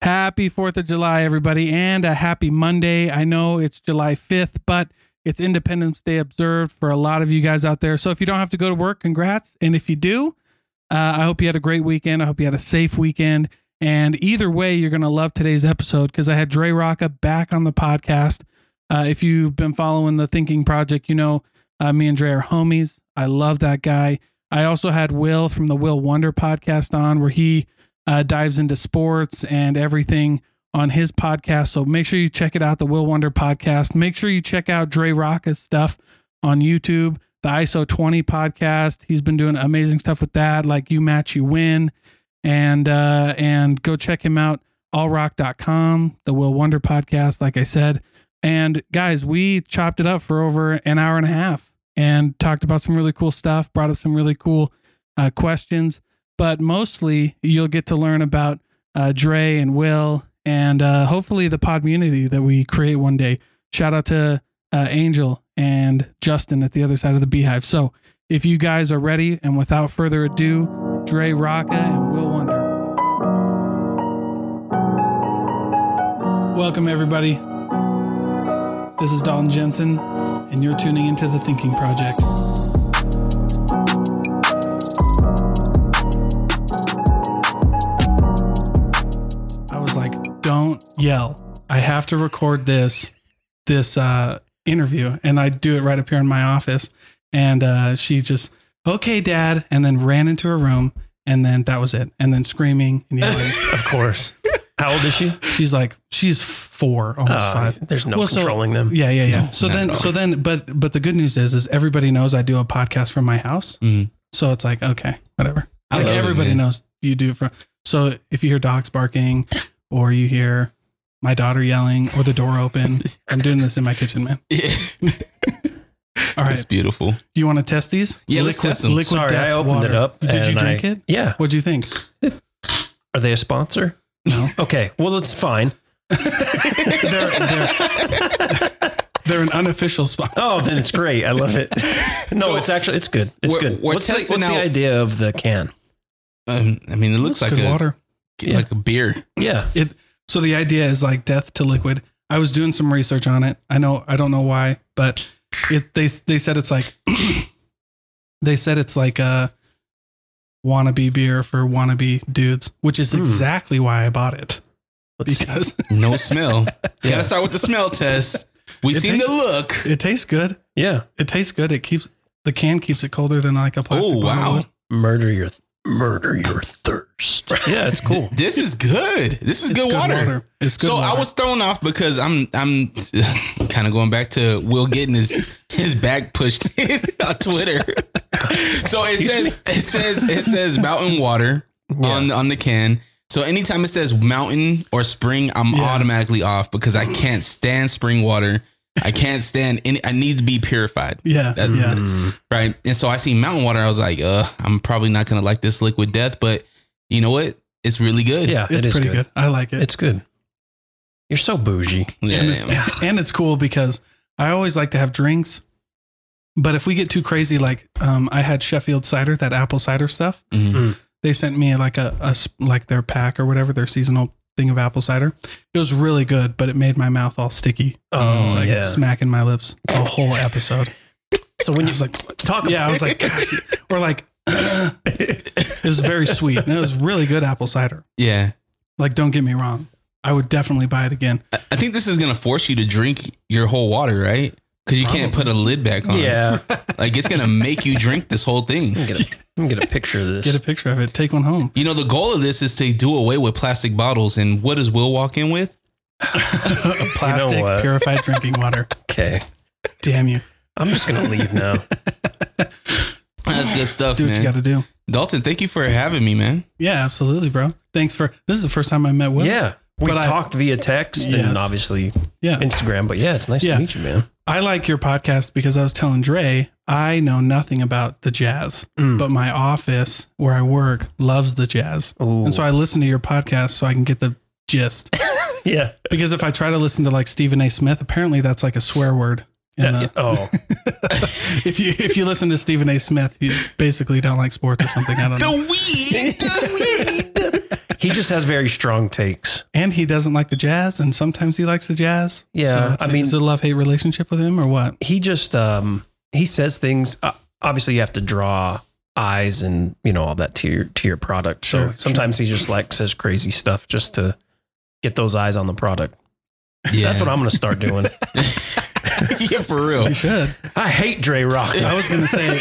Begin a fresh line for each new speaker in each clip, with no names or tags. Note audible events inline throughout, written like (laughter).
Happy 4th of July, everybody, and a happy Monday. I know it's July 5th, but it's Independence Day observed for a lot of you guys out there. So if you don't have to go to work, congrats. And if you do, uh, I hope you had a great weekend. I hope you had a safe weekend. And either way, you're going to love today's episode because I had Dre Rocca back on the podcast. Uh, if you've been following the Thinking Project, you know uh, me and Dre are homies. I love that guy. I also had Will from the Will Wonder podcast on where he uh, dives into sports and everything on his podcast. So make sure you check it out, the Will Wonder podcast. Make sure you check out Dre Rocca's stuff on YouTube, the ISO 20 podcast. He's been doing amazing stuff with that, like You Match, You Win. And uh, and go check him out, allrock.com, the Will Wonder podcast, like I said. And guys, we chopped it up for over an hour and a half and talked about some really cool stuff, brought up some really cool uh, questions. But mostly, you'll get to learn about uh, Dre and Will and uh, hopefully the pod community that we create one day. Shout out to uh, Angel and Justin at the other side of the beehive. So if you guys are ready, and without further ado, Dre Rocca and Will Wonder. Welcome, everybody. This is Dalton Jensen, and you're tuning into The Thinking Project. I was like, don't yell. I have to record this this uh interview and I do it right up here in my office. And uh she just, okay, dad, and then ran into her room and then that was it. And then screaming and yelling.
(laughs) Of
(laughs)
course. How old is she?
she's like, she's four, almost
Uh,
five.
There's no
Well, so-
controlling them.
Yeah, yeah, yeah. so
no,
then,
no.
so then, but but the good news is, is everybody knows I do a podcast from my house.
Mm-hmm.
Mhm.
So it's like okay, whatever.
I
Like
love it,
everybody
man.
knows you do from. So if you hear dogs barking, or you hear my daughter yelling, or the door
(laughs)
open, I'm doing this in my kitchen, man.
Yeah.
All
It's
right,
beautiful.
you want to test these?
Yeah, let's
liquid,
test them.
Liquid
Sorry, I
death
opened
water.
it up.
Did you
and
drink
I-
it?
Yeah.
What'd you think?
Are they a sponsor?
No,
(laughs) Okay. Well, that's
(laughs)
fine.
they're, (laughs) they're, they're an unofficial sponsor.
Oh, then it's great. I love it. No, it's actually it's good. It's
We're-
good.
we're
what's the, what's
testing
the
out-
idea of the can?
Um, I mean, it looks
It's
like
good
a
water.
Yeah.
like a beer.
Yeah.
it so the idea is like death to liquid i was doing some research on it i know i don't know why but it they they said it's like (clears throat) they said it's like a wannabe beer for wannabe dudes which is
Hmm.
exactly why i bought it
Let's-
because
No smell.
Yeah.
Gotta start with the smell test. We
It
seen
takes-
the look.
it tastes good
yeah.
it tastes good it keeps the can keeps it colder than like a plastic
Oh,
bottle
wow.
would.
Murder your murder your thirst. Yeah, it's
(laughs)
cool.
This is good. This is
It's
good, water.
it's good
so I
water.
was thrown off because I'm I'm (sighs) kind of going back to Will getting his his back pushed (laughs) on
(laughs)
Twitter. so it says it says it says mountain water on on the can. So anytime it says mountain or spring, I'm
Yeah.
automatically off because I can't stand spring water. I can't stand any. I need to be purified,
yeah
That-
yeah
Mm.
right? And so I see mountain water. I was like, uh, I'm probably not gonna like this liquid death, but you know what? It's really good.
Yeah,
it's
it is
pretty good. i like it
It's good. You're so bougie.
Yeah.
and, it's, and it's cool because I always like to have drinks. But if we get too crazy, like um, I had Sheffield cider, that apple cider stuff.
Mhm.
They sent me like a, a s- like their pack or whatever their seasonal thing of apple cider. It was really good, but it made my mouth all sticky. It was
Oh
like
yeah.
smacking my lips the whole episode.
So when
I
you
was like,
talk,
yeah, I
(laughs)
was like, gosh, or like, (coughs) it was very sweet and it was really good apple cider.
yeah.
Like, don't get me wrong, I would definitely buy it again.
I I think this is gonna force you to drink your whole water, right? Because you can't put a lid back
(laughs)
on.
yeah.
Like it's gonna make you drink this whole
(laughs)
thing.
I'm gonna, get a picture of this.
Get a picture of it, take one home.
You know, the goal of this is to do away with plastic bottles. And what does Will walk in with?
a plastic
what?
purified drinking water.
(laughs) okay.
Damn you.
I'm just gonna leave
(laughs)
now.
That's good stuff,
Do what
man.
you got to do.
Dalton, thank you for having me, man.
Yeah, absolutely, bro. Thanks for this is the first time I met Will.
yeah. We've
But I-
talked via text
Yes.
and obviously
Yeah.
Instagram, but yeah, it's nice
Yeah.
to meet you, man.
I like your podcast because I was telling Dre, I know nothing about the jazz, but my office where I work loves the jazz.
Oh.
Ooh.
And so I listen to your podcast so I can get the gist.
yeah.
because if I try to listen to like Stephen A. Smith, apparently that's like a swear word. in
Yeah,
the-
yeah. Oh,
(laughs) if you if you listen to Stephen
(laughs)
A. Smith, you basically don't like sports or something. I don't know.
weed.
he
just has very strong takes.
and he doesn't like the jazz, and sometimes he likes the jazz.
Yeah,
so it's-
I mean-
is it a love hate relationship with him or what?
He just um he says things. Uh, obviously, you have to draw eyes and you know all that to your to your product. So
Sure,
sometimes he just like says crazy stuff just to get those eyes on the product.
Yeah.
That's what I'm gonna start doing.
(laughs)
(laughs) yeah, for real.
You should.
I hate Dre Rock.
I was gonna say.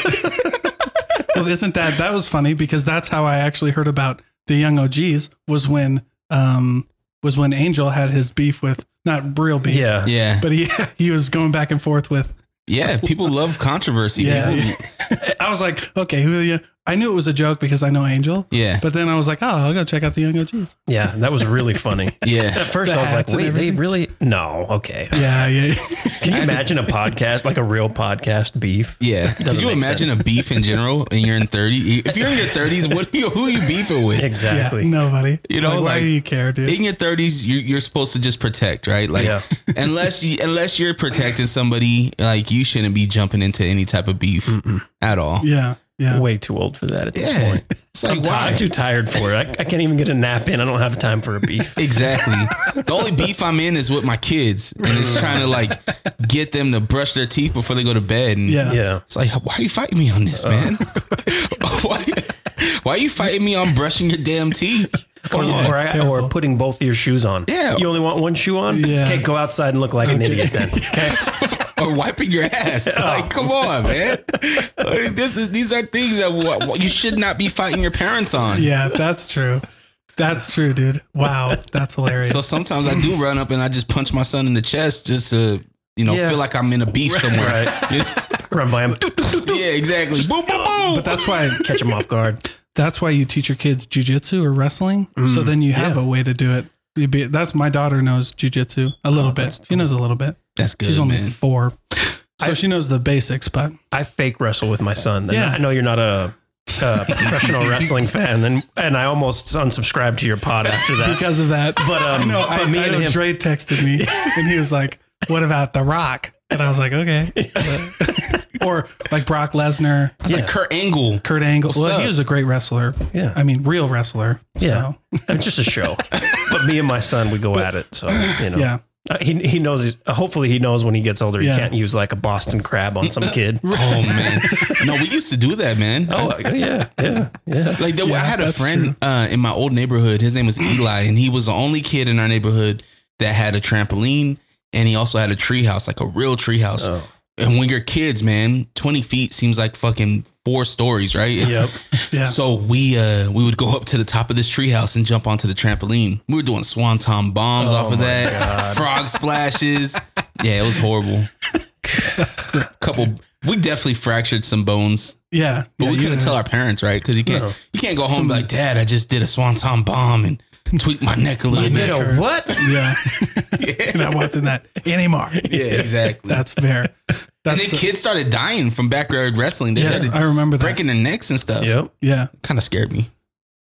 well, isn't that that was funny because that's how I actually heard about the Young OGs was when um was when Angel had his beef with not real beef,
yeah.
Yeah.
but he (laughs) he was going back and forth with.
Yeah. People love controversy.
Yeah.
People-
I was like, okay, who are you? I knew it was a joke because I know Angel,
Yeah.
but then I was like, oh, I'll go check out the Young OGs.
Yeah, that was really funny.
Yeah.
At first, I was like,
Bats and
wait, they
everything. (laughs)
really? No, okay.
Yeah, yeah.
Can you imagine a podcast, like a real podcast
(laughs)
beef?
Yeah. Could you
make
imagine a beef in general and you're in 30? If you're in your 30s, what are you, who are you beefing with?
Exactly.
Yeah, nobody.
You know,
like, why
like-
do you care, dude?
In your 30s, you, you're supposed to just protect, right? Like,
Yeah.
(laughs) unless you unless you're protecting somebody, like you shouldn't be jumping into any type of beef at all.
yeah, yeah.
Way too old for that at this
Yeah.
point.
It's like
I'm, ti-
why?
I'm too tired for it. I, I can't even get a nap in. I don't have time for a beef.
Exactly. the only beef I'm in is with my kids, and it's trying to like get them to brush their teeth before they go to bed.
(laughs)
And
Yeah.
Yeah.
it's like, why are you fighting me on this, man?
(laughs)
why? Why are you fighting me on brushing your damn teeth?
Or,
Yeah,
or,
it's
I-
terrible.
or putting both your shoes on.
Yeah.
You only want one shoe on?
Yeah.
Okay, go outside and look like an
(laughs)
idiot then. Okay.
or wiping your ass. Like, come on, man. Like, this is these are things that wa- wa- you should not be fighting your parents on.
Yeah, that's true. That's true, dude. Wow, that's hilarious.
So sometimes I do run up and I just punch my son in the chest just to you know
Yeah.
feel like I'm in a beef
(laughs)
somewhere. You
Run by him,
know? (laughs) yeah, exactly. Boom, boom, boom.
but that's why
catch him off guard.
that's why you teach your kids jujitsu or wrestling. so then you have a way to do it. You be, that's my daughter knows jujitsu a little bit. She knows a little bit.
That's good,
She's only
man.
four, so she knows the basics. But
I fake wrestle with my son. And
Yeah.
I know you're not a, a professional wrestling fan, and, and I almost unsubscribed to your pod
(laughs)
after that.
because of that,
But, um,
I know.
but
I,
me
I
and
know
him-
Dre texted me and he was like, "What about The Rock?" And I was like, "Okay," or like Brock Lesnar,
That's like Kurt
(laughs)
Angle.
Kurt Angle.
What's
well,
up?
he was a great wrestler.
Yeah.
I mean, real wrestler.
Yeah.
Yeah,
It's just a show. but me and my son, we go at it. So, you know.
yeah.
Uh, He, he knows, he's- hopefully, he knows when he gets older,
Yeah.
he can't use like a Boston crab on some
(laughs)
kid.
Oh man. (laughs) No, we used to do that, man.
Oh, yeah, yeah, yeah.
Like there, I had a
that's
friend uh, in my old neighborhood. His name was Eli, and he was the only kid in our neighborhood that had a trampoline, and he also had a treehouse, like a real treehouse.
Oh.
And when you're kids, man, twenty feet seems like fucking four stories, right? It's-
Yep.
(laughs) Yeah.
So we uh we would go up to the top of this treehouse and jump onto the trampoline. We were doing swanton
Oh
bombs off of
my
that, (laughs) frog splashes. yeah, it
(laughs)
was horrible. Couple, we definitely fractured some bones.
Yeah,
But
yeah,
we
you
couldn't
know.
tell our parents, right? Because you can't
No.
you can't go home and be like, Dad, I just did a swanton bomb and tweaked my neck a little
You did
bit.
a what?
Yeah, (laughs)
(laughs)
you're not watching that anymore.
Yeah, exactly.
That's (laughs) fair.
and
That's
then kids started dying from backyard wrestling. They
yes, I
started
remember that.
breaking their necks and stuff.
Yep.
Yeah,
Kind of scared me.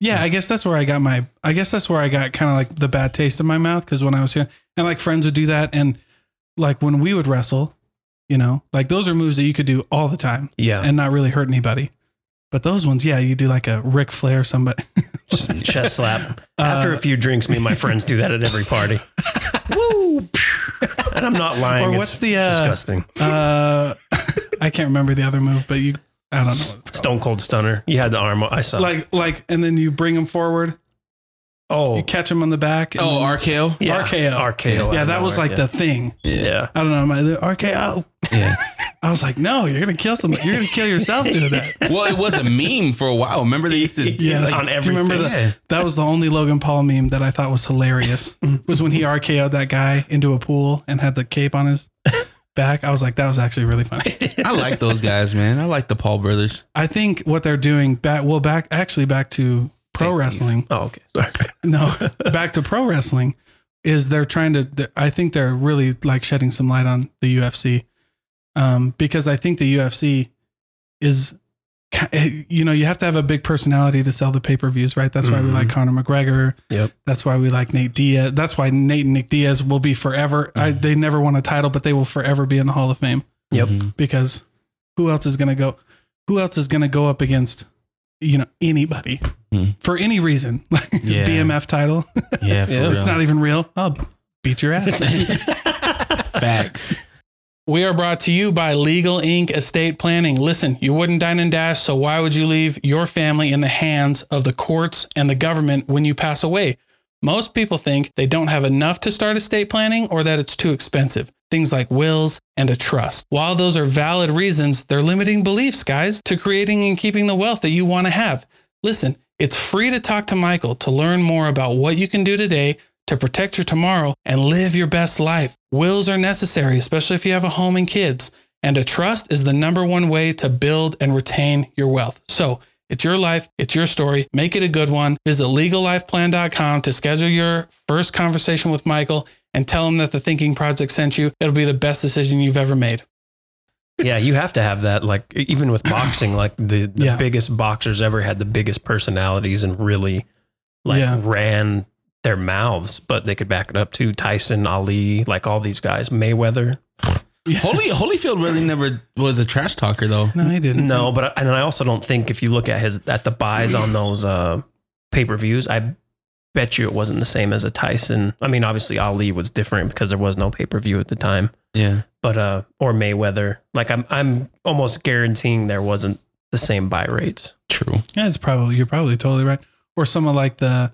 yeah. I guess that's where I got my. I guess that's where I got kind of like the bad taste in my mouth because when I was here, and like friends would do that, and like when we would wrestle, you know, like those are moves that you could do all the time
Yeah.
and not really hurt anybody. But those ones, yeah, you do like a Ric Flair, somebody. (laughs)
Just a chest slap.
Uh,
After a few drinks, me and my friends do that at
(laughs)
every party. Woo! and I'm not lying.
Or
It's
what's the, uh,
disgusting
Uh, (laughs) I can't remember the other move, but you, I don't know what it's called.
Stone Cold Stunner? You had the arm. I saw.
Like, like, and then you bring him forward,
oh,
you catch him on the back. and
Oh,
then-
RKO.
yeah.
RKO.
RKO.
yeah, that was like the thing.
the yeah.
I don't know. My the RKO.
Yeah.
I was like, no, you're gonna kill somebody. You're gonna kill yourself doing
(laughs)
that.
well, it was a meme for a while. Remember they used to
Yeah,
on
Do you remember
everything.
that? That was the only Logan Paul meme that I thought was hilarious.
(laughs)
was when he RKO'd that guy into a pool and had the cape on his back. I was like, that was actually really
(laughs)
funny.
I like those guys, man. I like the Paul brothers.
I think what they're doing back, well, back actually back to pro wrestling.
Oh, okay. Sorry.
no (laughs) back to pro wrestling is they're trying to th- i think they're really like shedding some light on the ufc um, because i think the ufc is ki- eh, you know you have to have a big personality to sell the pay-per-views right that's why we
Mm-hmm.
like conor mcgregor
Yep.
that's why we like nate diaz that's why nate and nick diaz will be forever I,
Mm-hmm.
they never won a title but they will forever be in the hall of fame
Yep.
Mm-hmm.
because who else is going to go who else is going to go up against you know anybody
Hmm.
for any reason. (laughs) Like
Yeah.
BMF title.
Yeah, for
Yeah.
It's
real.
not (laughs) even real. I'll beat your ass.
facts.
(laughs) We are brought to you by Legal Inc. Estate Planning. Listen, you wouldn't dine and dash, so why would you leave your family in the hands of the courts and the government when you pass away? Most people think they don't have enough to start estate planning or that it's too expensive. Things like wills and a trust. While those are valid reasons, they're limiting beliefs, guys, to creating and keeping the wealth that you want to have. Listen, it's free to talk to Michael to learn more about what you can do today to protect your tomorrow and live your best life. Wills are necessary, especially if you have a home and kids. And a trust is the number one way to build and retain your wealth. So it's your life, it's your story. Make it a good one. Visit legallifeplan.com to schedule your first conversation with Michael and tell him that the Thinking Project sent you. It'll be the best decision you've ever made.
yeah, you have to have that. Like e, even with boxing, like the, the
Yeah.
biggest boxers ever had the biggest personalities and really like
Yeah.
ran their mouths, but they could back it up too. Tyson, Ali, like all these guys, Mayweather.
Holy Holyfield really never was a trash talker though.
No, he didn't.
No, but and I also don't think if you look at his at the buys on those uh pay per views, I bet you it wasn't the same as a Tyson. I mean, obviously Ali was different because there was no pay per view at the time.
Yeah.
But uh or Mayweather. Like I'm I'm almost guaranteeing there wasn't the same buy rates.
True.
Yeah, it's probably you're probably totally right. Or some of like the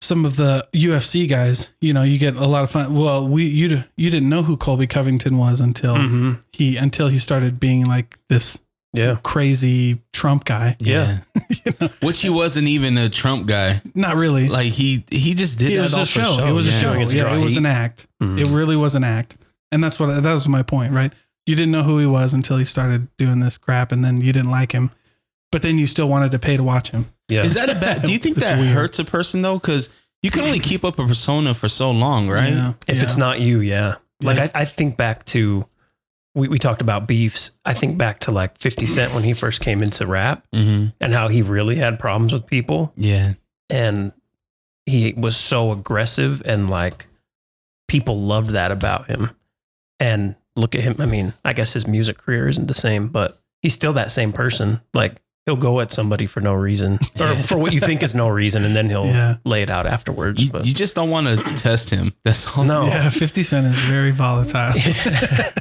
some of the UFC guys, you know, you get a lot of fun. Well, we you you didn't know who Colby Covington was until
Hmm.
Mm-hmm.
he until he started being like this
Yeah.
crazy Trump guy. (laughs)
Yeah.
you know,
Which he wasn't even a Trump guy.
not really.
Like he he just did
it
that
was
all
a
for
show. It was
yeah.
a show.
Doing it to
Yeah,
draw
it was
heat.
an act.
Mhm.
Hmm.
It really was an act. And that's what that was my point, right? You didn't know who he was until he started doing this crap, and then you didn't like him, but then you still wanted to pay to watch him.
yeah.
(laughs) Is that a bad? Do you think
It's
that
weird.
hurts a person though? Because you can only keep up a persona for so long, right?
Yeah.
if
Yeah.
it's not you, yeah. Like
Yeah.
I, I think back to we, we talked about beefs. I think back to like 50 Cent when he first came into rap
Mm-hmm.
and how he really had problems with people
Yeah.
and he was so aggressive and like people loved that about him. And look at him. I mean, I guess his music career isn't the same, but he's still that same person. Like he'll go at somebody for no reason
(laughs)
or for what you think is no reason and then he'll
Yeah.
lay it out afterwards.
You,
but
you just don't want to test him. That's all.
no.
Yeah, 50 Cent is very
(laughs)
volatile.
(laughs)
(laughs)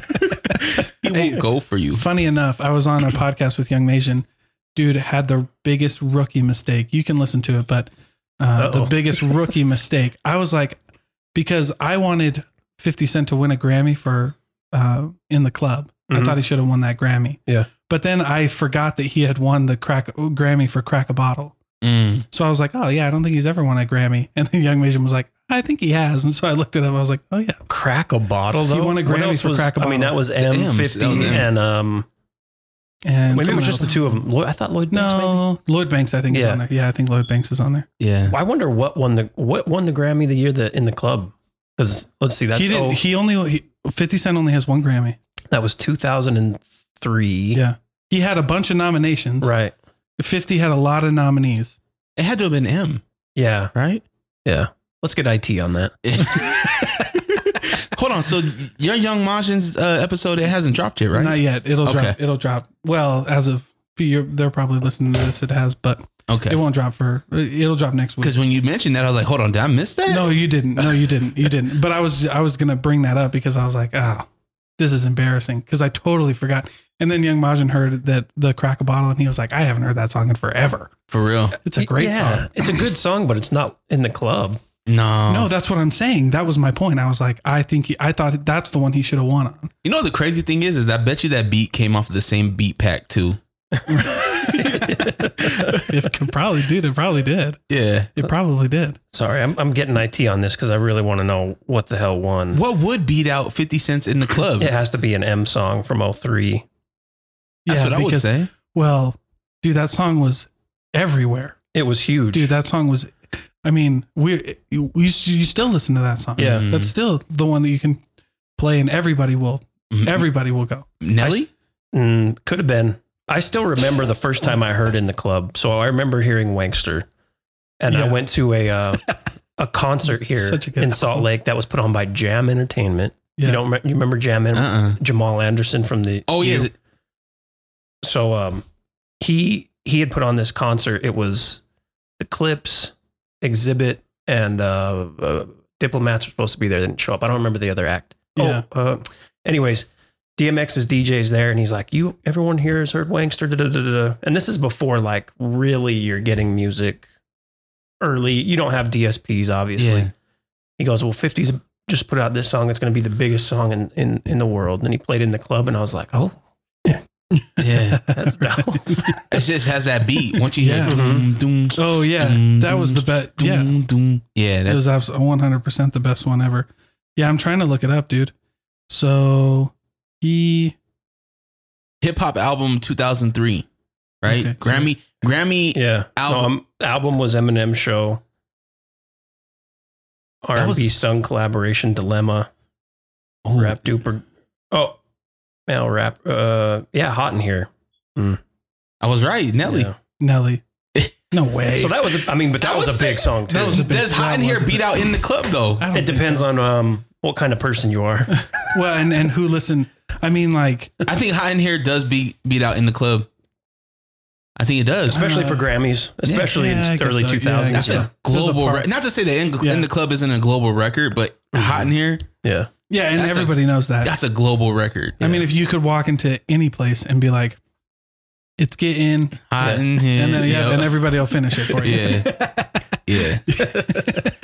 he won't go for you.
Funny enough, I was on a podcast with Young Nation. Dude had the biggest rookie mistake. You can listen to it, but uh, the
Uh-oh. (laughs)
biggest rookie mistake. I was like, because I wanted 50 Cent to win a Grammy for uh, In the Club. I
Mhm.
thought he should have won that Grammy.
Yeah.
But then I forgot that he had won the crack Grammy for Crack a Bottle.
Mm.
So I was like, oh, yeah, I don't think he's ever won a Grammy. And then Young Nation was like, I think he has. And so I looked it up. I was like, oh, yeah.
Crack a bottle
He
though.
won a
What
Grammy
else
for
was-
Crack a
I mean, that
Bottle.
was
M's,
M
that was
fifty
M.
and um.
And
maybe it
someone
was just
else.
the two of them. Lloyd, I thought Lloyd. Banks
No, Lloyd Banks, I think, is
Yeah.
on there. Yeah, I think Lloyd Banks is on there.
Yeah.
maybe? I wonder what won the what won the Grammy the year that in the club because let's see that's
he didn't.
oh,
He only he, Fifty Cent only has one Grammy.
that was two thousand and three.
Yeah, he had a bunch of nominations.
Right.
Fifty had a lot of nominees.
It had to have been M,
Yeah.
right?
Yeah. Let's get IT on that.
(laughs) Hold on. So your Young Majin's uh, episode it hasn't dropped yet, right?
Not yet. It'll
Okay.
drop. It'll drop. Well, as of you're, they're probably listening to this. It has, but
okay.
it won't drop for. It'll drop next week.
Because when you mentioned that, I was like, hold on, did I miss that?
No, you didn't. No, you didn't. You didn't. But I was I was gonna bring that up because I was like, oh, this is embarrassing because I totally forgot. And then Young Majin heard that the crack a bottle, and he was like, I haven't heard that song in forever.
For real?
It's a great
Yeah,
song.
It's a good song, but it's not in
(laughs)
the club.
No.
Oh.
No, that's what I'm saying. That was my point. I was like, I think he, I thought that's the one he should have won on. (laughs)
You know what the crazy thing is, is I bet you that beat came off of the same beat pack too.
It could probably did. It probably did.
Yeah.
It probably did.
Sorry, I'm I'm getting IT on this because I really want to know what the hell won.
What would beat out 50 cents in the club?
It has to be an M song from 03.
That's what I would say.
Well, dude, that song was everywhere.
It was huge.
Dude, that song was. I mean, we you, you still listen to that song.
Yeah. Mm-hmm.
Mhm.
that's still the one that you can play, and everybody will.
Mm-hmm.
Mhm.
Everybody will
(laughs)
go. (laughs)
Nelly?
Mm, could have been. I still remember the first time I heard in the club. So I remember hearing Wankster, and
Yeah.
I went to a uh,
(laughs)
a concert here
Such a good
in Salt
(laughs) album.
Lake that was put on by Jam Entertainment.
Yeah. Oh,
You don't rem- you remember Jam? En-
Uh-uh.
Jamal Anderson from the
Oh yeah.
U. So um, he he had put on this concert. It was the Clips exhibit and uh, uh, diplomats were supposed to be there. They didn't show up. I don't remember the other act.
Yeah.
Oh, uh, anyways, DMX's DJ's there, and he's like, "You, everyone here has heard Wangster." Da, da, da, da. da." And this is before like really you're getting music early. You don't have DSPs, obviously.
Yeah.
He goes, "Well, 50s just put out this song. It's going to be the biggest song in in in the world." And he played in the club, and I was like, "Oh,
(laughs)
Yeah.
that's (laughs) dope."
It just has that beat. Once you hear
Yeah.
doom, doom,
Oh yeah,
doom,
that
doom,
was the best. Yeah,
doom, doom. Yeah,
it
that's
was absolutely 100 percent the best one ever. Yeah, I'm trying to look it up, dude. So he
hip hop album 2003, right?
Okay, so-
Grammy, Grammy.
yeah,
Album.
Um, album was Eminem show.
That was-
R&B sung collaboration dilemma.
Hmm.
Oh,
rap duper. Oh, male rap. Uh, yeah, hot in here.
I was right, Nelly.
Yeah. (laughs)
Nelly. No way.
So that was, a, I mean, but that
I
was a
would say
big song too.
that was
Does,
a big-
does hot in
that
here
was a
beat
big-
out in the club
(laughs)
though?
I don't
it
think
depends
so.
on um what kind of person
(laughs)
you are.
well and and who listen. I mean, like
I think hot in here does beat beat out in the club. I think it does.
especially for
Uh,
Grammys, especially
yeah, I
in
guess
early
so.
two
Yeah, I
thousands.
guess
That's
so.
Yeah,
a global.
There's a
re-
part-
not to say that in,
Yeah. Mm-hmm.
in the club isn't a global record, but
Mhm.
hot in here,
yeah,
yeah, and
That's a-
everybody knows that.
that's a global record.
I mean, if you could walk into any place and be like, "It's getting,"
yeah.
hot in here,
and then yeah,
yo.
then everybody will finish it for you.
yeah, yeah.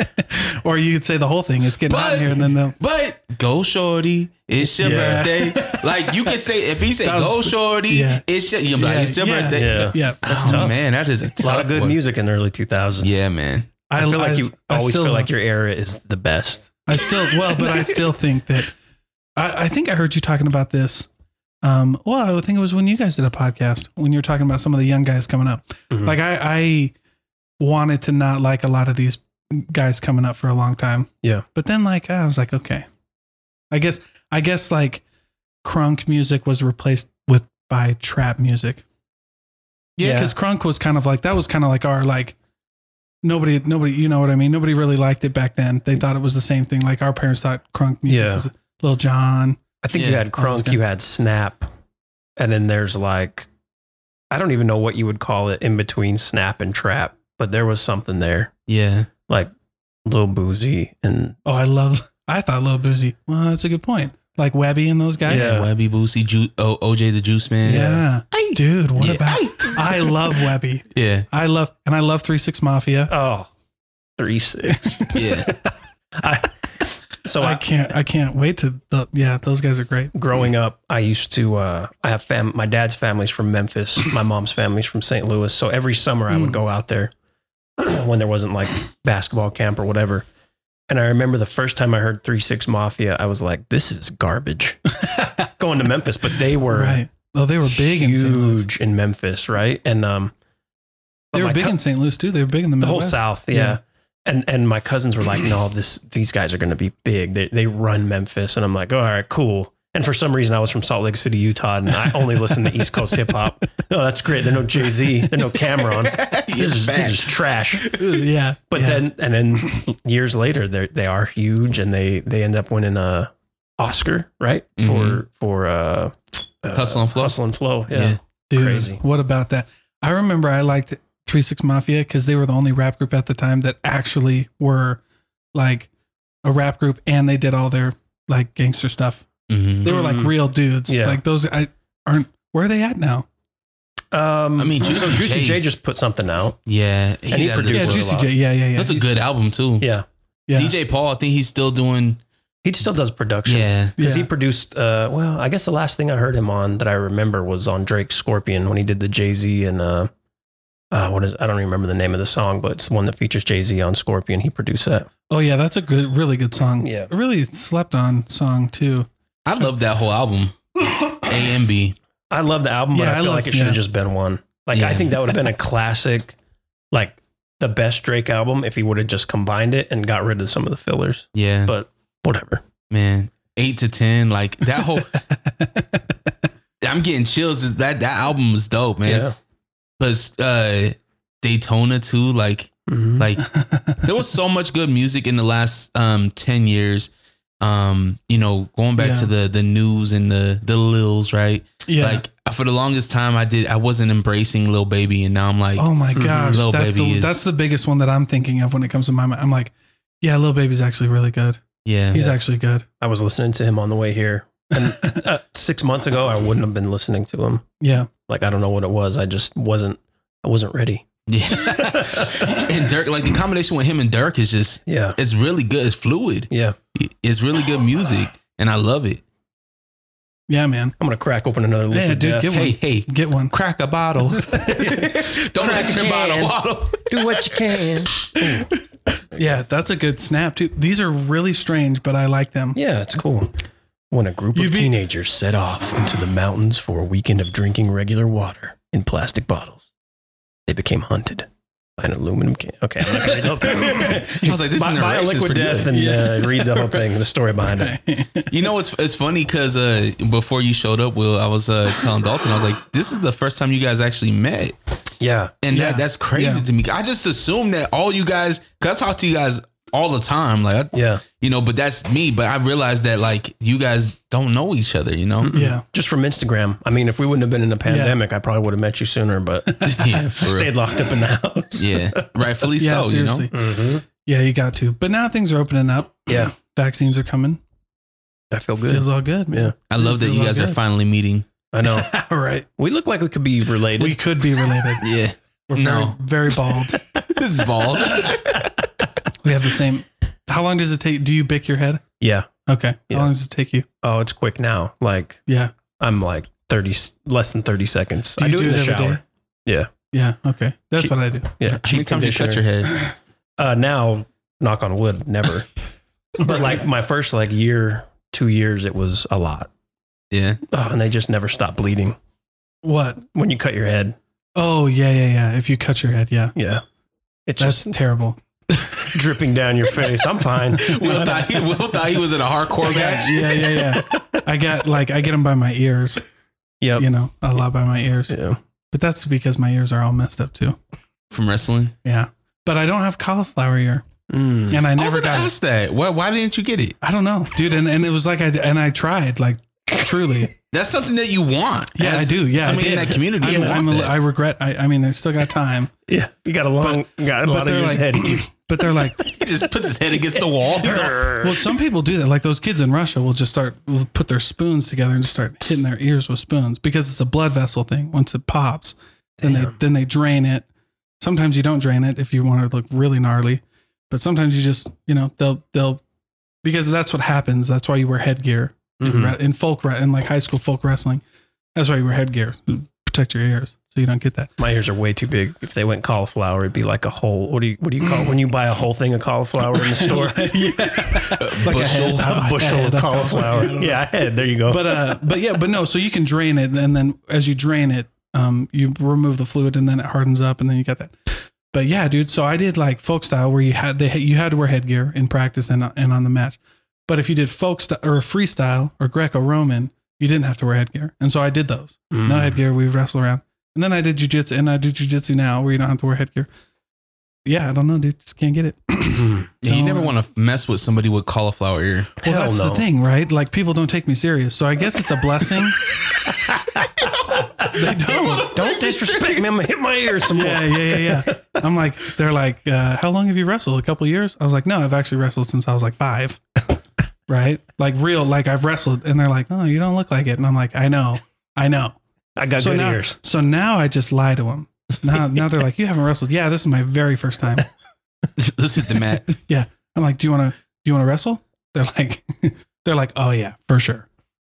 (laughs) or you could say the whole thing. It's getting hot
But-
in here, and then they'll.
But go shorty, it's your
Yeah.
birthday. Like you can say if he say
That was-
go shorty,
yeah.
it's your, you're like,
Yeah,
it's your
yeah.
birthday.
yeah.
Yeah,
oh,
tough.
Man, that is a,
A lot of
tough
good
one.
music in the early two thousands.
Yeah, man.
I, feel like you
I
always
still
feel like
love-
your era is the best.
I still well, but I still
(laughs)
think that I, I think I heard you talking about this. Um, well, I think it was when you guys did a podcast when you were talking about some of the young guys coming up.
Mhm.
Like I, I wanted to not like a lot of these guys coming up for a long time.
Yeah.
but then like I was like, okay, I guess I guess like crunk music was replaced with by trap music. Yeah,
Yeah.
because crunk was kind of like that was kind of like our like nobody nobody you know what I mean. Nobody really liked it back then. They thought it was the same thing. Like our parents thought crunk music
Yeah.
was Lil John.
I think you
Yeah,
had
I was
Crunk,
gonna-
you had Snap, and then there's like, I don't even know what you would call it in between Snap and Trap, but there was something there,
Yeah.
like Lil Boozy and
Oh, I love. I thought Lil Boozy. Well, that's a good point. Like Webby and those guys.
Yeah.
Webby Boosie, Ju- o- OJ the Juice Man.
Yeah. dude, what
Yeah.
about? I love Webby.
(laughs) Yeah.
I love and I love Three Six Mafia.
oh, three six.
Yeah.
I, so
I
Oh, I,
can't. I can't wait to. The, yeah, those guys are great.
growing up, I used to. Uh, I have fam. My dad's family's from Memphis. My mom's family's from St. Louis. So every summer, I would
Hmm.
go out there (clears throat) when there wasn't like basketball camp or whatever. And I remember the first time I heard Three Six Mafia, I was like, "This
(laughs)
is garbage." Going to Memphis, but they were
Right. Oh, they were big in St. Louis.
huge in Memphis, right? And um, but
They were
my
big
cou-
in St. Louis too. They were big in the,
the whole
Midwest.
South, yeah.
Yeah.
And and my cousins were like, no, this these guys are going to be big. They they run Memphis, and I'm like, all right, cool. And for some reason, I was from Salt Lake City, Utah, and I only listen to East Coast hip hop. (laughs) No, that's great. There's no Jay Z. There's no
(laughs)
Cameron. This is this is trash.
(laughs) yeah.
But
yeah.
then and then years later, they they are huge, and they they end up winning a Oscar, right?
Mm-hmm.
For for uh, uh,
Hustle and Flow.
Hustle and Flow. Yeah.
Yeah.
Dude,
Crazy.
What about that? I remember I liked Three Six Mafia because they were the only rap group at the time that actually were like a rap group, and they did all their like gangster stuff.
Mhm.
They were like
Mhm.
real dudes.
Yeah.
Like those. I aren't. Where are they at now?
Um,
I mean,
so
Juicy
Juicy J
J's-
just put something out.
Yeah.
And he
out of this
Yeah,
produced
world.
a
Juicy
lot.
J. Yeah, yeah, yeah.
That's a good album too.
Yeah.
yeah.
DJ Paul, I think he's still doing.
He still does production.
Yeah.
Because
Yeah.
he produced, uh, well, I guess the last thing I heard him on that I remember was on Drake's Scorpion when he did the Jay Z and, uh, uh, what is, I don't even remember the name of the song, but it's the one that features Jay Z on Scorpion. He produced that.
Oh yeah, that's a good, really good song.
Yeah.
A really slept on song too.
I love that whole album. A and B.
I love the album, but
Yeah,
I
I
feel
love-
like it should have
yeah.
just been one. Like, I
Yeah.
think that would have been a classic, like the best Drake album if he would have just combined it and got rid of some of the fillers,
Yeah.
but whatever.
man, eight to ten, like that whole. I'm getting chills. Is That that album was dope, man.
Yeah.
But uh, Daytona too, like
Mhm. (laughs)
like there was so much good music in the last um 10 years um you know going back
Yeah.
to the the news and the the lils right
(laughs) yeah.
like i for the longest time, I did. I wasn't embracing Lil Baby, and now I'm like,
Oh my
Mhm.
gosh,
mm-hmm. Lil
that's
Baby
the
is-
that's the biggest one that I'm thinking of when it comes to my mind. I'm like, yeah, Lil Baby's actually really good.
yeah,
He's actually good.
I was listening to him on the way here. And uh, six months ago, I wouldn't have been listening to him.
Yeah,
Like I don't know what it was. I just wasn't. I wasn't ready.
yeah. (laughs) and Dirk, like the combination with him and Dirk is just,
(laughs) Yeah.
it's really good. It's fluid.
Yeah.
It's really good music, and I love it.
yeah, man.
I'm gonna crack open another loop.
Yeah,
of
dude,
death.
give
Hey, hey,
Get one.
crack
(laughs)
a bottle. (laughs) Don't act your bottle. (laughs) Waddle.
do what you can.
Yeah, that's a good snap too. These are really strange, but I like them.
Yeah, it's cool. When a group
You'd
of
be-
teenagers set off into the mountains for a weekend of drinking regular water in plastic bottles, they became hunted by an aluminum can. Okay, I'm not gonna read the whole thing.
(laughs) I was like, this
Buy- buy a
narration's
liquid
pretty
death
good.
and uh, read the whole thing, the story behind it.
You know, it's it's funny because uh, before you showed up, Will, I was uh, telling Dalton, I was like, this is the first time you guys actually met,
Yeah,
and
Yeah.
that, that's crazy
Yeah.
to me. I just assumed that all you guys, cause I talk to you guys all the time, like I,
yeah.
you know, but that's me. But I realized that like you guys don't know each other, you
Mm-hmm.
know.
yeah,
Just from Instagram. I mean, if we wouldn't have been in the pandemic, I probably would have met you sooner, but
yeah,
I
(laughs) for real.
stayed locked up in the house.
yeah, rightfully
yeah.
so.
seriously,
You
hmm
yeah, you got to. But now things are opening up.
Yeah.
vaccines are coming.
I feel good.
Feels all good.
yeah,
Man.
know, I love that
Feels
you
all
guys are
good.
finally meeting.
I know.
(laughs) All right,
We look like we could be related.
we could be related.
(laughs)
Yeah,
We're
(laughs) No.
very, very bald.
it's bald.
We have the same. How long does it take? Do you bick your head?
yeah.
Okay.
Yeah.
How long does it take you?
Oh, it's quick now. Like
Yeah.
I'm like 30, s- less than 30 seconds.
Do
I
you
do, it in the
every
shower.
day?
Yeah.
Yeah. Okay. That's
Cheap.
what I do.
Yeah.
How many
cheek
times you cut your
conditioner.
head?
Uh, now, knock on wood, never.
(laughs)
but like my first like year, two years, it was a lot.
Yeah,
Oh, and they just never stop bleeding
What?
when you cut your head.
Oh yeah, yeah, yeah. If you cut your head, yeah,
Yeah. It's
that's
just
terrible.
dripping down your face.
(laughs)
I'm fine.
Will thought he, Will thought he was in a hardcore match.
Yeah, yeah, yeah. I got like I get them by my ears.
Yep.
You know, a lot by my ears.
Yeah.
But that's because my ears are all messed up too.
from wrestling.
Yeah. But I don't have cauliflower ear,
Mm.
and I
I was
never
gonna
got it.
ask that. Why, why didn't you get it?
I don't know, dude. And, and it was like I and I tried like truly.
That's something that you want.
Yeah,
As
I do. Yeah, I
somebody in
did.
that community.
I'm,
(laughs) you want
I'm a,
that.
I regret. I, I mean, I still got time,
Yeah. You got a long, got
but
a lot of
they're
your
like- (clears throat)
head.
but they're like,
he just puts his head
(laughs)
against the wall. He's like,
Mm-hmm.
Well, some people do that. Like those kids in Russia will just start will put their spoons together and just start hitting their ears with spoons because it's a blood vessel thing. Once it pops, then they
Damn.
then they drain it. Sometimes you don't drain it if you want to look really gnarly, but sometimes you just you know they'll they'll because that's what happens. That's why you wear headgear in
Mhm.
re in folk re- in like high school folk wrestling. That's why you wear headgear protect your ears so you don't get that.
My ears are way too big. If they went cauliflower, it'd be like a whole. What do you what do you call it when you buy a whole thing of cauliflower
(laughs)
in the (laughs) store?
Like a (laughs)
bushel.
head-
(laughs) a bushel
head
of cauliflower.
Yeah.
Yeah, I had. There you go.
but uh but yeah but no so you can drain it and then as you drain it um you remove the fluid and then it hardens up and then you got that but yeah dude so i did like folk style where you had they you had to wear headgear in practice and and on the match but if you did folk style or freestyle or greco-roman you didn't have to wear headgear and so i did those
Hmm.
no headgear we would wrestle around and then i did jiu-jitsu and i do jiu-jitsu now where you don't have to wear headgear yeah i don't know dude just can't get it (clears throat)
Mm.
Yeah, you
No.
never want to mess with somebody with cauliflower ear. (laughs)
well
Hell
that's
no.
the thing right like people don't take me serious so i guess it's a blessing (laughs)
they
don't.
Don't disrespect me. I'm gonna hit my ears some more.
Yeah, yeah, yeah, yeah. I'm like, they're like, uh, how long have you wrestled? A couple years? I was like, no, I've actually wrestled since I was like five. (laughs) right? Like real, like I've wrestled, and they're like, oh, you don't look like it, and I'm like, I know, I know.
I got
so
good
now,
ears.
so now I just lie to them. Now, now they're like, you haven't wrestled. Yeah, this is my very first time.
Let's hit the mat.
I'm like, do you want to, do you want to wrestle? They're like, (laughs) they're like, oh yeah, for sure.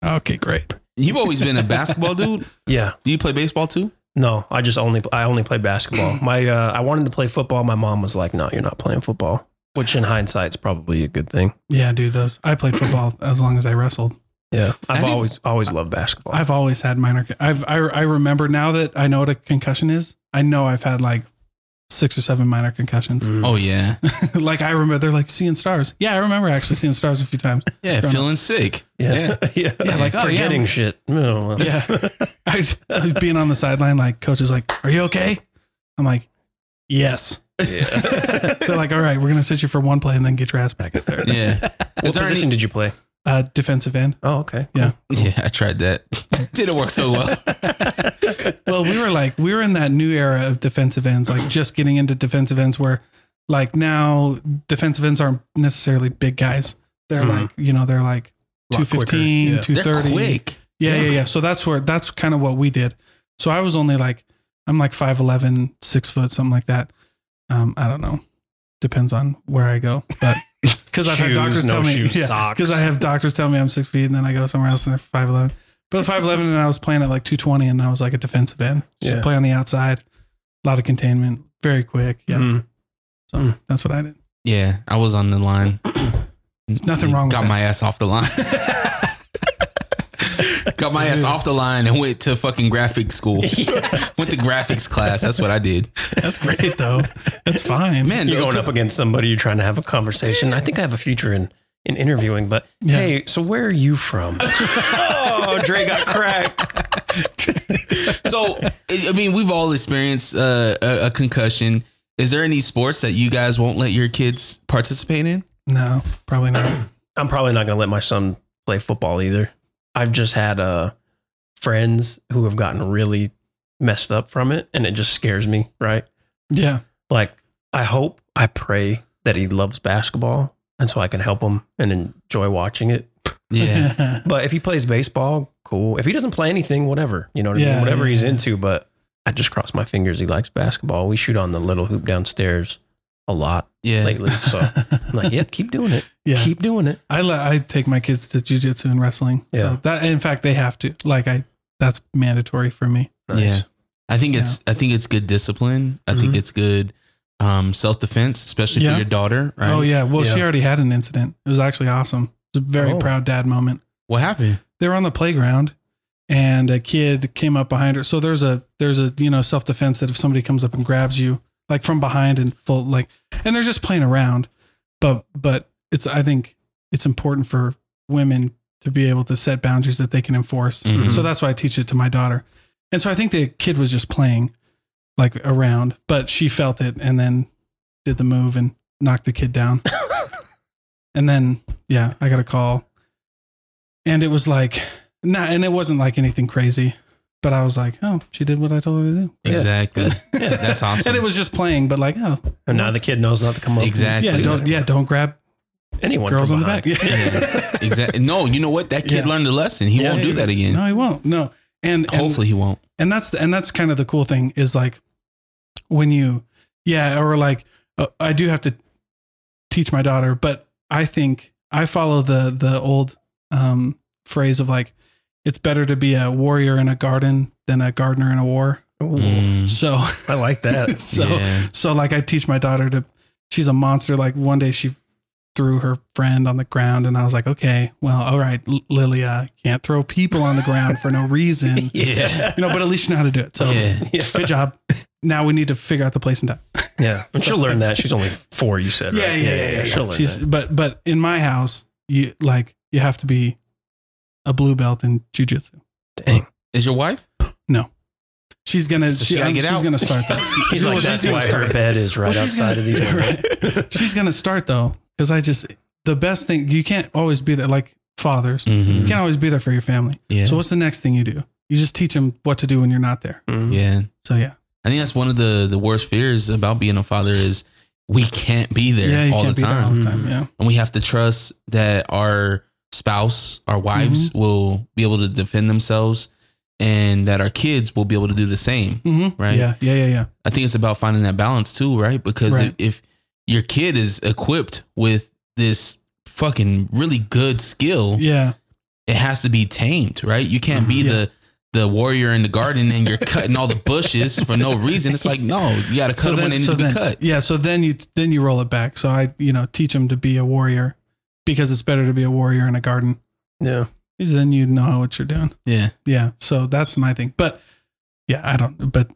Okay, great.
You've always been a basketball dude.
Yeah.
Do you play baseball too?
No, I just only I only
(clears throat)
play basketball. My uh, I wanted to play football. My mom was like, "No, you're not playing football," which in hindsight's probably a good thing.
Yeah, dude. Those I played football as long as I wrestled.
Yeah,
I
I've
think-
always always loved basketball.
I've always had minor. I've I, I remember now that I know what a concussion is. I know I've had like six or seven minor concussions.
Mm.
Oh yeah,
(laughs) like I remember, they're like seeing stars. Yeah, I remember actually seeing stars a few times. (laughs)
yeah.
Growing
Feeling sick.
yeah, (laughs) yeah,
Yeah, like, oh, yeah.
forgetting shit. Mm. No,
(laughs)
well,
Yeah, I, I was being on the sideline. Like coach is like, "Are you okay?" I'm like, "Yes."
Yeah.
They're like, "All right, we're gonna sit you for one play and then get your ass back up there."
(laughs) (laughs) yeah.
What
there
position
any-
did you play?
uh, defensive end.
Oh, okay.
(laughs) Yeah, I tried that. Didn't work so well.
Well, we were like we were in that new era of defensive ends, like just getting into defensive ends where like now defensive ends aren't necessarily big guys. They're
Mhm.
like, you know, they're like
A lot
215,
quicker, yeah.
They're
230.
quick.
Yeah,
Yeah.
yeah, yeah. So that's where that's kind of what we did. So I was only like I'm like 5'11, 6 foot, something like that. Um, I don't know. Depends on where I go. But because I've had
Shoes,
doctors
no
tell me (laughs)
shoes,
yeah,
socks.
because I have doctors tell me I'm six feet and then I go somewhere else and they're five eleven. But five eleven and I was playing at like two twenty and I was like a defensive end. So
Yeah.
play on the outside, a lot of containment, very quick. Yeah.
Mm.
So
Mm.
that's what I did.
Yeah, I was on the line.
nothing wrong with
Got
that.
my ass off the line. (laughs) Got my ass
Dude.
off the line and went to fucking
(laughs)
graphic school. (laughs) went to graphics class. That's what I did.
That's great though. That's fine.
Man,
You're
though,
going up against somebody. You're trying to have a conversation. I think I have a future in in interviewing. But
Yeah.
hey, so where are you from? (laughs) oh, Dre got cracked.
so I I mean, we've all experienced uh, a, a concussion. Is there any sports that you guys won't let your kids participate in?
No, probably not.
(laughs) I'm probably not going to let my son play football either. I've just had uh, friends who have gotten really messed up from it, and it just scares me. Right?
Yeah.
Like I hope, I pray that he loves basketball, and so I can help him and enjoy watching it.
(laughs) Yeah.
But if he plays baseball, cool. If he doesn't play anything, whatever. You know what I mean?
Yeah,
Whatever
yeah,
he's
yeah.
into. But I just cross my fingers he likes basketball. We shoot on the little hoop downstairs a lot
Yeah.
lately. So I'm like, yeah, keep doing it.
(laughs) yeah.
Keep doing it.
I let I take my kids to jujitsu and wrestling.
Yeah.
So that in fact they have to. Like I that's mandatory for me.
Yeah. I think it's I think it's good discipline. I think
Mhm.
it's good um, self defense, especially
Mm-hmm. Yeah.
for your daughter. Right?
Oh yeah. Well, she
Yeah.
already had an incident. It was actually awesome. It was a very
Oh.
proud dad moment.
What happened?
they were on the playground and a kid came up behind her. So there's a there's a you know self defense that if somebody comes up and grabs you like from behind and full like and they're just playing around, but but it's I think it's important for women to be able to set boundaries that they can enforce.
Mhm.
Mm-hmm.
So that's why I teach it to my daughter. And so I think the kid was just playing like around, but she felt it and then did the move and knocked the kid
(laughs)
down. and then yeah, I got a call. And it was like not and it wasn't like anything crazy, but I was like, "Oh, she did what I told her to do."
Exactly.
Yeah,
that's awesome.
And it was just playing, but like, "Oh,
(laughs) And now the kid knows not to come up.
Exactly.
yeah, don't yeah, don't grab
Anyone.
girls
from
on the
behind.
back." (laughs)
(laughs)
Yeah.
Exactly. No, you know what? That kid
Yeah.
learned a lesson. He
Yeah,
won't do
yeah.
that again.
no, I won't. No. And, and
Hopefully, he won't.
and that's the, and that's kind of the cool thing is like when you yeah or like uh, i do have to teach my daughter but i think i follow the the old um phrase of like it's better to be a warrior in a garden than a gardener in a war
Ooh,
Mm,
so
I like that.
Oh. (laughs) so
yeah.
so like I teach my daughter to she's a monster. Like one day she threw her friend on the ground and I was like, okay, well, all right, L- Lilia, can't throw people on the ground for no
(laughs)
reason.
(laughs) Yeah.
You know, but at least you know how to do it. So
yeah.
Yeah.
good job. Now we need to figure out the place and time.
Yeah. And she'll learn that. She's only four, you said. right? She'll learn
She's
that.
but but in my house, you like you have to be a blue belt in jujitsu.
Dang.
Is your wife?
She's gonna
So she
she-
gotta
um,
get
she's
out.
gonna start
(laughs)
that.
He's like,
Well,
that's
gonna
why her bed is right
Well, she's
outside
gonna-
of these
(laughs)
windows.
she's gonna start though because i just the best thing you can't always be there like fathers you can't always be there for your family
Mm-hmm. Yeah.
so what's the next thing you do you just teach them what to do when you're not there
Mhm.
yeah.
so yeah
I think that's one of the the worst fears about being a father is we can't be there
yeah you
all the
can't be there
time,
all the time yeah
and we have to trust that our spouse, our wives,
Mm-hmm.
will be able to defend themselves, and that our kids will be able to do the same.
mm-hmm.
Right.
yeah yeah yeah yeah
I think it's about finding that balance too, right? Because
Right.
If, if your kid is equipped with this fucking really good skill,
yeah
it has to be tamed, right? You can't be
Mhm. Yeah.
the the warrior in the garden and you're cutting all the bushes for no reason. It's like no, you got to cut them when they need to be
then,
cut.
yeah so then you then you roll it back so i you know teach them to be a warrior because it's better to be a warrior in a garden
Yeah.
because then you know what you're doing
Yeah,
yeah so that's my thing but yeah i don't but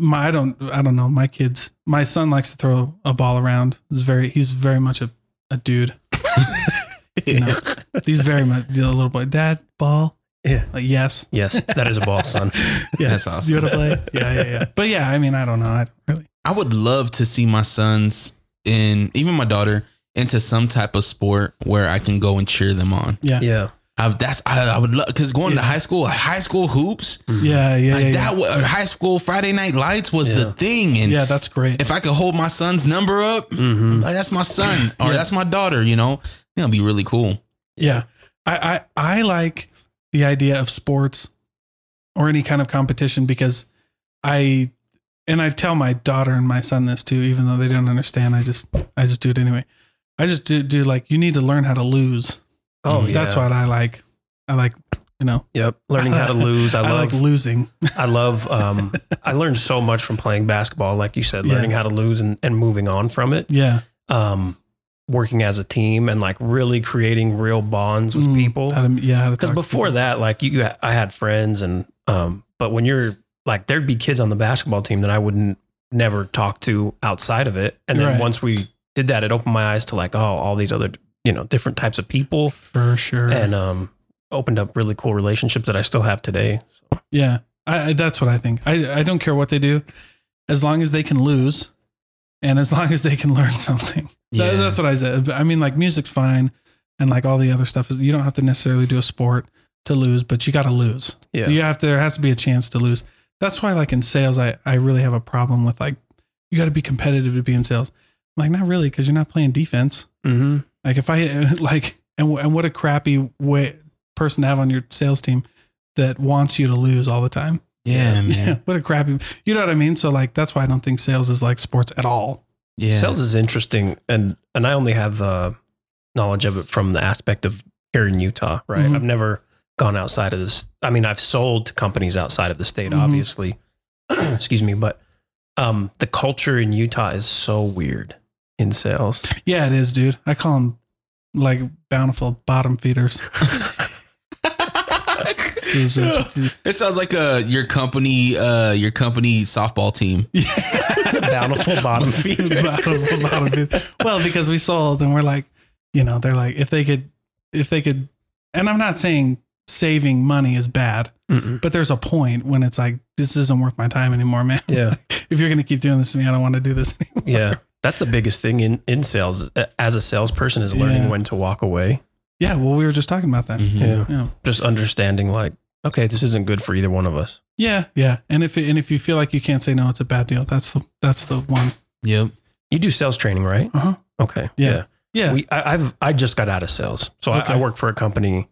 my i don't i don't know my kids my son likes to throw a ball around he's very he's very much a, a
(laughs)
dude you know he's very much he's a little boy dad ball
Yeah.
like, yes
Yes, that is a ball, son.
yeah
(laughs) That's
you
awesome.
want to play yeah yeah yeah but yeah i mean i don't know i don't really
I would love to see my sons and even my daughter into some type of sport where I can go and cheer them on.
(laughs) Yeah.
I, that's I, I would love because going to
Yeah.
high school, high school hoops,
Mm-hmm.
Yeah, yeah,
like
yeah,
that. wa- or high school Friday night lights was
Yeah.
the thing,
yeah.
and
Yeah, that's great.
if I could hold my son's number up,
Mm-hmm.
like, that's my son or
Yeah.
that's my daughter. You know, it'll be really cool.
Yeah. I, I I like the idea of sports or any kind of competition because I and I tell my daughter and my son this too, even though they don't understand. I just I just do it anyway. I just do do like you need to learn how to lose.
Oh,
That's
yeah.
what I like. I like you know
Yep. Learning how to lose. (laughs) I,
I,
love.
like losing.
I love. Um, I learned so much from playing basketball, like you said,
Yeah.
learning how to lose and, and moving on from it.
Yeah.
Um, working as a team and like really creating real bonds with
Mm,
people.
How to, yeah. how to
Because
talk to
before
people.
that, like you, you, I had friends and um, but when you're like, there'd be kids on the basketball team that I wouldn't never talk to outside of it. And then
Right.
once we did that, it opened my eyes to like, oh, all these other you know different types of people,
for sure.
and um, opened up really cool relationships that I still have today.
Yeah, I, I that's what I think. I I don't care what they do, as long as they can lose, and as long as they can learn (laughs) something. That-
Yeah.
that's what I said. I mean, like music's fine, and like all the other stuff is. You don't have to necessarily do a sport to lose, but you got to lose.
Yeah.
you have there has to be a chance to lose. That's why, like in sales, I I really have a problem with like you got to be competitive to be in sales. Like not really, because you're not playing defense.
Mm-hmm.
Like if I (laughs) like, and wh- and what a crappy way person to have on your sales team that wants you to lose all the time.
Yeah,
Yeah,
man.
(laughs) what a crappy. You know what I mean? So like that's why I don't think sales is like sports at all.
Yeah, (laughs)
Sales is interesting, and and I only have uh, knowledge of it from the aspect of here in Utah, right?
Mhm.
I've never gone outside of this. I mean, I've sold to companies outside of the state,
Mhm.
obviously. (clears throat) Excuse me, but um, the culture in Utah is so weird in sales.
Yeah, it is, dude. I call them like bountiful bottom feeders. Those
(laughs)
are-
it sounds like uh your company uh your company softball team.
Bountiful
(laughs)
bottom feeder.
Bottom- bottom feeder. Well, because we sold and we're like, you know, they're like if they could, if they could, and I'm not saying saving money is bad,
Mm-mm.
but there's a point when it's like this isn't worth my time anymore, man.
Yeah,
(laughs) If you're gonna keep doing this to me, I don't want to do this. Anymore. (laughs)
yeah. That's the biggest thing in in sales uh, as a salesperson is learning
Yeah.
when to walk away.
Yeah. Well, we were just talking about that.
Mm.
Mhm.
Yeah.
just understanding like, okay, this isn't good for either one of us.
Yeah, yeah. And if and if you feel like you can't say no, it's a bad deal. That's the that's the one.
Yep.
You do sales training, right?
Uh-huh.
Okay.
Yeah. Yeah.
We, I, I've I just got out of sales, so
Okay.
I, I work for a company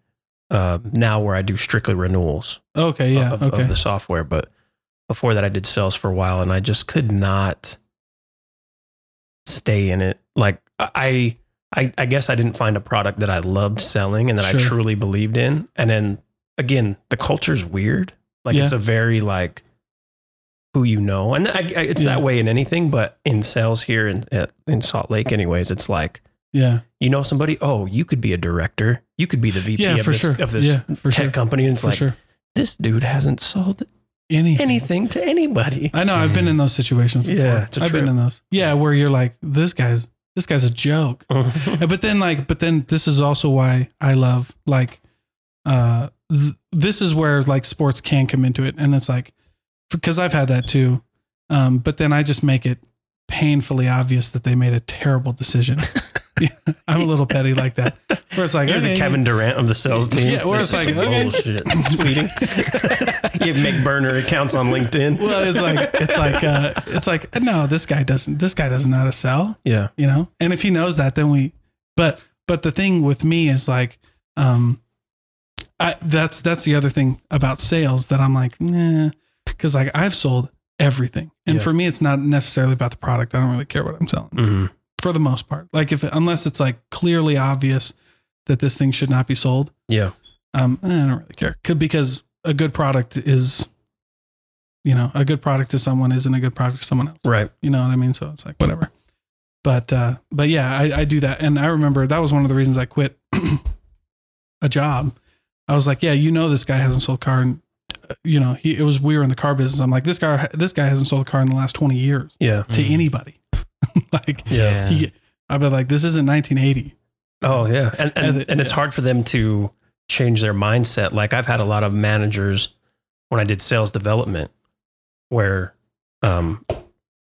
uh, now where I do strictly renewals
okay. Yeah.
of,
okay.
of the software. But before that, I did sales for a while, and I just could not stay in it. Like I, I, I guess I didn't find a product that I loved selling and that I
Sure.
truly believed in. And then again, the culture's weird. Like
Yeah.
it's a very like who you know, and I, I, it's
Yeah.
that way in anything, but in sales here in at, in Salt Lake, anyways, it's like
yeah.
you know somebody. Oh, you could be a director. You could be the VP
Yeah.
of,
For
this,
sure.
of this
yeah. For
tech
sure.
company. And it's
For
like
sure.
this dude hasn't sold
Anything.
anything to anybody.
(laughs) I know. I've been in those situations. Before.
Yeah, it's a
I've
trip.
been in those. Yeah, where you're like, this guy's this guy's a joke. Uh,
Mhm.
But then like, but then this is also why I love like, uh, th- this is where like sports can come into it, and it's like, because I've had that too. Um, but then I just make it painfully obvious that they made a terrible decision.
(laughs)
(laughs) Yeah, I'm a little petty like that. Where it's like,
You're the
okay,
Kevin Durant of the sales team.
Yeah, where
This
it's
is
like, okay.
bullshit. (laughs) tweeting. you make burner accounts on LinkedIn.
Well, it's like it's like uh, it's like no, this guy doesn't. This guy doesn't know how to sell.
yeah,
you know and if he knows that then we but but the thing with me is like um i that's that's the other thing about sales that i'm like nah because like i've sold everything and
Yeah.
for me it's not necessarily about the product i don't really care what i'm selling
Mhm.
for the most part like if unless it's like clearly obvious that this thing should not be sold
yeah,
um i don't really care could because a good product is you know a good product to someone isn't a good product to someone else
right.
you know what I mean? So it's like whatever. But uh but yeah, I, I do that. And I remember that was one of the reasons I quit (clears throat) a job. I was like, yeah, you know this guy hasn't sold a car and uh, you know, he it was we were in the car business. I'm like, this guy this guy hasn't sold a car in the last 20 years
Yeah,
to anybody. (laughs) like
Mm. yeah.
he I've been like, this isn't 1980.
Oh, yeah. And and,
And-
and it's hard for them to change their mindset. Like I've had a lot of managers when I did sales development, where um,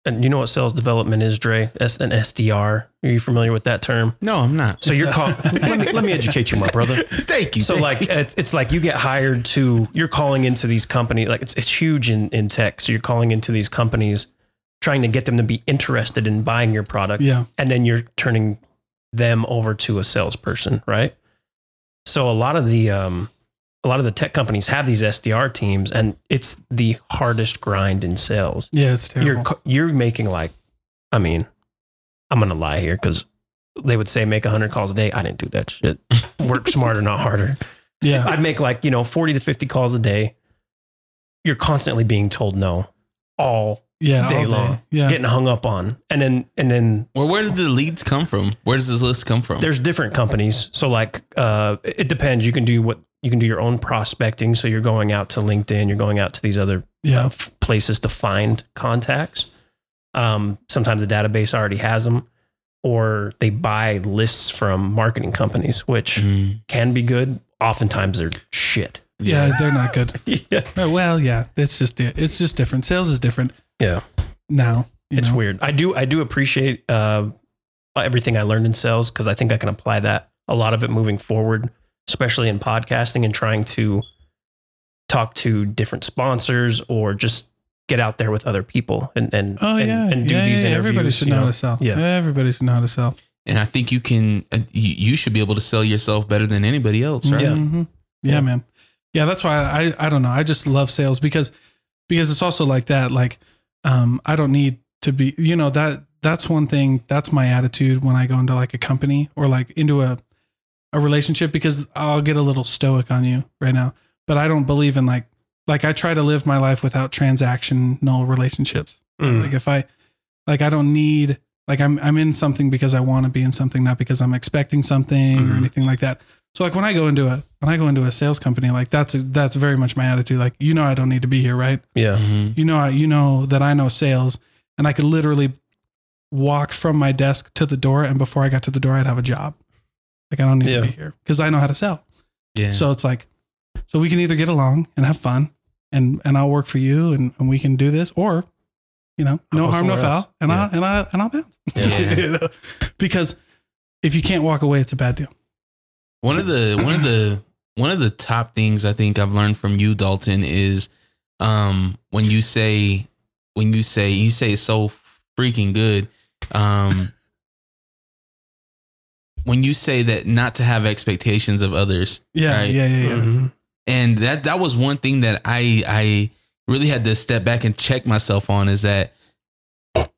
and you know what sales development is, Dre? S an SDR. Are you familiar with that term?
No, I'm not.
So you're called. (laughs) let, me, let me educate you, my brother.
Thank you.
So
Thank
like it's, it's like you get hired to you're calling into these companies like it's it's huge in in tech. So you're calling into these companies, trying to get them to be interested in buying your product,
Yeah.
and then you're turning them over to a salesperson, right? So a lot of the um, a lot of the tech companies have these SDR teams, and it's the hardest grind in sales
Yeah, it's terrible.
you're co- you're making like i mean i'm gonna lie here because they would say make 100 calls a day i didn't do
(laughs)
that shit work smarter not harder (laughs)
yeah.
i'd make like you know 40 to 50 calls a day you're constantly being told no all
Yeah.
day
all
long.
Yeah.
getting hung up on and then and then
Well, where did the leads come from? Where does this list come from?
there's different companies so like uh it it depends you can do what you can do your own prospecting so you're going out to linkedin you're going out to these other
yeah.
uh, f- places to find contacts. Um, sometimes the database already has them, or they buy lists from marketing companies, which
Mm,
can be good. Oftentimes they're shit. (laughs)
yeah. They're not good.
yeah,
Uh, Well, yeah. It's just it. It's just different. Sales is different
yeah,
now. you
it's
know?
weird. I do I do appreciate uh, everything I learned in sales because I think I can apply that a lot of it moving forward, especially in podcasting and trying to talk to different sponsors or just get out there with other people and and
Oh
and,
yeah.
and do
yeah,
these
yeah,
interviews.
Everybody should
you
know,
know?
how to sell.
Yeah.
Everybody should know how to sell.
And I think you can, uh, you, you should be able to sell yourself better than anybody else, right?
Yeah.
Mhm. Yeah,
Yeah.
man. Yeah, that's why I I don't know. I just love sales because because it's also like that. Like, um, I don't need to be. You know that that's one thing. That's my attitude when I go into like a company or like into a a relationship because I'll get a little stoic on you right now. But I don't believe in like like I try to live my life without transactional relationships.
Mm.
Like if I like I don't need like I'm I'm in something because I want to be in something, not because I'm expecting something or
Mm-hmm.
Mhm.
anything like that. So like when I go into a when I go into a sales company, like that's a, that's very much my attitude. Like you know I don't need to be here, right?
Yeah.
Mhm.
You know I you know that I know sales, and I could literally walk from my desk to the door, and before I got to the door, I'd have a job. Like I don't need
Yeah.
to be here because I know how to sell.
Yeah.
So it's like, so we can either get along and have fun and, and I'll work for you and, and we can do this or, you know,
I'll
no
go
harm, no
somewhere
foul.
else.
And
Yeah.
I, and I, and I'll bounce.
Yeah.
(laughs) You know? Because if you can't walk away, it's a bad deal.
One of the one of the one of the top things I think I've learned from you, Dalton, is um when you say when you say you say it's so freaking good. Um when you say that not to have expectations of others.
Yeah.
Right. Mm-hmm.
Yeah. Yeah. Yeah.
Mhm.
And that that was one thing that I I really had to step back and check myself on is that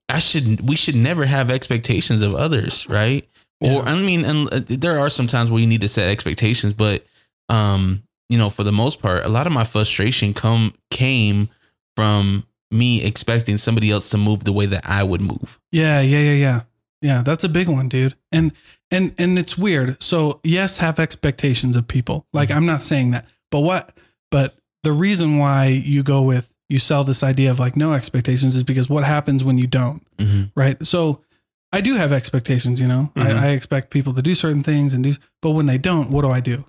I should we should never have expectations of others, right? Or I mean, and uh, there are some times where you need to set expectations, but um, you know, for the most part, a lot of my frustration come came from me expecting somebody else to move the way that I would move.
Yeah, yeah, yeah, yeah. Yeah, that's a big one, dude. And and and it's weird. So, yes, have expectations of people.
Mm-hmm.
Like I'm not saying that. But what but the reason why you go with you sell this idea of like no expectations is because what happens when you don't,
Mhm.
right? So, I do have expectations, you know.
Mhm.
I, I expect people to do certain things and do but when they don't, what do I do?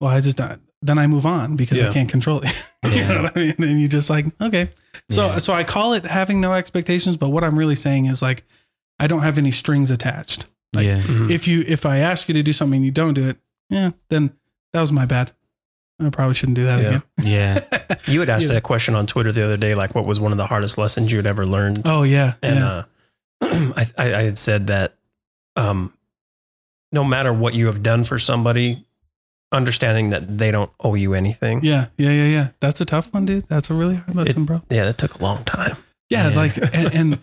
Well, I just don't then I move on because
Yeah.
I can't control it. (laughs) you know what I mean? And you just like, okay, so
Yeah.
so I call it having no expectations, but what I'm really saying is like I don't have any strings attached. Like- (laughs)
yeah,
Mhm.
If you if I ask you to do something and you don't do it, yeah, then that was my bad. I probably shouldn't do that
Yeah.
yeah.
again.
You had asked
Yeah.
that question on Twitter the other day, like what was one of the hardest lessons you had ever learned?
(laughs) oh yeah.
And
yeah.
uh, (clears throat) I, I, I had said that um, no matter what you have done for somebody, understanding that they don't owe you anything.
yeah, yeah, yeah, yeah. That's a tough one, dude. That's a really hard lesson, bro.
Yeah, that took a long time.
Yeah,
Yeah.
like and, and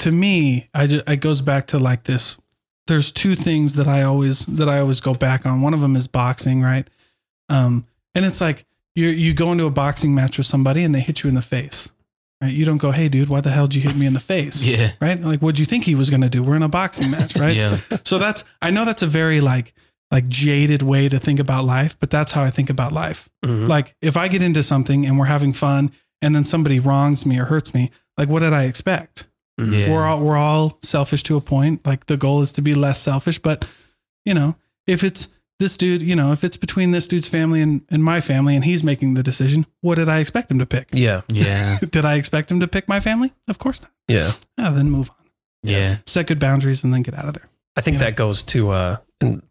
to me, I just it goes back to like this. There's two things that I always that I always go back on. One of them is boxing, right? Um, and it's like you you go into a boxing match with somebody and they hit you in the face, right? You don't go, hey, dude, why the hell did you hit me in the face?
Yeah.
Right? Like, what'd you think he was gonna do? We're in a boxing
(laughs)
match, right?
Yeah.
So that's I know that's a very like like jaded way to think about life, but that's how I think about life.
Mm-hmm.
Mhm.
Like if I get into something and we're having fun and then somebody wrongs me or hurts me, like what did I expect?
Yeah.
We're all we're all selfish to a point. Like the goal is to be less selfish, but you know, if it's this dude, you know, if it's between this dude's family and, and my family and he's making the decision, what did I expect him to pick?
Yeah.
Yeah.
(laughs) Did I expect him to pick my family? Of course not.
Yeah.
Ah, then move on.
Yeah.
Set good boundaries and then get out of there.
I think
Yeah.
that goes to uh and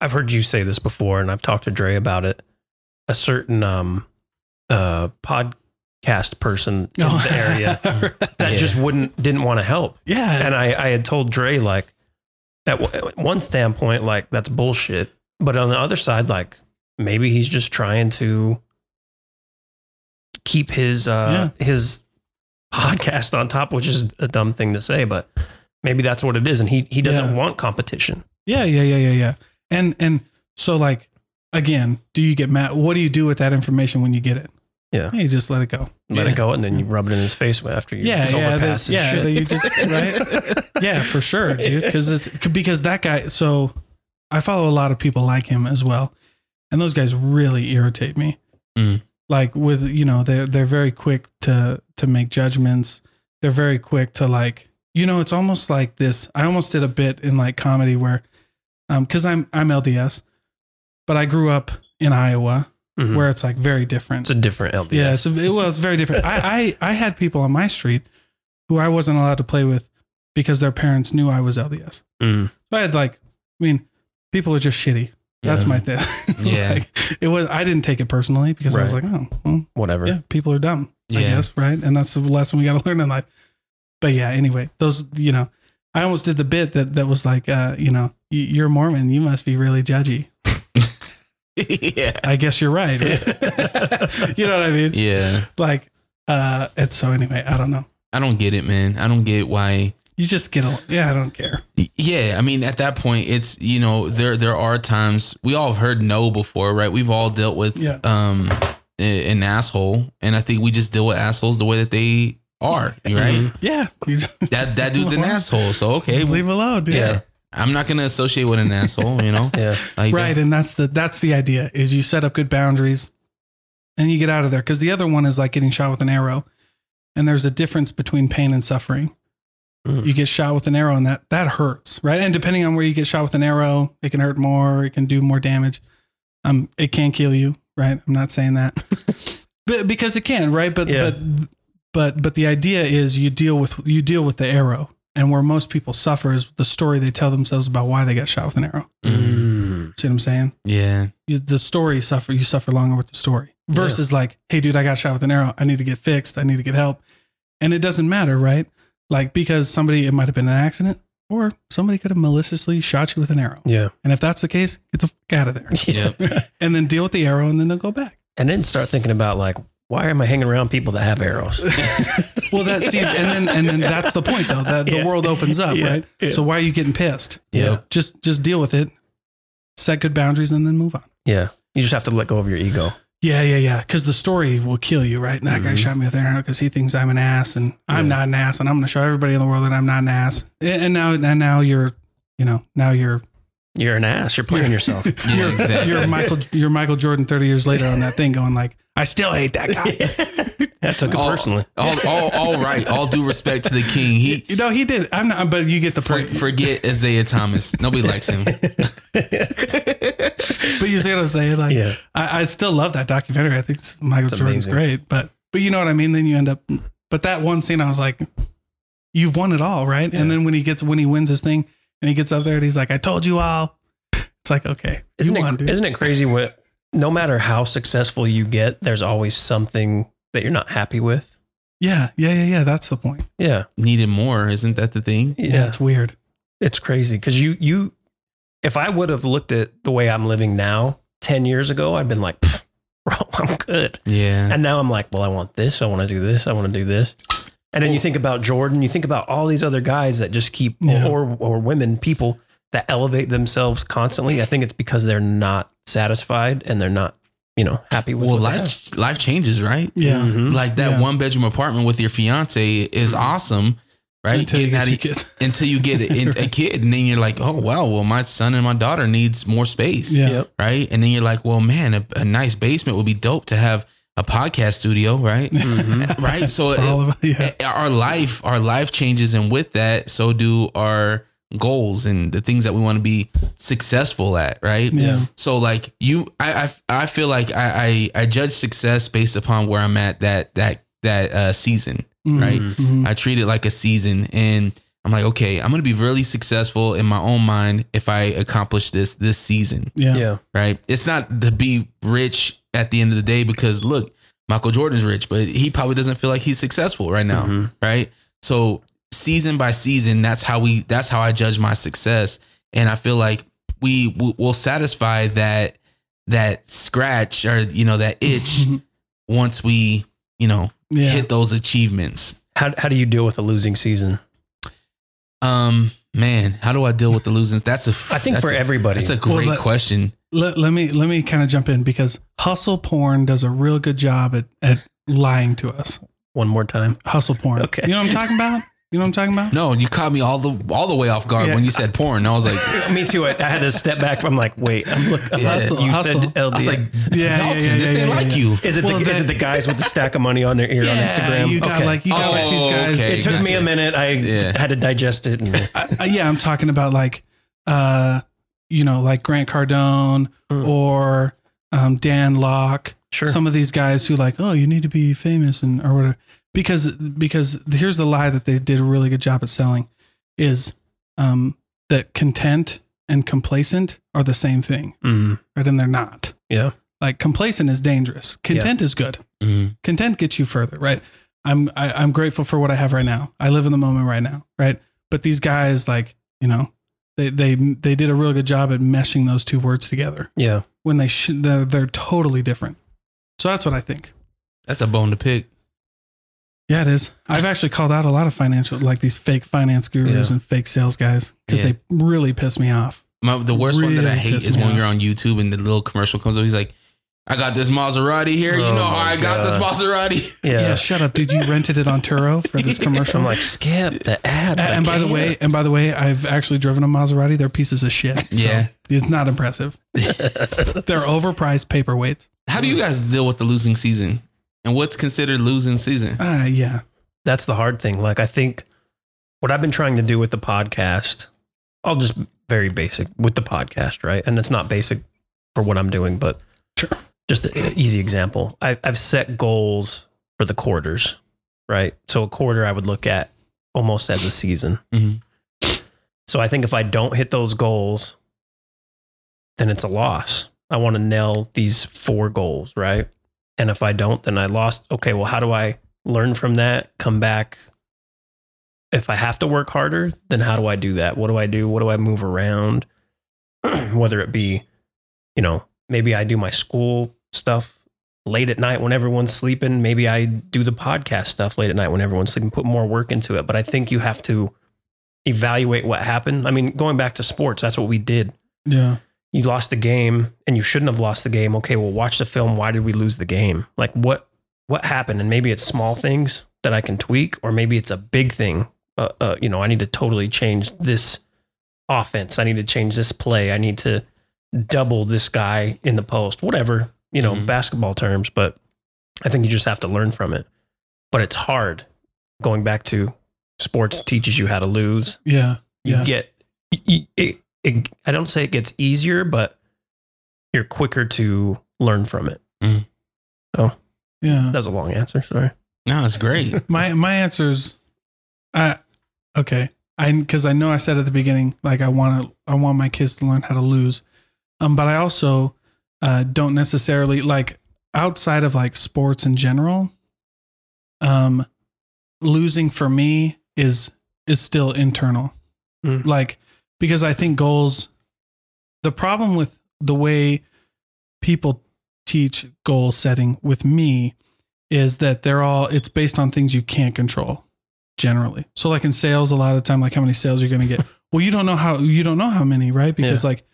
I've heard you say this before and I've talked to Dre about it. A certain um uh podcast person in
Oh. (laughs)
the area Mm. that
Yeah.
just wouldn't didn't want to help.
yeah.
And I I had told Dre like at w- at one standpoint like that's bullshit, but on the other side like maybe he's just trying to keep his uh his podcast on top, which is a dumb thing to say, but maybe that's what it is and he he doesn't
Yeah.
want competition.
Yeah, yeah, yeah, yeah, yeah. And and so like again, do you get mad? What do you do with that information when you get it?
Yeah.
you just let it go.
Let
Yeah.
it go and then you rub it in his face after you
Yeah, yeah, that-
overpass his
yeah.
shit.
that you just
(laughs)
(laughs)
right. yeah, for sure, dude. Because it's because that guy. So I follow a lot of people like him as well, and those guys really irritate me.
Mm.
Like with you know they're they're very quick to to make judgments. They're very quick to like you know it's almost like this. I almost did a bit in like comedy where, um, because I'm I'm LDS, but I grew up in Iowa
Mhm.
where it's like very different.
it's a different LDS.
Yeah, so it was very different. I, I I had people on my street who I wasn't allowed to play with because their parents knew I was LDS.
Mm.
So I had like, I mean, people are just shitty. That's
Yeah.
my thing. (laughs)
Yeah.
Like, it was. I didn't take it personally because I was
Right.
like, oh, well,
whatever.
yeah, people are dumb. I
Yeah.
guess right, and that's the lesson we got to (laughs) learn in life. But yeah, anyway, those you know, I almost did the bit that that was like, uh, you know, "Y- you're Mormon, you must be really judgy.
(laughs) yeah.
I guess you're right. (laughs) right? you know what I mean?
Yeah.
like uh and so anyway i don't know
I don't get it, man. I don't get why.
you just get a yeah i don't care
Yeah, I mean, at that point, it's you know there there are times we all have heard no before, right? We've all dealt with
Yeah.
um a- an asshole, and I think we just deal with assholes the way that they
(laughs)
are, right?
yeah you just,
that that
(laughs)
dude's an asshole, so okay,
Mm-hmm. just leave it alone dude.
yeah. I'm not gonna associate with an asshole,
(laughs)
you know.
Yeah.
Like,
right and that's the that's the idea is you set up good boundaries and you get out of there because the other one is like getting shot with an arrow and there's a difference between pain and suffering
Mm.
you get shot with an arrow and that that hurts right and depending on where you get shot with an arrow it can hurt more it can do more damage um it can kill you right i'm not saying that but because it can right but
Yeah.
but but but the idea is you deal with you deal with the arrow and where most people suffer is the story they tell themselves about why they got shot with an arrow
mm,
see what i'm saying (laughs)
yeah,
you, the story suffer you suffer longer with the story versus like hey dude i got shot with an arrow i need to get fixed i need to get help and it doesn't matter right like because somebody it might have been an accident or somebody could have maliciously shot you with an arrow
Yeah.
and if that's the case get the fuck out of there
Yep.
and then deal with the arrow and then they'll go back
And then start thinking about like, why am I hanging around people that have arrows?
well that
(laughs)
see and then and then that's the point though that (laughs)
Yeah.
the world opens up
Yeah.
right
Yeah.
so why are you getting pissed
Yeah.
just just deal with it set good boundaries and then move on
Yeah. You just have to let go of your ego.
Yeah, yeah, yeah. Because the story will kill you, right? And that guy
Mhm.
shot me with an arrow because he thinks I'm an ass, and I'm
Yeah.
not an ass, and I'm going to show everybody in the world that I'm not an ass. And and now, and now you're, you know, now you're
You're an ass. You're playing
(laughs)
yourself.
yeah, exactly.
you're Michael you're Michael Jordan 30 years later on that thing, going like, I still hate that
(laughs)
guy. Oh.
I took it
(laughs)
All-
personally.
all, all, all right. All due respect to the king. He
You know, he did. I'm not, but you get the
for,
point.
forget Isaiah Thomas. Nobody likes him.
(laughs) but you see what I'm saying? Like,
Yeah.
I, I still love that documentary. I think it's- Michael
It's
Jordan's
amazing.
great, but but you know what I mean. Then you end up. But that one scene, I was like, "You've won it all, right?"
Yeah.
And then when he gets when he wins his thing, and he gets up there and he's like, "I told you all." It's like okay,
Isn't
you
it,
won, dude.
isn't it crazy what
(laughs)
no matter how successful you get, there's always something that you're not happy with?
yeah, yeah, yeah, yeah. That's the point.
Yeah.
Needed more, isn't that the thing?
Yeah, it's weird.
It's crazy because you you if I would have looked at the way I'm living now 10 years ago, I'd been like, "Pfft, (laughs) bro, I'm good.
Mm-hmm. Yeah,
And now I'm like, well, I want this. I want to do this. I want to do this. And then you think about Jordan, you think about all these other guys that just keep
Yeah.
or or women, people that elevate themselves constantly. I think it's because they're not satisfied and they're not, you know, happy with
well, Mm-hmm.
what they have.
life life changes, right?
Yeah,
Mhm.
Like that
Mm-hmm. Yeah. Mm-hmm.
one bedroom apartment with your fiance is awesome, right?
Until you
Getting
get
out
two
of- (laughs)
kids.
until you get
(laughs)
a, a kid, and then you're like, oh wow, well my son and my daughter needs more space,
Yeah.
Yep.
right? And then you're like, well man, a, a nice basement would be dope to have a podcast studio,
(laughs)
right?
Mm-hmm.
(laughs) right? So
For all
it,
of yeah.
our life, our life changes, and with that, so do our goals and the things that we want to be successful at, right?
Yeah.
So like you, I I, I feel like I, I I judge success based upon where I'm at that that that uh, season. Right.
Mhm.
I treat it like a season and I'm like, okay, I'm gonna be really successful in my own mind if I accomplish this this season,
Yeah.
yeah.
right? It's not to be rich at the end of the day because look, Michael Jordan's rich, but he probably doesn't feel like he's successful right now,
Mhm.
right? So season by season, that's how we that's how I judge my success, and I feel like we w- will satisfy that that scratch or you know that
(laughs)
itch once we you know
Mm-hmm. yeah.
hit those achievements.
How how do you deal with a losing season?
Um, man, how do I deal with the losing? That's a.
I think
that's
for
a,
everybody.
That's a
Well,
great
that-
question.
let, let me let me kind of jump in because hustle porn does a real good job at, at lying to us.
One more time.
Hustle porn.
Okay.
You know what I'm talking about? You know what I'm talking about?
No, you caught me all the all the way off guard
Yeah.
when you said porn. I was like,
Me too. I, I had to step back. I'm like, wait. I'm look. I'm
Yeah.
Hustle,
you
hustle.
said LD.
I was like,
yeah,
Dalton,
yeah,
this
yeah,
ain't
yeah,
like
yeah.
you.
is it
well,
the is
that-
it the guys with the stack of money on their ear on Instagram?
You got
okay.
like you got
Oh,
like these guys.
okay.
it took me a minute. I
Yeah.
had to digest it. And,
Uh, yeah, I'm talking about like, uh, you know, like Grant Cardone
Mm.
or um, Dan Locke.
sure.
Some of these guys who like, oh, you need to be famous and or whatever. Because because here's the lie that they did a really good job at selling is um, that content and complacent are the same thing,
Mm.
right? And they're not.
Yeah.
Like complacent is dangerous. Content is good
Mhm.
content gets you further, right? I'm I, I'm grateful for what I have right now. I live in the moment right now, right? But these guys, like you know, they they they did a real good job at meshing those two words together
Yeah.
when they sh- they're, they're totally different. So that's what I think.
That's a bone to pick.
Yeah, it is. I've actually called out a lot of financial, like these fake finance gurus
Yeah.
and fake sales guys, because
Yeah.
they really piss me off.
My, the worst one that I
Really
hate
pissed
is
me
when
off.
you're on YouTube and the little commercial comes up. He's like, I got this Maserati here. you
Oh
know how
my
I got this Maserati. (laughs)
Yeah.
Yeah, shut up, dude. You rented it on Turo for
(laughs)
this commercial.
I'm like, skip the ad.
A-
I
and by the
can't.
way, and by the way, I've actually driven a Maserati. They're pieces of shit. So
Yeah.
it's not impressive.
(laughs)
They're overpriced paperweights.
How do you guys deal with the losing season? And what's considered losing season?
Ah, yeah.
that's the hard thing. Like I think what I've been trying to do with the podcast, I'll just very basic with the podcast, right? And that's not basic for what I'm doing, but
Sure.
Just an easy example. I, I've set goals for the quarters, right? So a quarter I would look at almost as a season.
Mhm.
So I think if I don't hit those goals, then it's a loss. I want to nail these four goals, right? And if I don't, then I lost. Okay, well, how do I learn from that, come back. If I have to work harder, then how do I do that? What do I do? What do I move around? (clears throat) Whether it be, you know, maybe I do my school stuff late at night when everyone's sleeping. Maybe I do the podcast stuff late at night when everyone's sleeping, put more work into it. But I think you have to evaluate what happened. I mean, going back to sports, that's what we did.
Yeah.
You lost the game and you shouldn't have lost the game. Okay, well, watch the film. Why did we lose the game? Like, what what happened and maybe it's small things that i can tweak or maybe it's a big thing uh, uh, you know i need to totally change this offense i need to change this play i need to double this guy in the post whatever you know
Mhm.
basketball terms but i think you just have to learn from it but it's hard going back to sports teaches you how to lose
Yeah.
you
Yeah.
get it, it, it, i don't say it gets easier but you're quicker to learn from it
Yeah.
that was a long answer sorry
No, it's
(laughs)
great.
My my answer's I okay. I cuz I know I said at the beginning like I want to I want my kids to learn how to lose. Um but I also uh don't necessarily like outside of like sports in general um losing for me is is still internal.
Mm.
Like because I think goals the problem with the way people teach goal setting with me is that they're all it's based on things you can't control generally. So like in sales a lot of time like how many sales you're going to get. well, you don't know how you don't know how many, right? Because like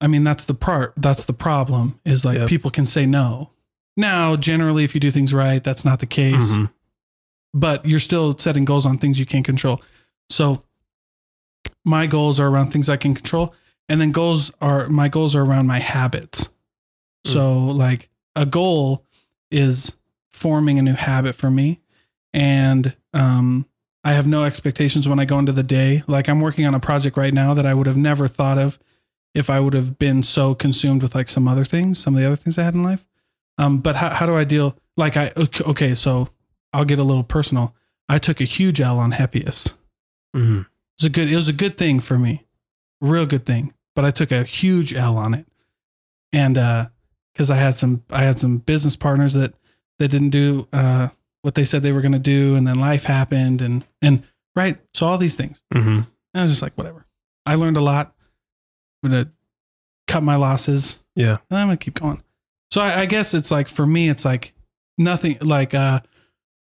I mean that's the part that's the problem is like
Yep.
people can say no. Now, generally if you do things right, that's not the case,
Mhm.
Mm-hmm.
but you're still setting goals on things you can't control. So my goals are around things I can control and then goals are my goals are around my habits. So like a goal is forming a new habit for me and um I have no expectations when I go into the day. Like I'm working on a project right now that I would have never thought of if I would have been so consumed with like some other things, some of the other things I had in life. Um, but how, how do I deal? Like I, okay, okay, so I'll get a little personal. I took a huge L on Happiest.
Mhm.
Mm-hmm.
It was a good, it was a good thing for me, real good thing. But I took a huge L on it. And, uh, cause I had some, I had some business partners that, that didn't do, uh, what they said they were going to do. And then life happened and, and right. So all these things.
Mm-hmm.
Mhm.
And I was just like, whatever. I learned a lot. I'm gonna cut my losses.
Yeah.
And I'm gonna keep going. So I, I guess it's like for me, it's like nothing like uh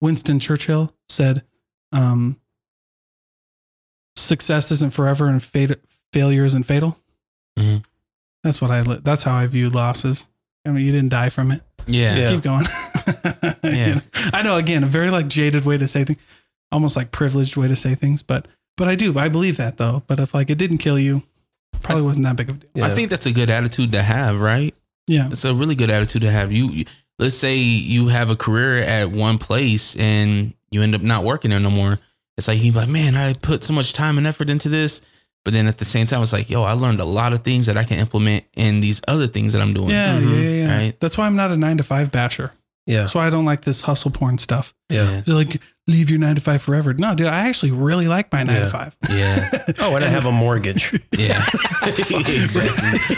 Winston Churchill said, um success isn't forever and fate, failure isn't fatal.
Mhm.
That's what I li- that's how I viewed losses. I mean, you didn't die from it.
Yeah.
Yeah.
Keep going. You
Yeah.
know? (laughs) I know again, a very like jaded way to say things, almost like privileged way to say things, but but I do. I believe that though. But if like it didn't kill you, probably wasn't that big of a deal.
Yeah.
I think that's a good attitude to have, right?
Yeah.
It's a really good attitude to have. You you- let's say you have a career at one place and you end up not working there no more. It's like you're like, man, I put so much time and effort into this. But then at the same time, it's like, yo, I learned a lot of things that I can implement in these other things that I'm doing.
Yeah,
Mhm.
yeah, yeah, yeah.
Right.
That's why I'm not a nine to five basher.
Yeah.
That's why I don't like this hustle porn stuff.
Yeah.
They're like, leave your nine to five forever. No, dude, I actually really like my nine
Yeah.
to five.
Yeah.
Oh, and I have a mortgage.
(laughs)
(laughs)
Yeah. exactly.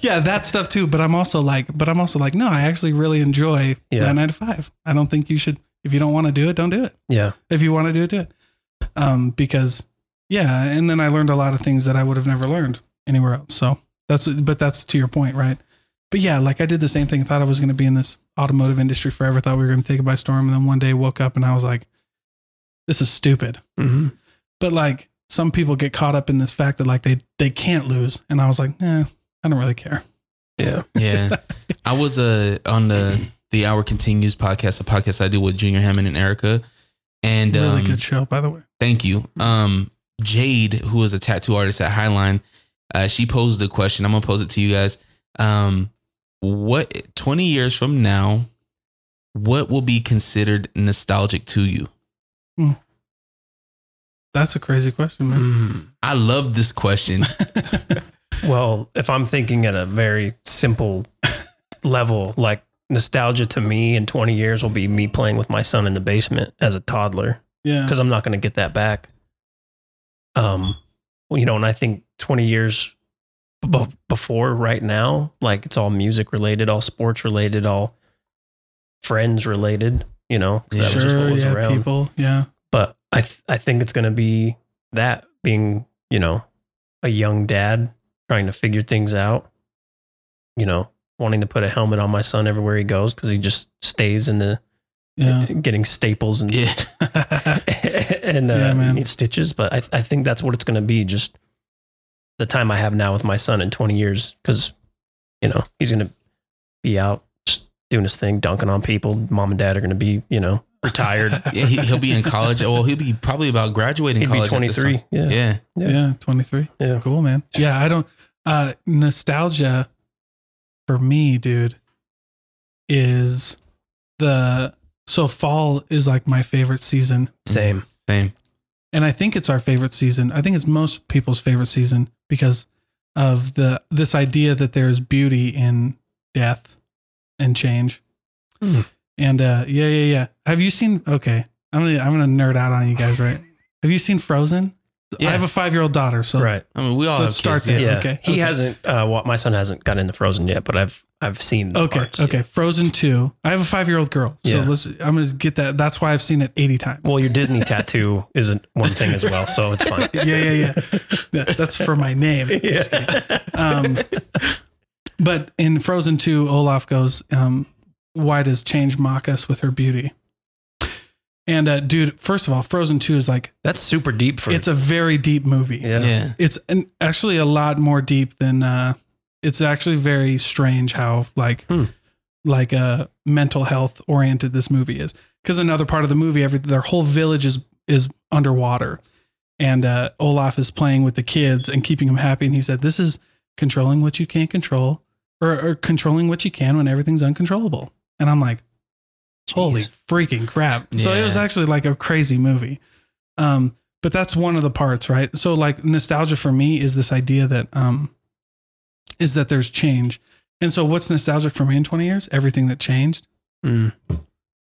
(laughs) yeah, that stuff too. But I'm also like, but I'm also like, no, I actually really enjoy
Yeah.
my nine to five. I don't think you should. If you don't want to do it, don't do it.
Yeah.
If you want to do it, do it. Um, because yeah, and then I learned a lot of things that I would have never learned anywhere else. So that's but that's to your point, right? But yeah, like I did the same thing. Thought I was going to be in this automotive industry forever. Thought we were going to take it by storm, and then one day woke up and I was like, this is stupid.
Mm-hmm.
But like some people get caught up in this fact that like they they can't lose, and I was like, nah, I don't really care.
Yeah. I was uh, on the The Hour Continues podcast, a podcast I do with Junior Hammond and Erica. And
really
um,
good show, by the way.
Thank you.
Mm-hmm.
Um, Jade, who is a tattoo artist at Highline, uh, she posed the question. I'm gonna pose it to you guys. Um, what 20 years from now, what will be considered nostalgic to you?
That's a crazy question,
Mm-hmm.
man.
I love
(laughs)
this question.
Well, if I'm thinking at a very simple level, like nostalgia to me in 20 years will be me playing with my son in the basement as a toddler
Yeah.
because I'm not going to get that back. Um, well, you know, and I think 20 years b- before right now, like it's all music related, all sports related, all friends related, you know, 'cause that was just what was
yeah,
around.
people. Yeah.
but I th- I think it's going to be that being you know a young dad trying to figure things out, you know, wanting to put a helmet on my son everywhere he goes because he just stays in the
Yeah.
getting staples and
(laughs)
yeah,
(laughs) and uh,
Yeah, man.
needs stitches. But I th- I think that's what it's going to be. Just the time I have now with my son in twenty years because you know he's going to be out just doing his thing, dunking on people. Mom and dad are going to be you know
(laughs)
retired.
(laughs) yeah he, will be in college. Oh, Well, he'll be probably about graduating
He'd be
college. at
twenty
this
three.
time. Yeah.
yeah. 23.
Yeah.
Cool, man. Yeah. I don't, uh, nostalgia for me, dude, is the, so fall is like my favorite season.
Same.
Same.
And I think it's our favorite season. I think it's most people's favorite season because of the, this idea that there's beauty in death and change.
Hmm.
And, uh, yeah, yeah, yeah. Have you seen, okay. I'm going to, I'm going to nerd out on you guys,
(laughs)
right? Have you seen Frozen?
Yeah.
I have a five year old daughter. So,
right.
I mean, we all
Let's
have
start
kids,
there.
yeah.
Yeah.
okay,
He
okay.
hasn't. Uh, well, my son hasn't gotten into Frozen yet, but I've I've seen. The
Okay.
parts.
okay. Frozen two. I have a five year old girl. So
Yeah.
let's I'm gonna get that. That's why I've seen it eighty times.
Well, your Disney tattoo (laughs) isn't one thing as well, so it's
(laughs)
fine.
yeah, yeah,
(laughs)
yeah. Yeah, That's for my name. Just kidding. Um But in Frozen two, Olaf goes, um, why does change mock us with her beauty? And uh, dude, first of all, Frozen two is like
That's super deep for
it's a very deep movie.
yeah.
Yeah.
It's an, actually a lot more deep than uh it's actually very strange how like
Hmm.
like uh mental health oriented this movie is because another part of the movie every their whole village is is underwater and uh Olaf is playing with the kids and keeping them happy and he said this is controlling what you can't control or, or controlling what you can when everything's uncontrollable and I'm like holy freaking crap so it was
Yeah.
actually like a crazy movie Um, but that's one of the parts, right? So like nostalgia for me is this idea that um is that there's change. And so what's nostalgic for me in 20 years? Everything that changed,
Mm.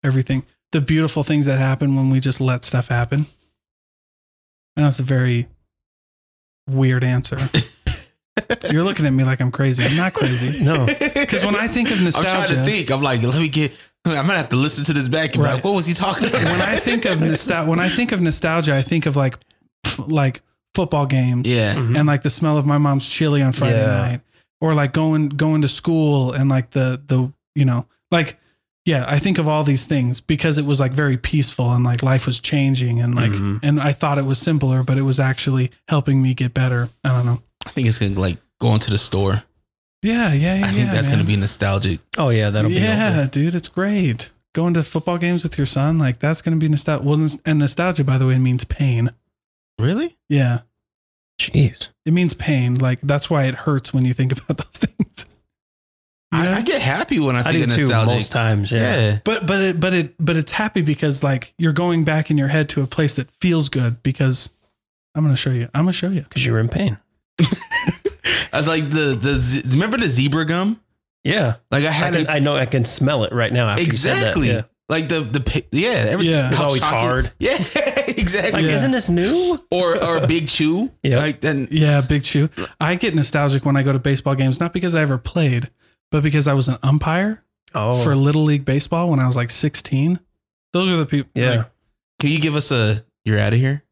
everything. The beautiful things that happen when we just let stuff happen. I know it's a very weird answer. You're looking at me like I'm crazy. I'm not crazy.
No.
(laughs)
Because when I think of
I'm
nostalgia,
trying to think. I'm like, let me get. I'm gonna have to listen to this back. And be
Right.
like, what was he talking about?
when I think
(laughs)
of nostalgia, when I think of nostalgia, I think of like f- like football games
yeah,
Mm-hmm.
and like the smell of my mom's chili on Friday
Yeah.
night, or like going going to school and like the the you know like yeah, I think of all these things because it was like very peaceful and like life was changing and like
Mm-hmm.
Mhm.
and I thought it was simpler, but it was actually helping me get better. I don't know.
I think it's gonna like going to the store.
Yeah, yeah, yeah.
I think
yeah,
that's
man.
gonna be nostalgic.
Oh yeah, that'll be
yeah,
helpful.
dude, it's great. Going to football games with your son, like that's gonna be nostalgia. Well, nos- and nostalgia, by the way, means pain.
Really?
Yeah,
Jeez.
it means pain. Like that's why it hurts when you think (laughs) about those things.
I, I get happy when I
I
think
do
of
too
nostalgic.
most times. Yeah.
yeah.
But but it but it but it's happy because like you're going back in your head to a place that feels good because I'm gonna show you. I'm gonna show you.
Cause you were in pain.
I was like the the ze- remember the zebra gum?
Yeah.
Like I
I,
had
can,
it
I know I can smell it right now. After
exactly.
You said that.
Like the the pa- yeah, every,
Yeah.
It's
how
always
chocolate-
hard.
(laughs) Yeah,
Yeah. Like,
exactly.
Yeah.
isn't this new? (laughs)
Or or Big Chew.
Yeah.
Like then
Yeah, big chew. I get nostalgic when I go to baseball games, not because I ever played, but because I was an umpire
Oh,
for little league baseball when I was like 16. Those are the people.
yeah.
like,
can you give us a you're out
(laughs)
of here?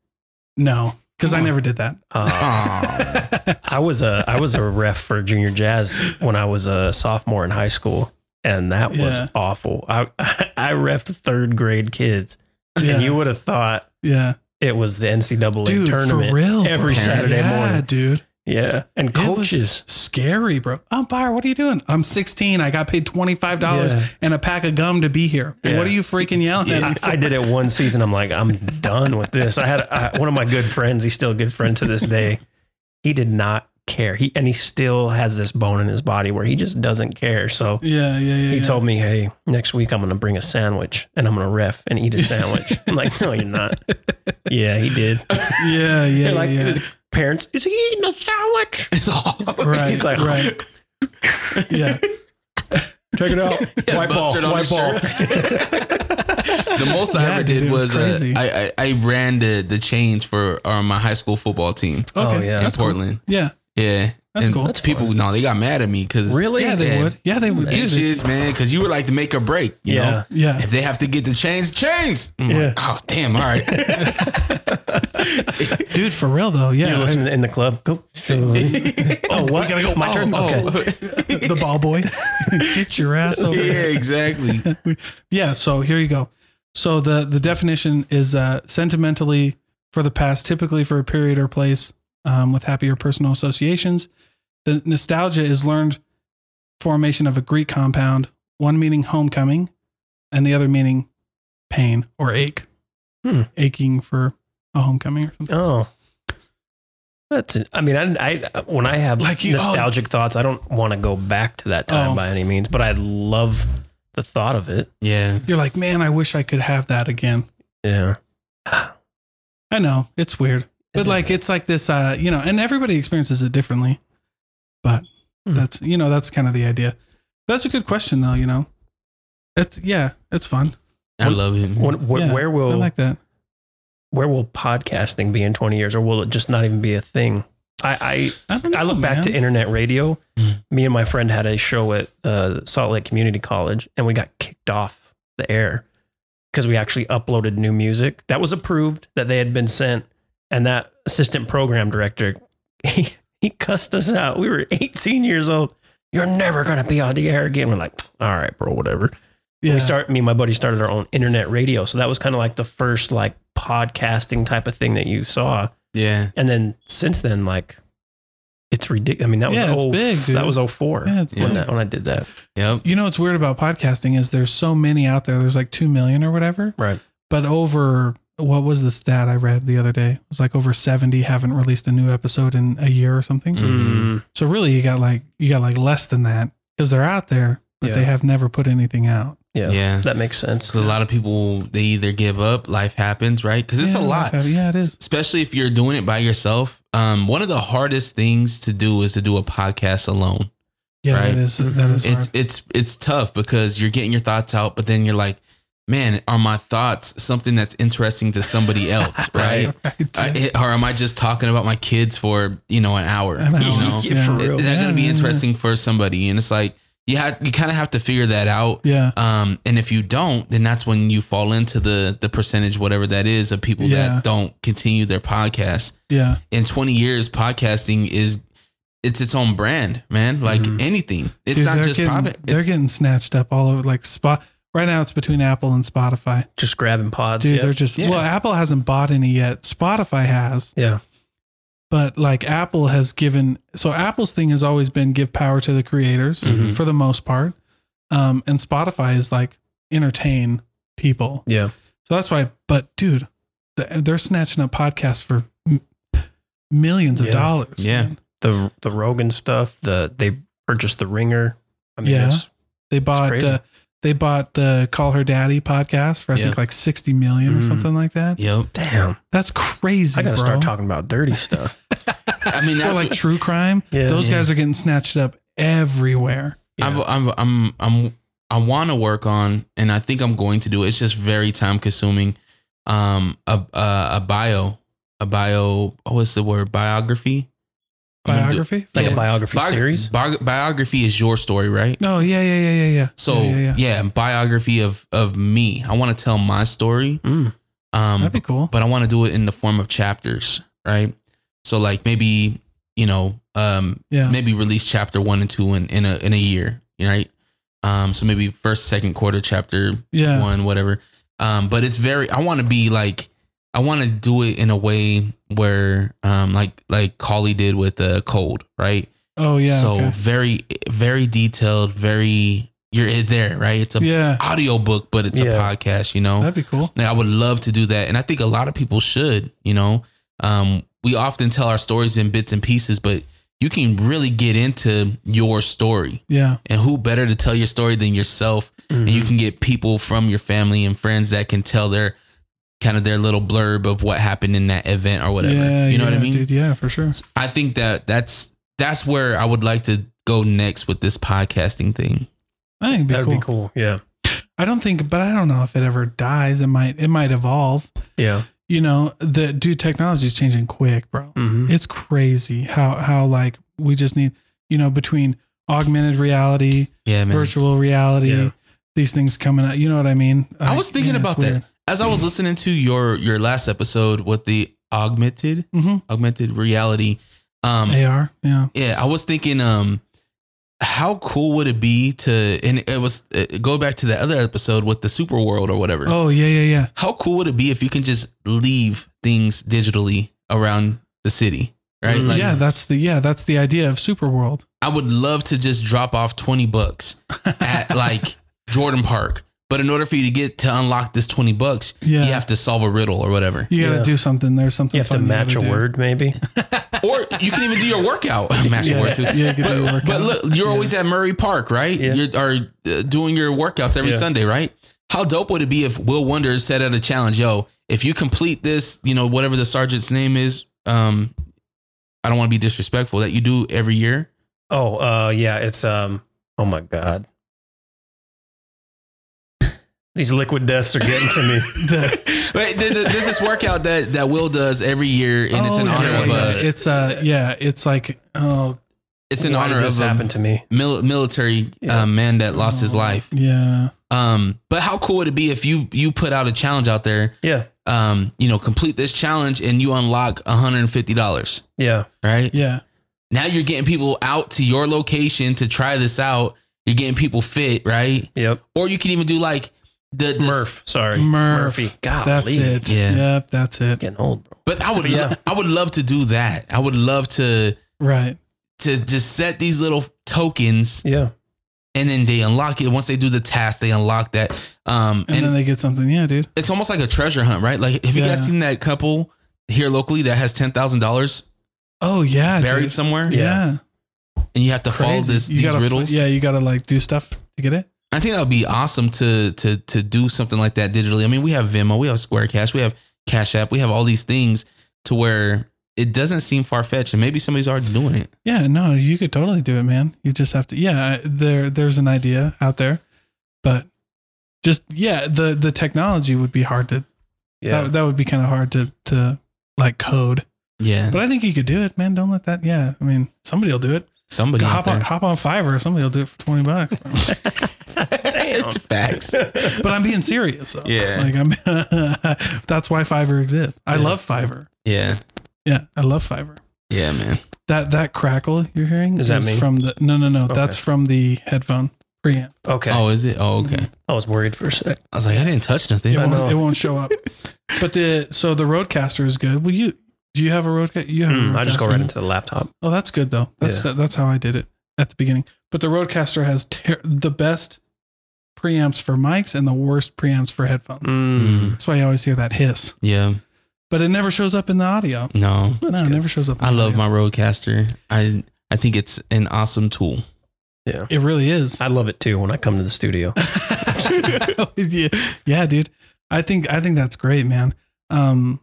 no, because I
Come on.
never did that.
Uh,
Aw.
I was a I was a ref for junior jazz when I was a sophomore in high school, and that was
Yeah.
awful. I (laughs) I refed third grade kids,
Yeah.
and you would have thought
(laughs) yeah.
it was the NCAA tournament
for real,
every
bro.
Saturday
yeah,
morning.
dude.
Yeah, and
was-
coaches.
Scary, bro. Umpire, what are you doing? I'm 16. I got paid $25
Yeah.
and a pack of gum to be here.
Yeah.
What are you freaking yelling
Yeah.
at me
I, I did it one season. I'm like, I'm done with this. I had I, one of my good friends. He's still a good friend to this day. He did not care. He and he still has this bone in his body where he just doesn't care. So
(laughs) Yeah, yeah, yeah.
he
yeah.
told me, "Hey, next week I'm going to bring a sandwich and I'm going to ref and eat a sandwich." (laughs) I'm like, "No, you're not." yeah, he (laughs) did.
Yeah, yeah,
They're like
yeah.
his parents. Is he eating a sandwich?
it's all
right,
(laughs) he's like-
right.
(laughs)
yeah,
Check it (laughs) out. white ball.
mustard on
White
his
ball.
(laughs)
(laughs)
The most I
Yeah,
ever
dude,
did
it was
was, uh,
crazy.
I, I I ran the the chains for uh, my high school football team
Oh
Okay.
yeah,
in
That's cool.
Portland.
yeah.
Yeah,
That's
And
cool.
That's
people,
fun.
no, they got mad at me because
really?
Yeah, they
Yeah.
would. Yeah, they would. Dude,
inches, man, because you were like to make or break. You
yeah.
know,
yeah,
if they have to get the chains, chains. I'm
Yeah.
like, oh damn!
(laughs)
All right.
dude, for real though. Yeah,
You're listening in the club. (laughs) Go. oh, what?
gotta go.
My
Oh,
turn.
oh.
Okay.
the ball boy, (laughs) get your
(laughs)
ass over.
(laughs) yeah,
here.
exactly.
Yeah, so here you go. So the the definition is uh, sentimentally for the past, typically for a period or place um, with happier personal associations. The nostalgia is learned formation of a Greek compound, one meaning homecoming, and the other meaning pain or ache,
Hmm.
aching for a homecoming or something.
Oh, that's. it. I mean, I, I when I have
Like you- oh.
nostalgic thoughts, I don't want to go back to that time
Oh.
by any means, but I love the thought of it.
Yeah.
You're like, man, I wish I could have that again.
Yeah,
I know it's weird, but
is
like it's like this, uh, you know, and everybody experiences it differently. But
Hmm.
that's you know that's kind of the idea. That's a good question though. You know, it's yeah, it's fun.
I love it. man.
when, wh-
Mm-hmm. Yeah,
where
I
will
like that.
where will podcasting be in twenty years, or will it just not even be a thing? I
I, don't
I, I
know,
look
Oh,
back to
man. Hmm.
internet radio.
Mm.
Me and my friend had a show at uh, Salt Lake Community College, and we got kicked off the air because we actually uploaded new music that was approved that they had been sent, and that assistant program director (laughs) he, he cussed us out. We were 18 years old. You're never gonna be on the air again. We're like, all right, bro, whatever.
yeah.
We start me and my buddy started our own internet radio, so that was kind of like the first like podcasting type of thing that you saw
yeah.
and then since then, like it's ridiculous. I mean, that was
Yeah, it's
oh,
big, dude.
That was 04
Yeah, it's
when,
big.
that, when I did that.
Yep.
You know what's weird about podcasting is there's so many out there. There's like two million or whatever,
Right.
but over what was the stat I read the other day? It was like over seventy haven't released a new episode in a year or something.
Mm-hmm.
Mhm.
So really, you got like you got like less than that because they're out there, but
Yeah.
they have never put anything out.
Yeah.
Yeah.
That makes sense.
'Cause a lot of people they either give up, life happens, right? Because it's
Yeah,
a lot,
Yeah, it is.
especially if you're doing it by yourself. Um, one of the hardest things to do is to do a podcast alone.
Yeah,
Right.
it is. That is
It's
hard.
it's it's tough because you're getting your thoughts out, but then you're like, man, are my thoughts something that's interesting to somebody else, right?
(laughs) Right.
I, it- or am I just talking about my kids for you know an hour?
An hour. (laughs)
You know,
Yeah, for real.
is that going to be
Yeah, yeah, yeah.
interesting for somebody? And it's like you ha- you kind of have to figure that out.
Yeah.
Um, and if you don't, then that's when you fall into the the percentage, whatever that is, of people
Yeah.
that don't continue their podcast.
Yeah.
In twenty years, podcasting is it's its own brand, man. Like
Mhm.
anything,
Mm-hmm.
it's
Dude,
not
they're
just
getting,
profit.
They're
It's-
getting snatched up all over like spot. Right now, it's between Apple and Spotify.
Just grabbing pods.
Dude,
yeah.
they're just
Yeah.
well. Apple hasn't bought any yet. Spotify has,
yeah.
but like Apple has given. So Apple's thing has always been give power to the creators
Mm-hmm.
Mhm.
for the most part, um, and Spotify is like entertain people.
Yeah.
So that's why. But dude, th- they're snatching up podcasts for m- millions of
Yeah.
dollars.
Yeah.
man.
The the Rogan stuff, the they purchased the ringer. I mean,
Yeah.
it's-
They bought
crazy.
uh, they bought the Call Her Daddy podcast for I
Yeah.
think like sixty million or
Mhm.
something like that.
Yep.
damn.
That's crazy.
I gotta
bro.
start talking
(laughs)
about dirty stuff.
I mean,
Or
that's
like true crime.
(laughs) Yeah.
Those
Yeah.
guys are getting snatched up everywhere.
I've, I've, I'm, I'm, I want to work on, and I think I'm going to do it. It's just very time consuming. Um, a, a, a bio, a bio, oh, what's the word? Biography? I'm gonna do-
Biography.
like
Yeah.
a biography
Biog-
series.
Biog- biography is your story, right?
Oh yeah, yeah, yeah, yeah, yeah. yeah,
So yeah,
yeah, yeah.
biography of, of me. I want to tell my story.
Mm.
Um,
that'd be cool.
but I want to do it in the form of chapters, right? So like maybe, you know, um,
Yeah,
maybe release chapter one and two in, in a in a year, right? Um, so maybe first, second quarter, chapter
yeah,
one, whatever. Um, but it's very. I want to be like. I want to do it in a way where, um, like like Collie did with uh, cold, right?
oh yeah.
So
okay.
very very detailed. Very you're in there, right? It's a
yeah,
audio book, but it's
Yeah.
a podcast. You know,
that'd be cool.
like, I would love to do that, and I think a lot of people should. You know, um, we often tell our stories in bits and pieces, but you can really get into your story,
Yeah,
and who better to tell your story than yourself? And
Mm-hmm.
Mm-hmm.
you can get people from your family and friends that can tell their kind of their little blurb of what happened in that event or whatever.
Yeah,
you know what
yeah,
I mean?
Dude, yeah, for sure.
I think that that's that's where I would like to go next with this podcasting thing.
I think it'd be
That'd
cool.
be cool. Yeah.
I don't think, but I don't know if it ever dies. It might. It might evolve.
Yeah.
You know, the dude, technology is changing quick, bro.
Mm-hmm.
It's crazy how how like we just need you know between augmented reality,
Yeah, man.
virtual reality,
Yeah.
these things coming out. You know what I mean?
I
Like,
was thinking
man, it's
about that.
weird.
As I was listening to your your last episode with the augmented
Mhm.
augmented reality, um,
AR, yeah,
Yeah, I was thinking, um, how cool would it be to, and it was uh, go back to the other episode with the super world or whatever.
oh yeah, yeah, yeah.
How cool would it be if you can just leave things digitally around the city, right?
Mhm.
Like,
Mm, yeah, that's the yeah, that's the idea of Super World.
I would love to just drop off twenty bucks
(laughs)
at like Jordan Park, but in order for you to get to unlock this twenty bucks,
yeah,
you have to solve a riddle or whatever,
You gotta
Yeah.
do something. There's something
You have to
fun
match a
gotta do.
word, maybe.
or you can even do your workout. (laughs) Match
Yeah,
your word too.
yeah, you could do a
But,
workout.
but look, you're
Yeah.
always at Murray Park, right?
Yeah.
You are uh, doing your workouts every
Yeah.
Sunday, right? How dope would it be if Will Wonder set out a challenge? Yo, if you complete this, you know whatever the sergeant's name is. Um, I don't want to be disrespectful. That you do every year.
Oh, uh, yeah. It's um. Oh my god. These liquid deaths are getting to
(laughs)
me.
Right, there's, there's this workout that that Will does every year, and it's
Oh,
in
yeah,
honor
yeah,
of
yeah.
uh,
a.
it's uh yeah, it's like oh
It's in
Why
honor
did this
of um, a
happen to me?
mil- military
Yeah.
uh, man that lost his
oh,
life.
Yeah,
Um, but how cool would it be if you you put out a challenge out there
Yeah.
um, you know, complete this challenge and you unlock $150,
Yeah.
right?
yeah,
Now you're getting people out to your location to try this out. You're getting people fit, right?
Yep.
Or you can even do like the, the
Murph. Sorry.
Murph.
Murphy. God.
that's it.
Yeah.
yep, that's it.
Getting old, bro.
But
(laughs)
I would lo-
Yeah.
I would love to do that. I would love to
Right.
to just set these little tokens
Yeah.
and then they unlock it. Once they do the task, they unlock that. Um
And,
and,
then they get something. Yeah, dude.
it's almost like a treasure hunt, right? Like have you
Yeah.
guys seen that couple here locally that has ten thousand dollars
Oh yeah,
buried
dude.
somewhere,
Yeah,
and you have to follow
Crazy.
this
You
these
gotta,
riddles.
Yeah, you gotta like do stuff to get it.
I think that would be awesome to to to do something like that digitally. I mean, we have Venmo, we have Square Cash, we have Cash App, we have all these things to where it doesn't seem far fetched, and maybe somebody's already doing it.
Yeah, no, you could totally do it, man. You just have to. Yeah, I- there, there's an idea out there, but just yeah, the the technology would be hard to.
Yeah.
That, that would be kind of hard to to like code,
Yeah,
but I think you could do it, man. Don't let that. Yeah, I mean, somebody will do it.
somebody out
hop on, (laughs)
there.
hop on Fiverr. Somebody will do it for twenty bucks. bro.
Damn.
It's facts.
but I'm being serious. Though.
Yeah.
like I'm. (laughs) that's why Fiverr exists. I
Yeah.
love Fiverr.
Yeah,
Yeah, I love Fiverr.
yeah, man.
That that crackle you're hearing
Is that me?
from the no no no that's
Okay.
from the headphone preamp.
(laughs) Okay.
Oh, is it? Oh, okay.
Mm-hmm.
I was worried for a sec.
I was like, I didn't touch nothing.
It
I know.
won't, it won't show up. but the so the roadcaster is good. Well, you do you have a roadcaster? You have. a
Mm, I just go right
Rodecaster.
into the laptop.
Oh, that's good though. That's that's how I did it at the beginning. But the roadcaster has ter- the best preamps for mics and the worst preamps for headphones.
Mm.
That's why you always hear that hiss.
Yeah,
But it never shows up in the audio.
no.
no, it never shows up. in
I
the
love
audio.
my Rodecaster. I I think it's an awesome tool.
It really (laughs) is.
I love it too when I come to the studio.
yeah, yeah, dude. I think I think that's great, man. Um,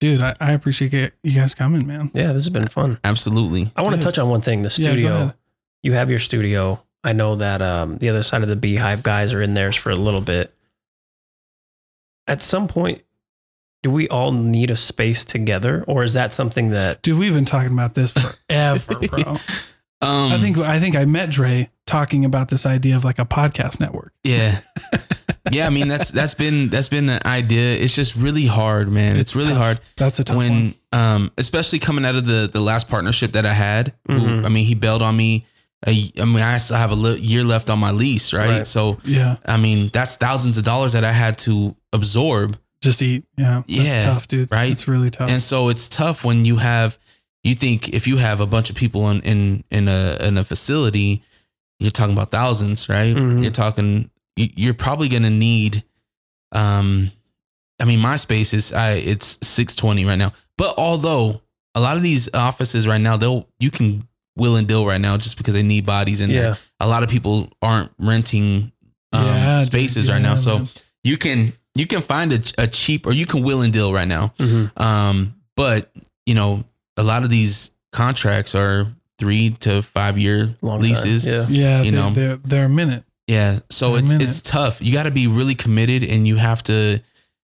dude, I, I appreciate it- you guys coming, man.
Yeah, this has been fun.
Absolutely.
I want
Dude.
to touch on one thing. The
Yeah, go
studio.
ahead.
you have your studio. I know that um, the other side of the beehive guys are in theirs for a little bit. At some point, do we all need a space together, or is that something that?
Dude, we've been talking about this forever,
(laughs)
bro.
Um,
I think I think I met Dre talking about this idea of like a podcast network.
Yeah. yeah, I mean that's that's been that's been an idea. It's just really hard, man. It's, really
tough.
hard
That's a tough one.
when um especially coming out of the the last partnership that I had. who-
Mhm.
Mm-hmm.
I mean, he bailed on me. I, I mean, I still have a li- year left on my lease, right?
Right.
So,
Yeah,
I mean, that's thousands of dollars that I had to absorb.
just eat. Yeah,
Yeah,
that's tough, dude.
right?
it's really tough.
And so it's tough when you have you think if you have a bunch of people in in in a in a facility, you're talking about thousands, right?
Mm-hmm.
Mhm.
You're talking you- you're probably going to need um I mean my space is I it's 620 right now. But although a lot of these offices right now they'll you can will and deal right now just because they need bodies in there.
Yeah,
A lot of people aren't renting um,
Yeah, dude,
spaces right
yeah,
now. So
man.
you can you can find a, a cheap or you can will and deal right now.
Mhm.
Um, but you know, a lot of these contracts are three to five year
long
leases.
Time. Yeah,
yeah,
you
they,
know.
they're they're a minute.
Yeah. So
For a
it's
minute.
it's tough. You got to be really committed, and you have to,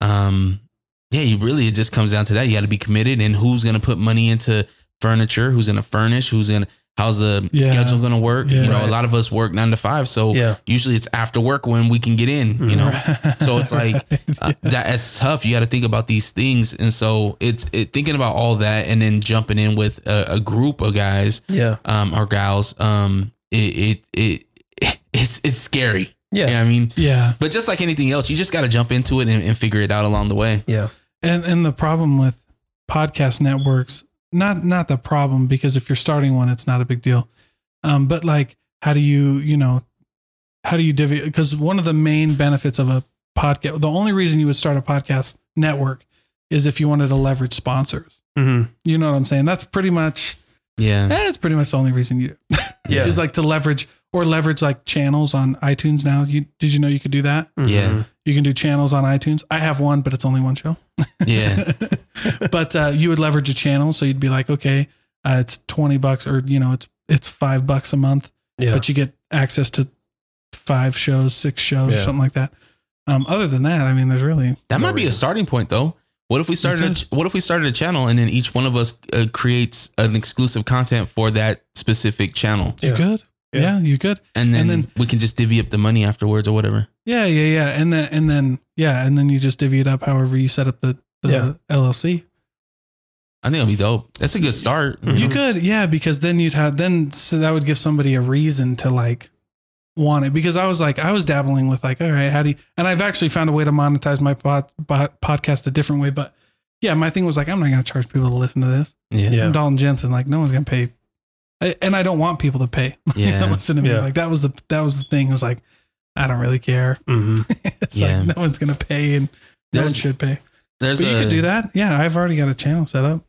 um, yeah. You really it just comes down to that. You got to be committed, and who's gonna put money into furniture? Who's gonna furnish? Who's gonna how's the
Yeah.
schedule gonna work?
Yeah.
you know,
Right.
a lot of us work nine to five, so
yeah. Mm-hmm.
usually it's after work when we can get in. You know,
(laughs)
So it's like, uh, that it's tough. You got to think about these things, and so it's it thinking about all that, and then jumping in with a, a group of guys
yeah,
um, or gals. Um, it, it it (laughs) it's it's scary.
yeah,
You know
yeah,
what I mean,
yeah,
but just like anything else, you just got to jump into it and, and figure it out along the way.
and and the problem with podcast networks, not not the problem because if you're starting one, it's not a big deal. Um, but like, how do you you know, how do you divvy? Because one of the main benefits of a podcast, the only reason you would start a podcast network is if you wanted to leverage sponsors.
hmm
You know what I'm saying? That's pretty much (laughs)
Yeah,
eh, that's pretty much the only reason you do. (laughs)
Yeah.
is like to leverage or leverage like channels on iTunes now. You did you know you could do that?
mm-hmm.
Yeah.
You can do channels on iTunes. I have one, but it's only one show.
yeah,
(laughs) but uh, you would leverage a channel, so you'd be like, okay, uh, it's twenty bucks, or you know, it's it's five bucks a month,
yeah.
but you get access to five shows, six shows, or
Yeah.
something like that. Um, other than that, I mean, there's really
that
No
might be a
reason.
starting point though. What if we started? A,
could.
ch- what if we started a channel, and then each one of us uh, creates an exclusive content for that specific channel,
you
Yeah.
could, yeah.
Yeah.
you could,
and then,
And then-
we can just divvy up the money afterwards or whatever.
yeah, yeah, yeah, and then and then yeah, and then you just divvy it up however you set up the, the
Yeah.
LLC.
I think it'll be dope. That's a good start. you
You
know?
could, yeah, because then you'd have then so that would give somebody a reason to like want it. Because I was like, I was dabbling with like, all right, how do you? And I've actually found a way to monetize my pod, pod, podcast a different way. But yeah, my thing was like, I'm not gonna charge people to listen to this.
yeah.
Yeah.
I'm Dalton Jensen, like, no one's gonna pay, I, and I don't want people to pay. (laughs)
Yeah.
to listen to me.
Yeah.
Like that was the that was the thing. It was like, I don't really care. (laughs)
hmm
(laughs)
it's
Yeah.
like no one's gonna pay, and no one
There's-
should pay.
There's
But you
a,
could do that. Yeah, I've already got a channel set up.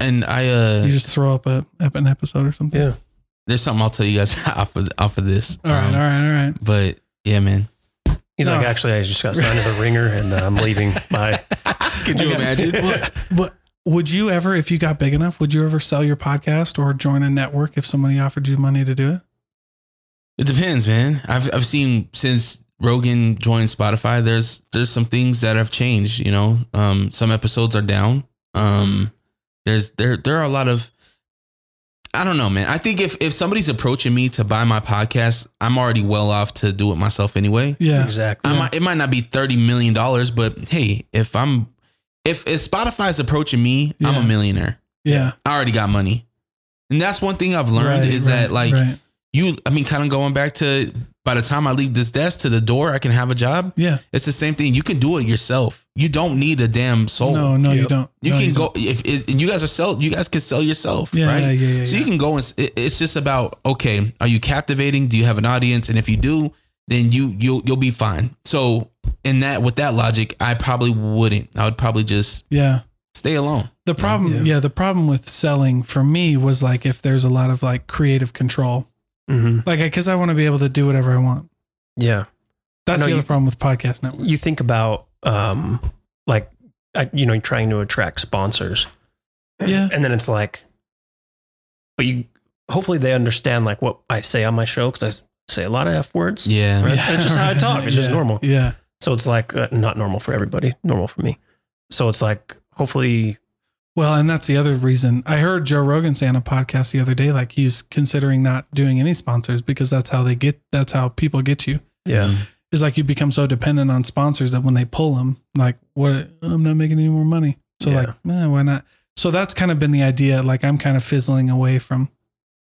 And I uh,
You just throw up a up an episode or something.
Yeah.
there's something I'll tell you guys (laughs) off of off of this.
All right,
Um,
all right, all right.
But Yeah, man.
He's like,
No.
actually, I just got signed to the ringer and uh, I'm
(laughs)
leaving. Bye.
Could you
Okay.
(laughs)
imagine?
What, what- would you ever, if you got big enough, would you ever sell your podcast or join a network if somebody offered you money to do it?
It depends, man. I've I've seen since Rogan joined Spotify, there's there's some things that have changed, you know. Um some episodes are down.
Mm-hmm.
Um there's there there are a lot of I don't know, man. I think if if somebody's approaching me to buy my podcast, I'm already well off to do it myself anyway.
Yeah.
Exactly.
I might, it might not be thirty million dollars, but hey, if I'm if if Spotify's approaching me, I'm
Yeah.
a millionaire.
Yeah.
I already got money, and that's one thing I've learned
Right,
is
right,
that like
right.
you i mean kind of going back to by the time i leave this desk to the door i can have a job
yeah.
it's the same thing you can do it yourself you don't need a damn soul
no, no, you
Yep.
don't.
oh, you
No,
can
don't.
go if, if and you guys are sell you guys can sell yourself
Yeah,
right
yeah, yeah, yeah.
so
yeah.
you can go and s- it- it's just about okay are you captivating do you have an audience and if you do then you you'll you'll be fine so in that with that logic i probably wouldn't i would probably just
yeah.
stay alone
The problem, yeah. the problem with selling for me was like if there's a lot of like creative control,
Mhm.
like because I want to be able to do whatever I want.
Yeah.
That's
know
the
you-
other problem with podcast networks.
you think about um like I, you know trying to attract sponsors
Yeah.
and then it's like but you hopefully they understand like what i say on my show because i say a lot of f words
yeah
Right. That's just how I talk. It's just
Yeah.
normal.
Yeah,
so it's like uh, not normal for everybody normal for me so it's like hopefully
well, and that's the other reason I heard Joe Rogan say on a podcast the other day, like he's considering not doing any sponsors because that's how they get. That's how people get you.
yeah
Is like you become so dependent on sponsors that when they pull them, like what I'm not making any more money. So
Yeah.
like, eh, why not? So that's kind of been the idea. Like I'm kind of fizzling away from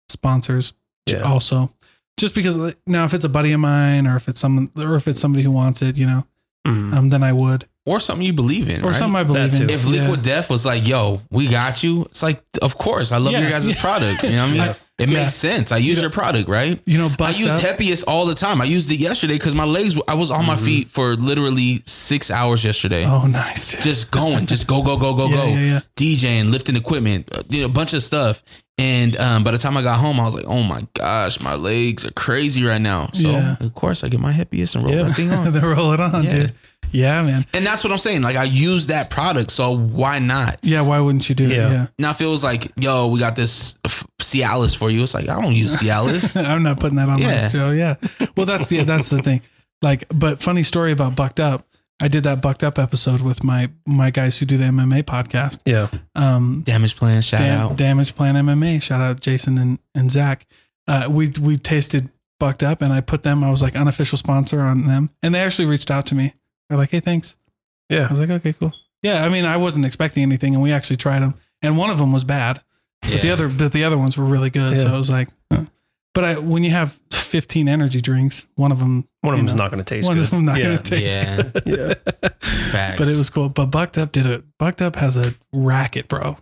sponsors.
yeah
also just because like, now if it's a buddy of mine or if it's someone or if it's somebody who wants it you know
Mhm.
um then i would
or something you believe in
or
right?
something i believe
That
in
too.
If
yeah.
Liquid Death was like, "Yo, we got you," it's like, of course, I love
Yeah. (laughs)
your guys' product. You know what I mean?
Yeah.
It
Yeah.
makes sense. I use your product, right?
you know but
I use Hepius all the time. I used it yesterday because my legs. I was on my
Mm-hmm.
Mhm.
feet for literally six hours yesterday,
oh (laughs) nice
just going, just go, go, go, go,
yeah,
go,
yeah yeah
DJing, lifting equipment, uh, you know, a bunch of stuff. And um, by the time I got home, I was like, "Oh my gosh, my legs are crazy right now." So
Yeah.
of course, I get my Hepius and roll
Yeah.
that thing
(laughs)
on.
then roll it on
Yeah.
dude yeah man
and that's what I'm saying. Like I use that product, so why not?
yeah why wouldn't you do
Yeah.
it
Now feels like, yo, we got this f- Cialis for you. It's like I don't use
(laughs)
Cialis.
yeah i'm not putting that on my
Yeah.
show yeah well that's the that's the thing like but funny story about bucked up i did that bucked up episode with my my guys who do the mma podcast
yeah
um
Damage plan, shout
Dam-
out.
Damage Plan MMA. Shout out Jason and, and Zach. Uh, we we tasted Bucked Up and I put them, I was like unofficial sponsor on them. And they actually reached out to me. They're like, hey, thanks. I
yeah
was like, okay, cool. Yeah, I mean, I wasn't expecting anything and we actually tried them. And one of them was bad, but the
Yeah.
other (laughs) but the other ones were really good. So
Yeah.
I was like, huh. but I, when you have 15 energy drinks, one of them,
one of
you
them's
know,
not going to taste
one
good
of them not
yeah.
going to taste (laughs)
Yeah.
good.
Yeah.
Facts.
but it was cool. But Bucked Up did a Bucked Up has a racket, bro.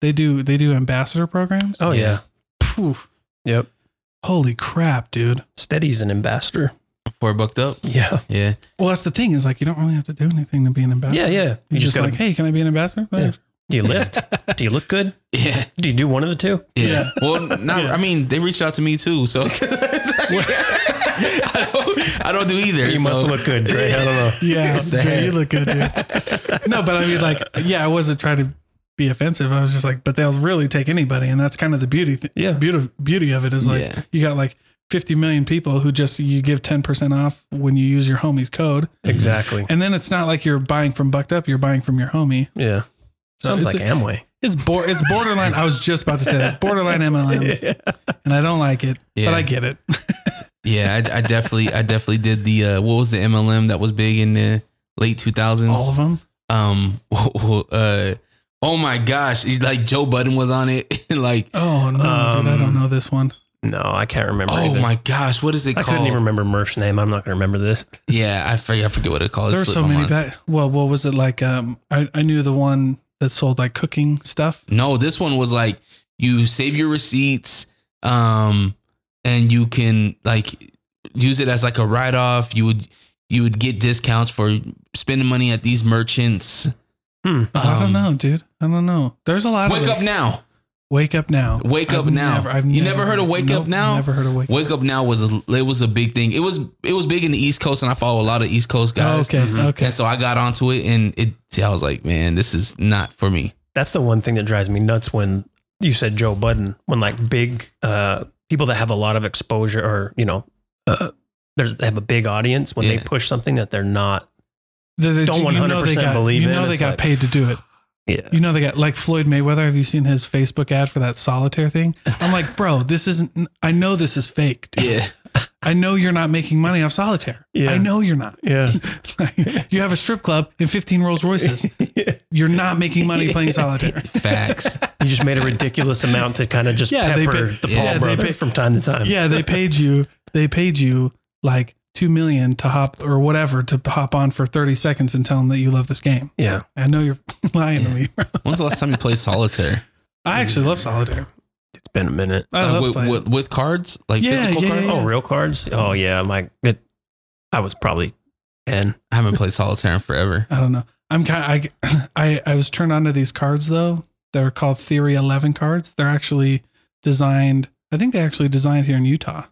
They do they do ambassador programs.
oh yeah.
Phew.
yep
Holy crap, dude.
steady's an ambassador
Four bucked up.
yeah
Yeah.
Well, that's the thing is like you don't really have to do anything to be an ambassador.
yeah yeah
You
you
just,
just gotta
like, hey, can I be an ambassador?
Yeah. do you
(laughs)
lift do you look good
Yeah.
do you do one of the two
Yeah.
Yeah.
Well, now
Yeah.
I mean, they reached out to me
(laughs)
too, so I, don't, I don't do either.
you must
so-
look good Dre. i
(laughs)
don't know
Yeah,
It's the
Dre,
hair.
you look good, dude. (laughs) no, but I mean, like, yeah, I wasn't trying to be offensive. I was just like, but they'll really take anybody, and that's kind of the beauty, th-
Yeah.
beauty, beauty of it is like
Yeah.
you got like 50 million people who just you give 10 percent off when you use your homie's code,
exactly
and then it's not like you're buying from Bucked Up, you're buying from your homie.
Yeah.
So
Sounds
it's
like
a-
Amway.
It's bor- it's borderline. I was just about to say this borderline
(laughs)
MLM, (laughs) and I don't like it,
Yeah.
but I get it. (laughs)
Yeah, I, I definitely, I definitely did the uh, what was the MLM that was big in the late two
All of
thousands.
them.
Um, (laughs) uh, oh my gosh, like Joe Budden was on it, (laughs) and like,
Oh no, dude, I don't
Um,
know this one.
No, I can't remember.
oh
either.
my gosh, what is it
I
called?
couldn't even remember Murph's name. I'm not going to remember this.
Yeah, I forget. I forget what it calls.
There are so many. Ba- well, what was it like? Um, I I knew the one that sold like cooking stuff.
no, this one was like you save your receipts, um, and you can like use it as like a write off. You would you would get discounts for spending money at these merchants.
Hmm. I don't
Um,
know, dude. I don't know. There's a lot
Wake
of
up now!
Wake Up Now.
Wake Up
I've
Now.
never- I've
you
never-
never heard of Wake
nope,
Up Now?
Never heard of Wake.
Wake Up Now was a, it was a big thing. It was it was big in the East Coast, and I follow a lot of East Coast
Oh,
guys. Mm-hmm.
okay, okay.
And so I got onto it, and it I was like, man, this is not for me.
That's the one thing that drives me nuts when you said Joe Budden, when like big uh, people that have a lot of exposure or, you know, uh, there's, they have a big audience when they
Yeah.
push something that they're not.
The, the,
Don't
you know they
100%
got-
believe
You
in,
know they
it's
got
like-
paid to do it.
Yeah.
You know they got like Floyd Mayweather. Have you seen his Facebook ad for that solitaire thing? I'm like, bro, this isn't. I know this is fake. dude.
Yeah,
I know you're not making money off solitaire.
Yeah.
I know you're not. (laughs)
(laughs) Yeah.
you have a strip club and 15 Rolls Royces. You're not making money playing solitaire. (laughs)
facts.
You just made a ridiculous amount to kind of just
Yeah, they
pepper
pay-
the
yeah,
Paul
they
brother
pay-
from time to time.
yeah, they paid you. They paid you like two million to hop or whatever to hop on for 30 seconds and tell them that you love this game.
Yeah.
I know you're (laughs) lying to me.
When's the last time you played solitaire?
I actually love solitaire.
It's been a minute.
I
Uh,
love
with,
playing.
with, with cards, like
Yeah,
physical
yeah,
cards.
yeah.
Oh, real cards? Oh, yeah. I'm like, it, I was probably 10.
I haven't played solitaire in forever.
I don't know. I'm kind. I, (clears throat) I I was turned on to these cards though. They're called Theory Eleven cards. They're actually designed. I think they actually designed here in Utah.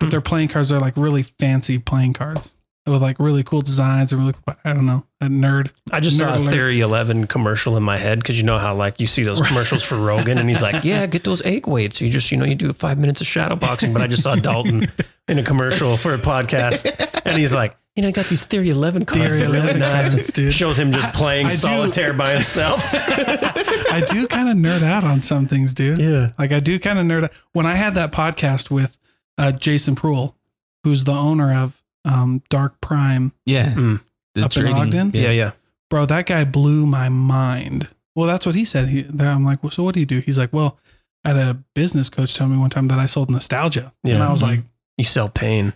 But
Hmm.
their playing cards are like really fancy playing cards with like really cool designs and really. Cool, I don't know. A nerd.
I just saw
Nerd
a
alert.
Theory 11 commercial in my head because you know how, like, you see those
Right.
commercials for Rogan and he's like, yeah, get those egg weights. You just, you know, you do five minutes of shadow boxing. But I just saw Dalton in a commercial for a podcast and he's like, you know, I got these Theory 11 cards.
Theory
They're really
11
nice.
cards, dude.
Shows him just playing
I do-
solitaire by himself.
I do kind of nerd out on some things, dude.
yeah.
Like I do kind of nerd. When I had that podcast with uh, Jason Pruhl, who's the owner of um, Dark Prime,
Yeah,
Mm.
the
Hmm. Up in Ogden?
Yeah.
Yeah,
Yeah.
bro, that guy blew my mind. Well, that's what he said. He, then I'm like, well, so what do you do? He's like, well, I had a business coach tell me one time that I sold nostalgia, and
Yeah. Mm-hmm.
I was like,
You sell pain.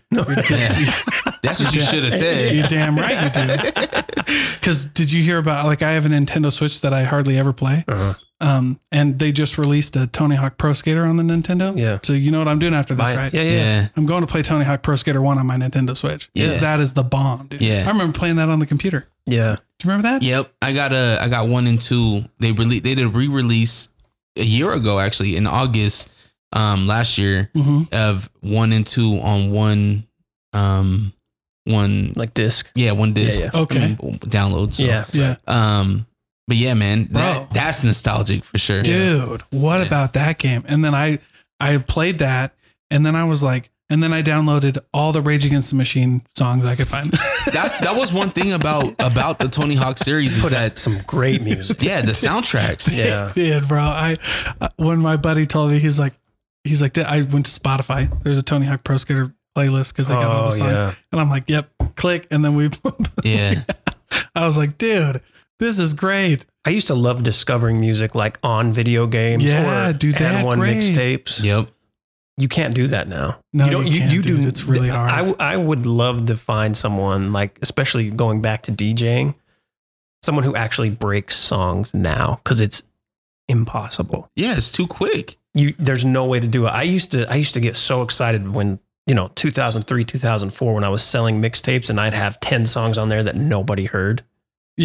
Yeah. that's what you
Yeah.
(laughs)
should have
(laughs)
said. (laughs)
you're damn right you do. Because did you hear about like I have a Nintendo Switch that I hardly ever play,
Uh-huh.
um, and they just released a Tony Hawk Pro Skater on the Nintendo.
Yeah.
So you know what I'm doing after this,
Buy it.
right?
Yeah, yeah. yeah.
Yeah,
I'm going to play Tony Hawk Pro Skater One on my Nintendo Switch. Because
Yeah.
that is the bomb, dude.
Yeah.
I remember playing that on the computer.
Yeah.
Do you remember that?
yep. I got a, I got one and two. They rele they did a re-release a year ago, actually, in August, um, last year
Mm-hmm.
of one and two on one, um, one,
Like disc.
yeah, one disc.
yeah.
Okay.
I mean, downloads. so.
Yeah.
Yeah.
Um, but yeah, man,
Bro.
that, that's nostalgic for sure.
dude what
Yeah.
about that game and then i i played that and then i was like and then i downloaded all the rage against the machine songs i could find (laughs)
That's that was one thing about about the Tony Hawk series is
Put out
that
some great (laughs) music.
yeah, the soundtracks.
(laughs) Yeah.
dude bro i uh, when my buddy told me he's like he's like i went to spotify there's a tony hawk pro skater playlist because they got all the
Oh,
songs
yeah.
and i'm like yep click and then we (laughs)
Yeah.
i was like dude this is great
I used to love discovering music like on video games
Yeah,
or
dude, that
and one
great.
mixtapes.
Yep.
You can't do that now.
No, you can't, dude. It's really hard.
I, I would love to find someone like, especially going back to DJing, someone who actually breaks songs now because it's impossible.
Yeah, it's too quick.
You there's no way to do it. I used to I used to get so excited when you know 2003 2004 when I was selling mixtapes and I'd have 10 songs on there that nobody heard. and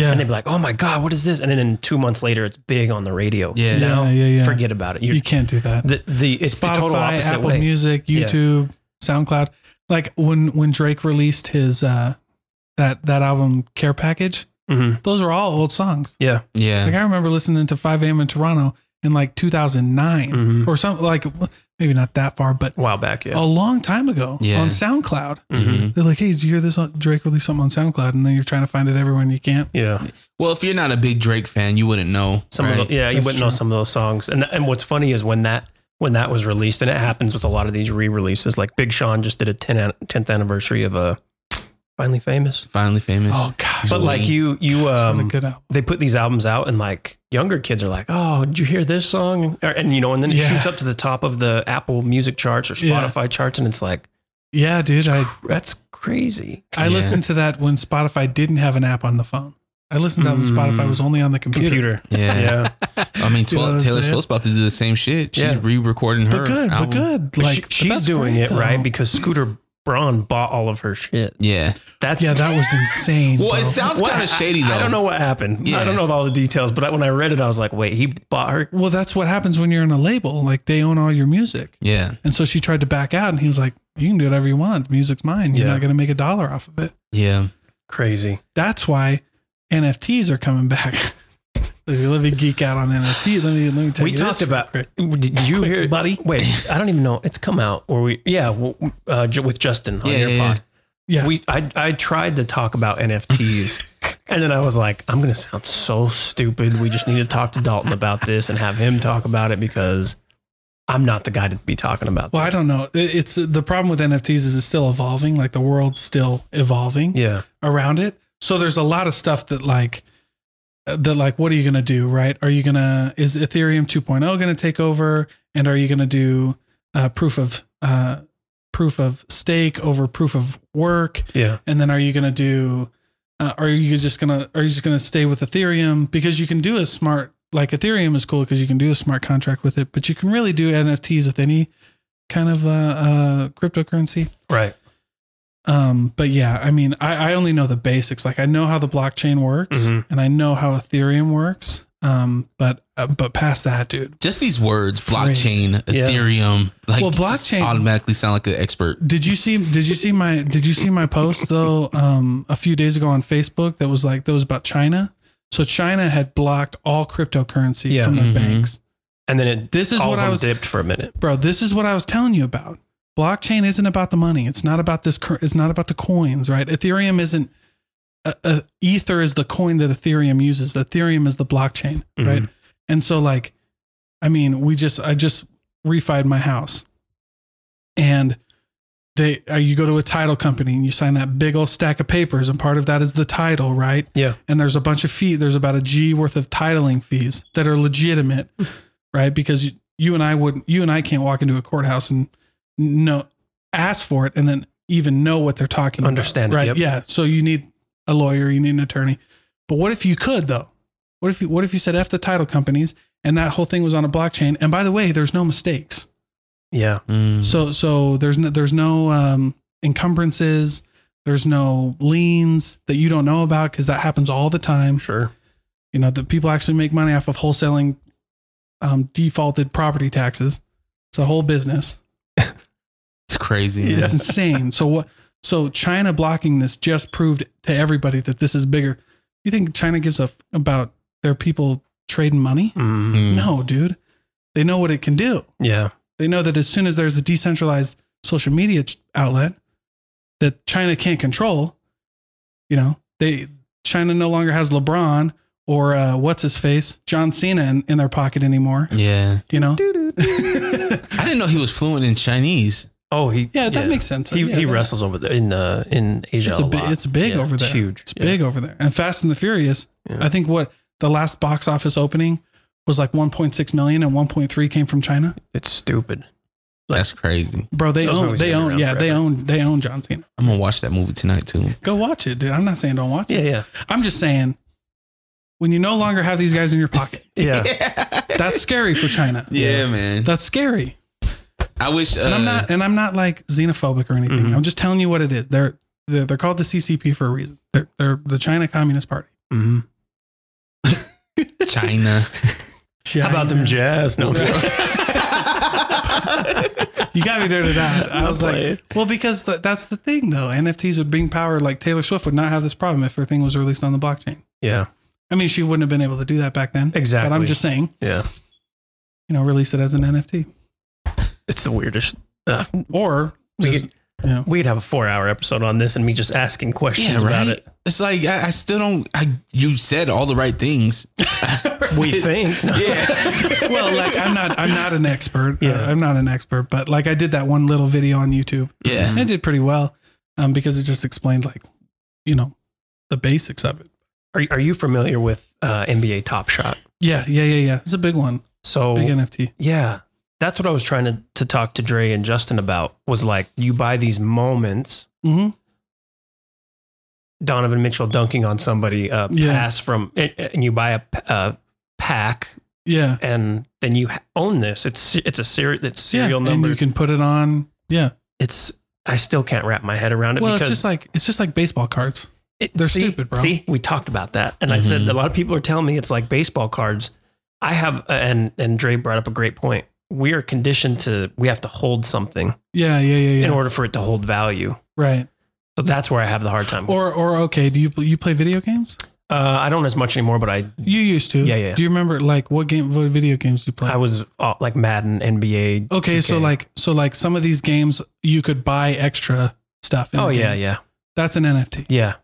yeah
they'd be like, "Oh my god, what is this?" And then in two months later, it's big on the radio.
Yeah.
now
Yeah, yeah, yeah.
forget about it. You're,
you can't do that
the the it's the total opposite
Apple
way.
Music,
Yeah.
YouTube, SoundCloud. Like when when Drake released his uh that that album Care Package,
Mhm.
those are all old songs.
Yeah,
Like
Yeah.
I remember listening to 5 a.m. in Toronto in like 2009
Mhm.
or something like maybe not that far, but
a while back. Yeah,
a long time ago
Yeah.
on SoundCloud.
Mm-hmm.
Mhm.
They're like, hey, did you hear this? on- Drake released something on SoundCloud, and then you're trying to find it everywhere and you can't.
yeah.
Well, if you're not a big Drake fan, you wouldn't know.
Some
right?
of the, yeah, you
That's
wouldn't know
true.
some of those songs. And and what's funny is when that when that was released, and it happens with a lot of these re-releases. Like Big Sean just did a 10, an- 10th anniversary of a Finally Famous.
finally famous.
Oh gosh,
But like you, you
what a
um,
good album.
they put these albums out and like younger kids are like, oh, did you hear this song? Or, and you know, and then it
Yeah.
shoots up to the top of the Apple Music charts or
Yeah.
Spotify charts, and it's like,
Yeah, dude, (sighs) I
that's crazy.
I
Yeah.
listened to that when Spotify didn't have an app on the phone. I listened to that when Spotify
Mm.
was only on the computer.
Computer.
yeah.
Yeah.
I mean,
You know what I'm
Tw- Taylor
saying?
Swift's about to do the same shit. She's
Yeah.
re-recording her.
But good,
album.
but good.
But
Like
she-
but
she's
that's
doing
great,
it right
though.
because Scooter Braun bought all of her shit.
Yeah.
That's
Yeah, that
(laughs)
was insane.
Well, it
bro.
sounds
What-
kind of shady though.
I don't know what happened.
Yeah.
I don't know all the details, but when I read it, I was like, wait, he bought her.
Well, that's what happens when you're in a label. Like they own all your music.
Yeah.
And so she tried to back out and he was like, You can do whatever you want. The music's mine. You're
Yeah.
not gonna make a dollar off of it.
Yeah.
Crazy.
That's why NFTs are coming back. (laughs) Let me- let me geek out on NFT. Let me let me tell
we
you
talked
this real
about.
quick.
Did you hear, buddy? Wait,
(laughs)
I don't even know. It's come out, or we, yeah, w- uh, Ju- with Justin on
Yeah,
your
yeah,
pod.
yeah.
We, I, I tried to talk about
(laughs)
NFTs, and then I was like, I'm gonna sound so stupid. We just need to talk to Dalton about this and have him talk about it because I'm not the guy to be talking about.
Well, I
this.
don't know. It- It's the problem with NFTs is it's still evolving. Like the world's still evolving
Yeah,
around it. So there's a lot of stuff that like uh, that like what are you going to do, right? Are you going to is Ethereum 2.0 going to take over and are you going to do uh, proof of uh, proof of stake over proof of work?
yeah,
And then are you going to do uh, are you just going to are you just going to stay with Ethereum because you can do a smart like Ethereum is cool because you can do a smart contract with it, but you can really do NFTs with any kind of uh, uh, cryptocurrency.
right.
Um, but yeah, I mean, I, I only know the basics. Like I know how the blockchain works
Mhm.
and I know how Ethereum works. Um, but, uh, but past that, dude,
Just these words,
Great.
blockchain,
Yeah.
Ethereum, like
Well,
you just
blockchain-
automatically sound like an expert.
did you see, did you see my, did you see my post though? Um, a few days ago on Facebook that was like, that was about China. So China had blocked all cryptocurrency
Yeah.
from their
Mhm.
banks.
And then it,
This is
all
what
of
I
them
was-
dipped for a minute.
Bro, this is what I was telling you about. Blockchain isn't about the money. It's not about this. cur- It's not about the coins, right? Ethereum isn't. Uh, uh, Ether is the coin that Ethereum uses. Ethereum is the blockchain, right? And so, like, I mean, we just I just refied my house, and they uh, you go to a title company and you sign that big old stack of papers, and part of that is the title, right?
Yeah.
and there's a bunch of fee. There's about a G worth of titling fees that are
(laughs)
legitimate, right? Because you, you and I wouldn't, you and I can't walk into a courthouse and no ask for it and then even know what they're talking
Understand it,
about, right?
yep.
Yeah. So you need a lawyer, you need an attorney. But what if you could though? What if you what if you said f the title companies and that whole thing was on a blockchain? And by the way, there's no mistakes.
Yeah.
So so there's no there's no um, encumbrances. There's no liens that you don't know about because that happens all the time
Sure.
you know, that people actually make money off of wholesaling um, defaulted property taxes. It's a whole business.
It's crazy.
Yeah.
man.
It's insane. So what? So China blocking this just proved to everybody that this is bigger. You think China gives a f- about their people trading money?
(laughs) Mm,
Mm.
No, dude. They know what it can do.
yeah.
They know that as soon as there's a decentralized social media ch- outlet that China can't control, you know, they China no longer has LeBron or uh, what's his face, John Cena in, in their pocket anymore.
Yeah.
You know,
I didn't know he was fluent in Chinese.
Oh, he.
(laughs) yeah, that makes sense.
He
Yeah,
he
that-
wrestles over there in uh in Asia.
It's a,
a
bi-
lot.
it's big
Yeah,
over
it's
there.
huge.
It's
Yeah.
big over there. And Fast and the Furious,
Yeah.
I think what the last box office opening was like 1.6 million and 1.3 came from China.
It's stupid.
That's crazy.
Bro, they
Those
own
movies
they
have been
own
around
yeah, they
forever.
own they own John Cena.
I'm gonna watch that movie tonight too.
Go watch it, dude. I'm not saying don't watch it.
Yeah, yeah,
I'm just saying, when you no longer have these guys in your pocket,
(laughs) yeah.
Yeah,
that's scary for China.
(laughs)
man.
That's scary.
I wish. Uh,
And I'm not and I'm not like xenophobic or anything.
Mhm.
I'm just telling you what it is. They're they're, they're called the CCP for a reason. They're, they're the China Communist Party.
hmm
China.
(laughs)
How about them jazz? No,
You got me there to
(laughs)
that. I
I'll
was
play
like,
it.
well, because th- that's the thing though. NFTs would bring power. Like Taylor Swift would not have this problem if her thing was released on the blockchain.
yeah,
I mean, she wouldn't have been able to do that back then.
Exactly.
But I'm just saying,
yeah.
you know, release it as an NFT
It's the weirdest.
or
We
just,
could-
you know,
We'd have a four-hour episode on this, and me just asking questions about it.
It's like I, I still don't. I you said all the right things.
(laughs) We think.
yeah.
well, like I'm not I'm not an expert.
Yeah.
Uh, I'm not an expert, but like I did that one little video on YouTube.
(laughs) Yeah.
(laughs) And it did pretty well um, because it just explained like, you know, the basics of it.
Are Are you familiar with uh, NBA Top Shot?
Yeah, yeah, yeah, yeah. It's a big one.
So
Big NFT.
Yeah. That's what I was trying to, to talk to Dre and Justin about was like you buy these moments.
Mm-hmm.
Donovan Mitchell dunking on somebody, a
Yeah.
pass from, and- and you buy a, p- a pack,
Yeah.
and then you ha- own this. It's it's a serial, it's
yeah.
serial
And
number.
you can put it on. Yeah.
it's I still can't wrap my head around it
Well, it's
because
just like it's just like baseball cards.
it-
they're
see-
stupid, bro.
See, we talked about that, and I said
Mhm.
a lot of people are telling me it's like baseball cards. I have, uh, and and Dre brought up a great point. We are conditioned to we have to hold something
Yeah, yeah, yeah,
in
yeah.
order for it to hold value.
Right.
So that's where I have the hard time.
Or or okay, do you pl- you play video games?
uh, I don't as much anymore, but I
You used to.
Yeah, yeah.
Do you remember like what game what video games do you play?
I was uh, like Madden, NBA.
okay, so
2K.
like so like some of these games you could buy extra stuff in
oh
the
yeah,
game.
yeah,
That's an NFT.
yeah,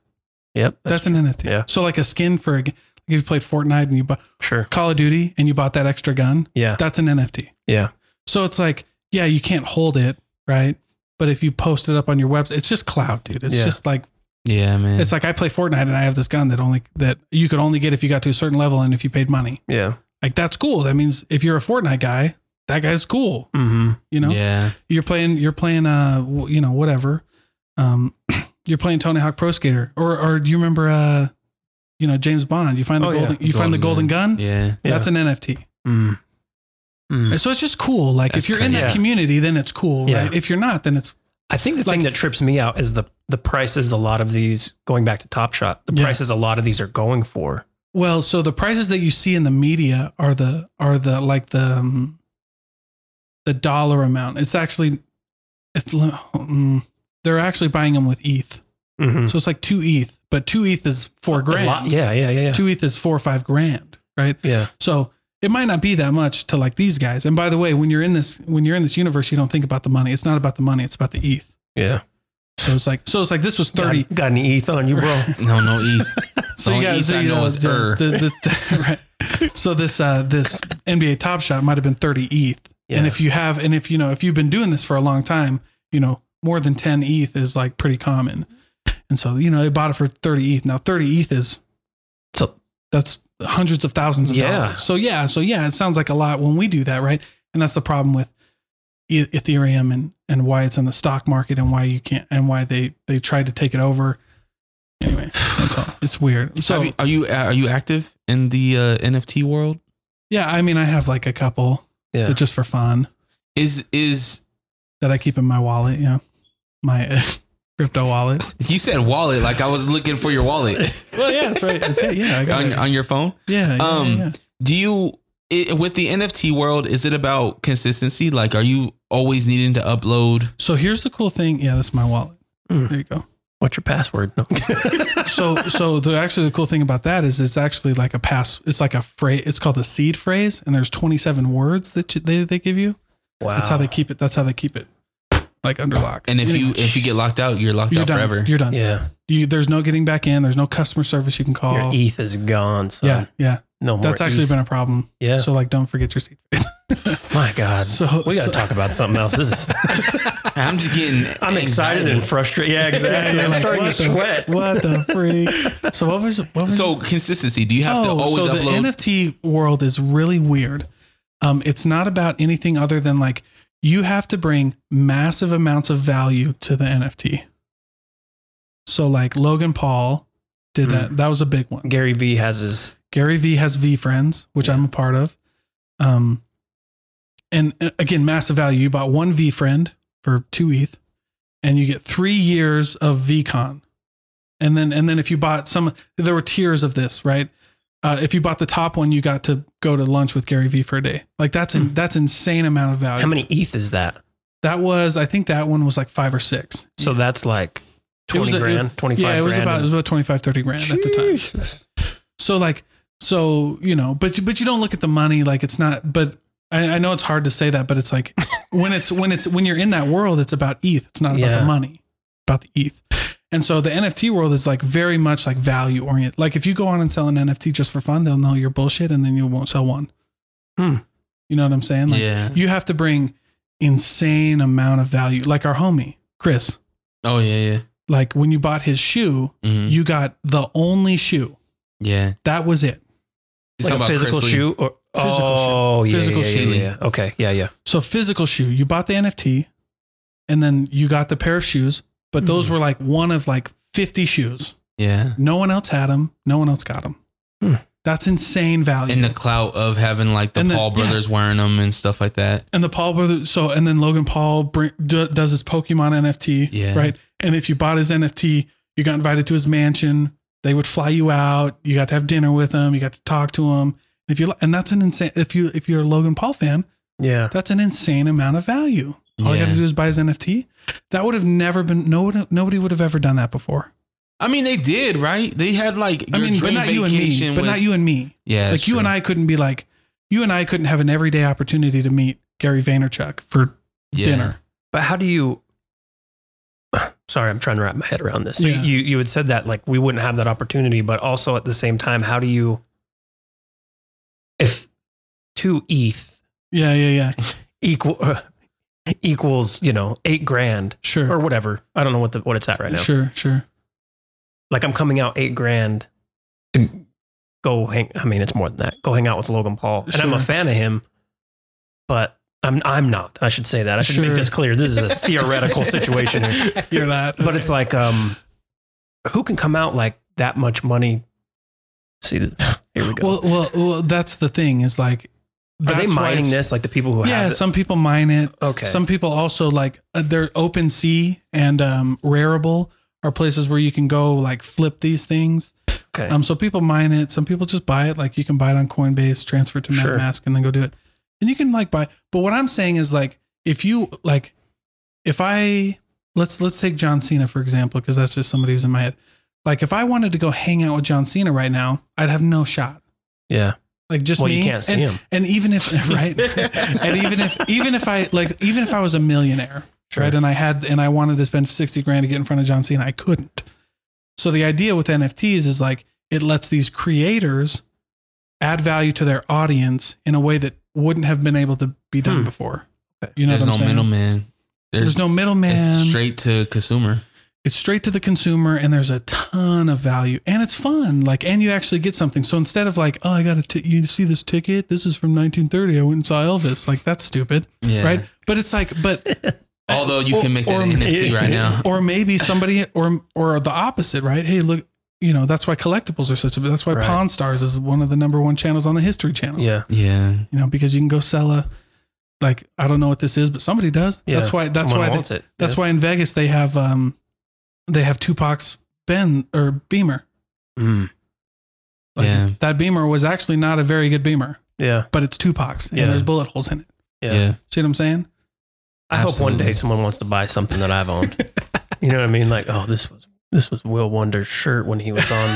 yep.
That's, an NFT.
Yeah.
So like a skin for a g- like if you played Fortnite and you bought
sure.
Call of Duty and you bought that extra gun,
Yeah,
that's an NFT.
yeah,
So it's like, yeah, you can't hold it, right? But if you post it up on your website, it's just cloud, dude. It's
Yeah.
just like
Yeah, man.
it's like I play Fortnite and I have this gun that only that you could only get if you got to a certain level and if you paid money.
yeah.
Like that's cool. That means if you're a Fortnite guy, that guy's cool.
Mm-hmm.
You know,
Yeah.
you're playing you're playing uh w- you know whatever, um, (clears throat) you're playing Tony Hawk Pro Skater or or do you remember uh, you know James Bond? You find the
Oh, yeah.
golden you find the golden gun.
Yeah.
That's an NFT.
Mm. Mm.
So it's just cool. Like
That's
if you're in
crazy.
that
Yeah.
community, then it's cool,
Yeah.
right? If you're not, then it's
I think the
Like-
thing that trips me out is the the prices. A lot of these going back to Top Shot, the
Yeah.
prices a lot of these are going for.
well. So the prices that you see in the media are the are the like the um, the dollar amount. It's actually it's li- mm, they're actually buying them with ETH.
Mm-hmm.
So it's like two ETH, but two ETH is four grand.
Yeah, yeah, yeah, yeah.
Two ETH is four or five grand, right?
yeah.
So it might not be that much to like these guys. And by the way, when you're in this when you're in this universe, you don't think about the money. It's not about the money. It's about the ETH.
Yeah.
So it's like so it's like this was thirty.
Got, got any ETH on you,
(laughs)
bro?
No, no E. ETH.
So you
Only
guys,
ETH
so,
I
you
know
know,
is
the-
ER.
the- the- (laughs) right. so this uh, this NBA Top Shot might have been 30 ETH, and
Yeah.
if you have, and if you know, if you've been doing this for a long time, you know, more than 10 ETH is like pretty common, and so you know they bought it for 30 ETH. Now 30 ETH is
So-
that's hundreds of thousands of
Yeah.
dollars. So yeah, so yeah, it sounds like a lot when we do that, right? And that's the problem with E- Ethereum and and why it's in the stock market and why you can't and why they they tried to take it over. Anyway, that's all. It's weird. So
Have you- are you uh, are you active in the uh, NFT world?
yeah, I mean, I have like a couple
Yeah.
that just for fun
Is is
that I keep in my wallet. Yeah, my (laughs) uh, crypto wallet.
you said wallet? Like I was looking for your wallet
(laughs) well, yeah, that's right. That's it. Yeah, I got
on,
it.
(laughs) on your phone.
Yeah, yeah,
Um,
yeah.
Do you i with the NFT world? Is it about consistency? Like, are you always needing to upload?
So here's the cool thing. Yeah, that's my wallet.
Mm.
There you go.
What's your password?
(laughs)
No.
So, so the actually the cool thing about that is it's actually like a pass. It's like a phrase. It's called the seed phrase, and there's 27 words that you, they they give you.
wow.
That's how they keep it. That's how they keep it like under lock.
And if
Anyway,
you if you get locked out, you're locked
you're
out
done.
forever.
You're done.
yeah.
You, there's no getting back in. There's no customer service you can call.
Your
E.
ETH is gone. Son.
yeah, yeah.
No more.
That's actually
ETH.
been a problem.
Yeah.
So like, don't forget your seat.
My
(laughs)
God.
So
we got to
so-
talk about something else. This is,
(laughs)
(laughs)
I'm just getting.
I'm excited
anxiety.
and frustrated. (laughs) Yeah, exactly.
You're
I'm
like,
starting to
what the- (laughs)
sweat.
What the freak? So what was what was
So consistency. Do you have to always
Oh, so the
upload?
NFT world is really weird. Um, it's not about anything other than like you have to bring massive amounts of value to the NFT. So like Logan Paul did
Hmm.
that. That was a big one.
Gary V has his.
Gary V has V friends, which I'm a part of. Um, and uh, again, massive value. You bought one V friend for two ETH, and you get three years of VCon. And then, and then if you bought some, there were tiers of this, right? Uh, if you bought the top one, you got to go to lunch with Gary V for a day. Like that's in, that's insane amount of value.
Hmm. How many ETH is that?
That was, I think that one was like five or six.
So that's like
It was
20
a- it-
grand, 25
yeah, it was
grand.
about it was about 25, 30 grand at the time. So like, so you know, but but you don't look at the money like it's not. But I, I know it's hard to say that, but it's
(laughs)
like when it's when it's when you're in that world, it's about ETH. It's not about
Yeah.
the money, about the ETH. And so the NFT world is like very much like value oriented. Like if you go on and sell an NFT just for fun, they'll know you're bullshit, and then you won't sell one.
Hmm.
You know what I'm saying? Like
yeah.
you have to bring insane amount of value. Like our homie Chris.
Oh yeah yeah.
Like when you bought his shoe,
Hmm.
Mhm.
you got the only shoe.
Yeah.
That was it.
It's
like
not
a physical
Chris Lee.
shoe or
Physical shoe.
oh, yeah,
Physical
yeah, yeah,
shoe.
yeah, yeah. Okay, yeah, yeah.
So physical shoe, you bought the NFT and then you got the pair of shoes, but those were like one of like 50 shoes.
Yeah.
No one else had them. No one else got them.
Hmm.
That's insane value.
and the clout of having like the
Oh, And the-
Paul brothers wearing them and stuff like that.
and the Paul brother. So and then Logan Paul bring, do, does his Pokemon NFT,
Yeah.
right? And if you bought his NFT, you got invited to his mansion. They would fly you out. You got to have dinner with him. You got to talk to him. If you li- and that's an insane. If you if you're a Logan Paul fan,
Yeah.
that's an insane amount of value. All you got
Yeah.
to do is buy his NFT. That would have never been. No one, nobody would have ever done that before.
I mean, they did right. They had like your
I mean, but
dream
not you and me.
vacation.
But
with,
not you and me.
Yeah,
like you and I couldn't be like, you and I couldn't have an everyday opportunity to meet Gary Vaynerchuk for dinner.
But how do you? (sighs) Sorry, I'm trying to wrap my head around this. So
Yeah.
you you had said that like we wouldn't have that opportunity, but also at the same time, how do you? If two ETH
Yeah, yeah, yeah.
(laughs) equal uh, equals you know eight grand
Sure.
or whatever, I don't know what the what it's at right now.
Sure, sure.
Like I'm coming out eight grand to go hang. I mean, it's more than that. Go hang out with Logan Paul, and I'm a
Sure.
fan of him, but. I'm, I'm not. I should say that. I should
Sure.
make this clear. This is a
(laughs)
theoretical
(laughs)
situation here.
You're that.
but it's like um who can come out like that much money see th- (sighs) here we go
well, well, well, that's the thing is like,
are they
that's why
mining
it's-
this like the people who
Yeah,
have it?
some people mine it.
okay
Some people also like uh, their OpenSea and um, Rareable are places where you can go like flip these things.
okay
Um, so people mine it. Some people just buy it. Like you can buy it on Coinbase, transfer it to
Sure.
MetaMask, and then go do it. And you can like buy. But what I'm saying is like if you like, if I let's let's take John Cena for example, because that's just somebody who's in my head. Like if I wanted to go hang out with John Cena right now, I'd have no shot.
yeah
Like just
well
me.
you can't see
and,
him
and even if (laughs) right, and even if even if I like even if I was a millionaire, right, and I had and I wanted to spend sixty grand to get in front of John Cena, I couldn't. So the idea with NFTs is like it lets these creators add value to their audience in a way that wouldn't have been able to be done
Hmm.
before. You know what
There's
I'm
no
saying?
middleman. There's,
There's
no
no middleman.
It's straight to consumer.
it's straight to the consumer and there's a ton of value and it's fun like and you actually get something so instead of like oh i got a t- you see this ticket this is from 1930 i went and saw elvis like that's stupid
Yeah.
right but it's like but
Although you can make that
Or-
an NFT right
(laughs)
now.
or maybe somebody or or the opposite right hey look you know that's why collectibles are such a that's why
Right.
pawn stars is one of the number one channels on the history channel
yeah
Yeah.
you know because you can go sell a like i don't know what this is but somebody does
yeah
that's why that's
Someone
why they,
wants it
that's why in vegas they have um they have tupac's ben or beamer
why mm.
Like,
Yeah.
That beamer was actually not a very good beamer,
yeah
but it's Tupac's
Yeah.
and there's bullet holes in it.
yeah,
Yeah.
See what I'm saying?
i hope one day
Absolutely.
someone wants to buy something that i've (laughs) owned you know what i mean like oh this was this was will wonder's shirt when he was on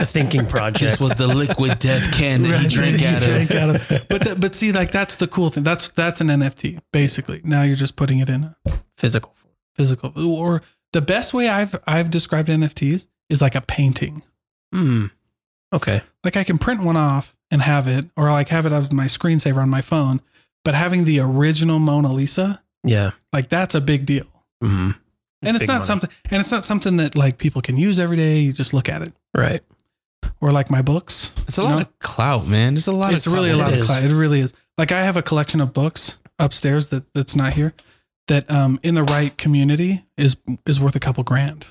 the (laughs) thinking project
This was the liquid death can that he
Right, (laughs)
drank
you
out
drank
of.
out of. But that but see, like that's the cool thing. That's that's an NFT basically. Now you're just putting it in a
physical
physical. Or the best way I've I've described NFTs is like a painting.
Hmm. okay
Like I can print one off and have it, or like have it as my screensaver on my phone. But having the original Mona Lisa,
yeah
like that's a big deal.
mm.
and it's
big
not
money.
something and it's not something that like people can use every day. You just look at it.
right
Or like my books.
It's a
You
lot
know?
of clout, man. It's a lot.
it's
of
really a
clout.
lot
It
of
is.
clout. It really is. Like I have a collection of books upstairs that that's not here that um in the right community is is worth a couple grand.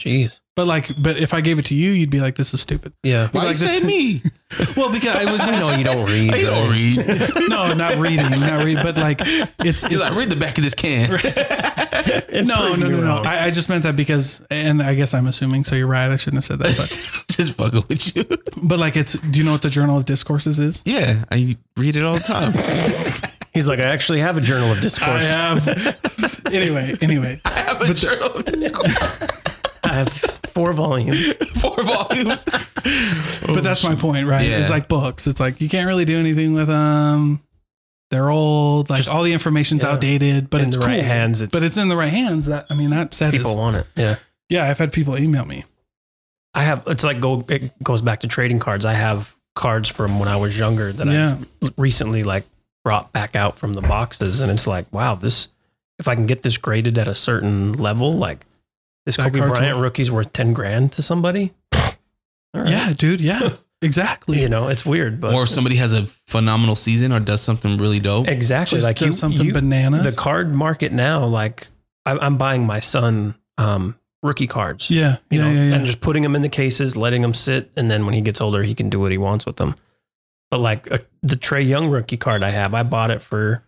jeez
But like but if I gave it to you, you'd be like this is stupid.
yeah
Why
Like
you
this-
say me?
(laughs) Well, because
(laughs)
I was
I know you don't read.
You don't
though.
(laughs) read.
No, not reading, not read, but like it's
You're
it's
like, read the back of this can.
(laughs) no, no, no, no. I, I just meant that because, and I guess I'm assuming. So you're right. I shouldn't have said that. But,
(laughs) Just fucking with you.
but (laughs) like, it's. Do you know what the Journal of Discourses is?
Yeah, I read it all the time.
He's like, I actually have a journal of discourse.
I
(laughs)
have. anyway, anyway,
(laughs) I have a journal
(laughs)
of Discord,
I have four volumes.
four volumes.
but that's my point, right? It's
Yeah.
like books. It's like you can't really do anything with them. They're old. Like
Just-
all the information's
yeah.
outdated, but
in
it's
the right
cool.
hands, it's,
But it's in the right hands. That I mean, (laughs) that said,
people
is-
want it. Yeah,
yeah, I've had people email me.
I have. It's like go. It goes back to trading cards. I have cards from when I was younger that
yeah,
I've recently like brought back out from the boxes, and it's like, wow, this. If I can get this graded at a certain level, like this
That
Kobe
card's
Bryant
worth-
rookie's worth ten grand
(laughs)
to somebody. All right.
yeah, dude,
(laughs)
yeah, exactly.
you know it's weird, but
Or if somebody has a phenomenal season or does something really dope.
exactly
Just
like
does
you,
something
you
bananas.
the card market now like I, i'm buying my son um rookie cards.
Yeah.
You
yeah,
know,
yeah, yeah.
and just putting them in the cases, letting them sit, and then when he gets older, he can do what he wants with them. But like uh, the Trey Young rookie card I have, I bought it for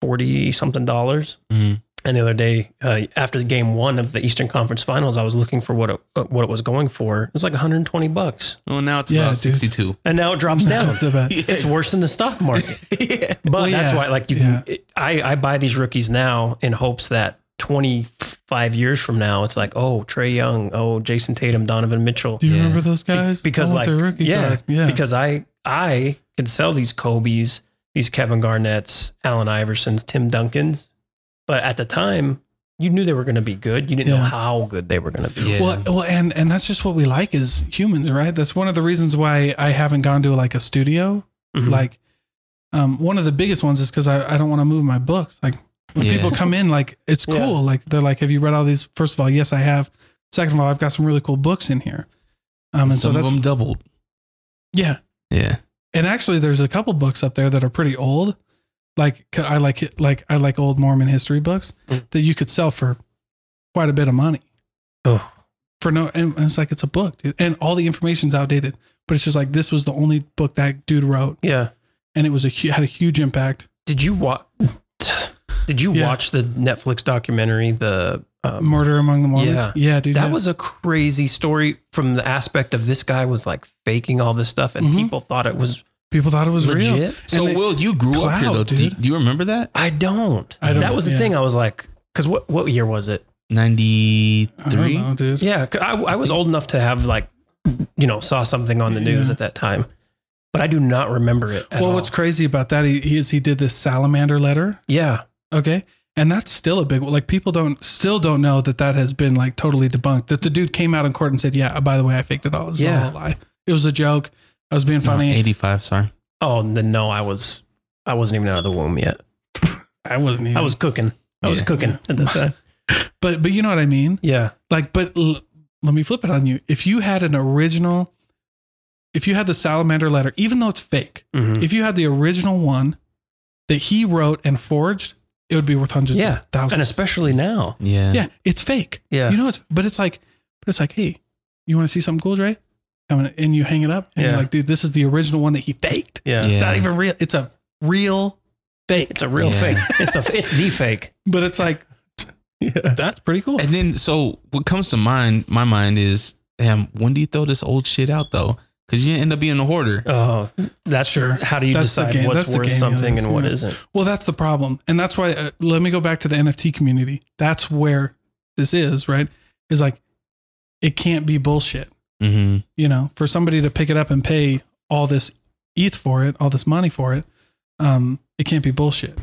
forty something dollars.
Mhm.
And the other day, uh, after game one of the Eastern Conference Finals, I was looking for what it, uh, what it was going for. It was like one hundred and twenty bucks,
Well, now it's
Yeah,
about
dude.
62.
and now
(laughs)
it drops down.
That's about-
it's worse than the stock market.
(laughs)
yeah.
But
Well,
that's
yeah.
why, like, you can. It, I I buy these rookies now in hopes that twenty five years from now, it's like, oh, Trey Young, oh, Jason Tatum, Donovan Mitchell,
Do you
Yeah.
remember those guys?
Be- because,
I want
like,
their rookie
yeah,
card. yeah,
because I I can sell these Kobe's, these Kevin Garnett's, Allen Iversons, Tim Duncans, but at the time. You knew they were going to be good. You didn't know
Yeah.
how good they were going to be.
Yeah.
Well, well, and and that's just what we like as humans, right? That's one of the reasons why I haven't gone to like a studio.
Mm-hmm.
Mhm.
Like, um, one of the biggest ones is because I, I don't want to move my books. Like when
Yeah.
people come in, like it's
Yeah.
cool. Like they're like, have you read all these? First of all, yes, I have. Second of all, I've got some really cool books in here. Um, and
Some
so
of
that's
them doubled.
yeah.
Yeah.
And actually, there's a couple books up there that are pretty old. Like c- I like it- like I like old Mormon history books
Mm.
that you could sell for quite a bit of money.
Oh.
for no, and, and it's like it's a book, dude, and all the information's outdated. But it's just like this was the only book that dude wrote,
yeah.
and it was a hu- had a huge impact.
Did you watch? (sighs) Did you
Yeah.
watch the Netflix documentary? The um,
Murder among the Mormons.
yeah.
Yeah, dude.
That
yeah.
was a crazy story from the aspect of this guy was like faking all this stuff and
Mhm.
people thought it was,
people thought it was
legit.
real.
So,
they-
Will, you grew up here,
Cloud,
though. Do,
dude.
do you remember that?
I don't.
I don't-
That was the
yeah.
thing I was like, because what, what year was it?
I don't
93?
know, dude.
Yeah. 'cause I, I was old enough to have like, you know, saw something on the news
Yeah.
at that time, but I do not remember it. At
well,
all.
what's crazy about that he- he is he did this salamander letter.
yeah.
Okay. And that's still a big like people don't still don't know that that has been like totally debunked. That the dude came out in court and said, "Yeah, by the way, I faked it all. It's
Yeah.
all a lie. It was a joke. I was being
No,
funny.
85, sorry.
Oh, then no, I was, I wasn't even out of the womb yet.
I wasn't even.
I was cooking. I was
Yeah.
cooking at the
(laughs)
time.
but but you know what I mean.
Yeah.
Like, but l- let me flip it on you. If you had an original, if you had the salamander letter, even though it's fake,
Mhm.
if you had the original one that he wrote and forged, it would be worth hundreds
Yeah.
of thousands.
And especially now.
Yeah.
yeah, it's fake.
Yeah.
You know, it's but it's like, but it's like, hey, you want to see something cool, Dre? Come in, and you hang it up, and
Yeah.
you're like, dude, this is the original one that he faked.
yeah.
It's not
Yeah.
even real. It's a real fake.
It's a real
Yeah.
fake. It's the it's the fake.
(laughs) But it's
(laughs)
like,
Yeah.
that's pretty cool.
And then, so what comes to mind, my mind is, damn, when do you throw this old shit out, though? Because you end up being a hoarder.
Oh, that's
Sure.
How do you
That's the
decide
game-
what's
that's the
worth
game, yeah,
something and
that's-
what
yeah.
isn't?
Well, that's the problem, and that's why. Uh, let me go back to the NFT community. That's where this is right. Is like, it can't be bullshit.
Mm-hmm.
You know, for somebody to pick it up and pay all this ETH for it, all this money for it, um, it can't be bullshit.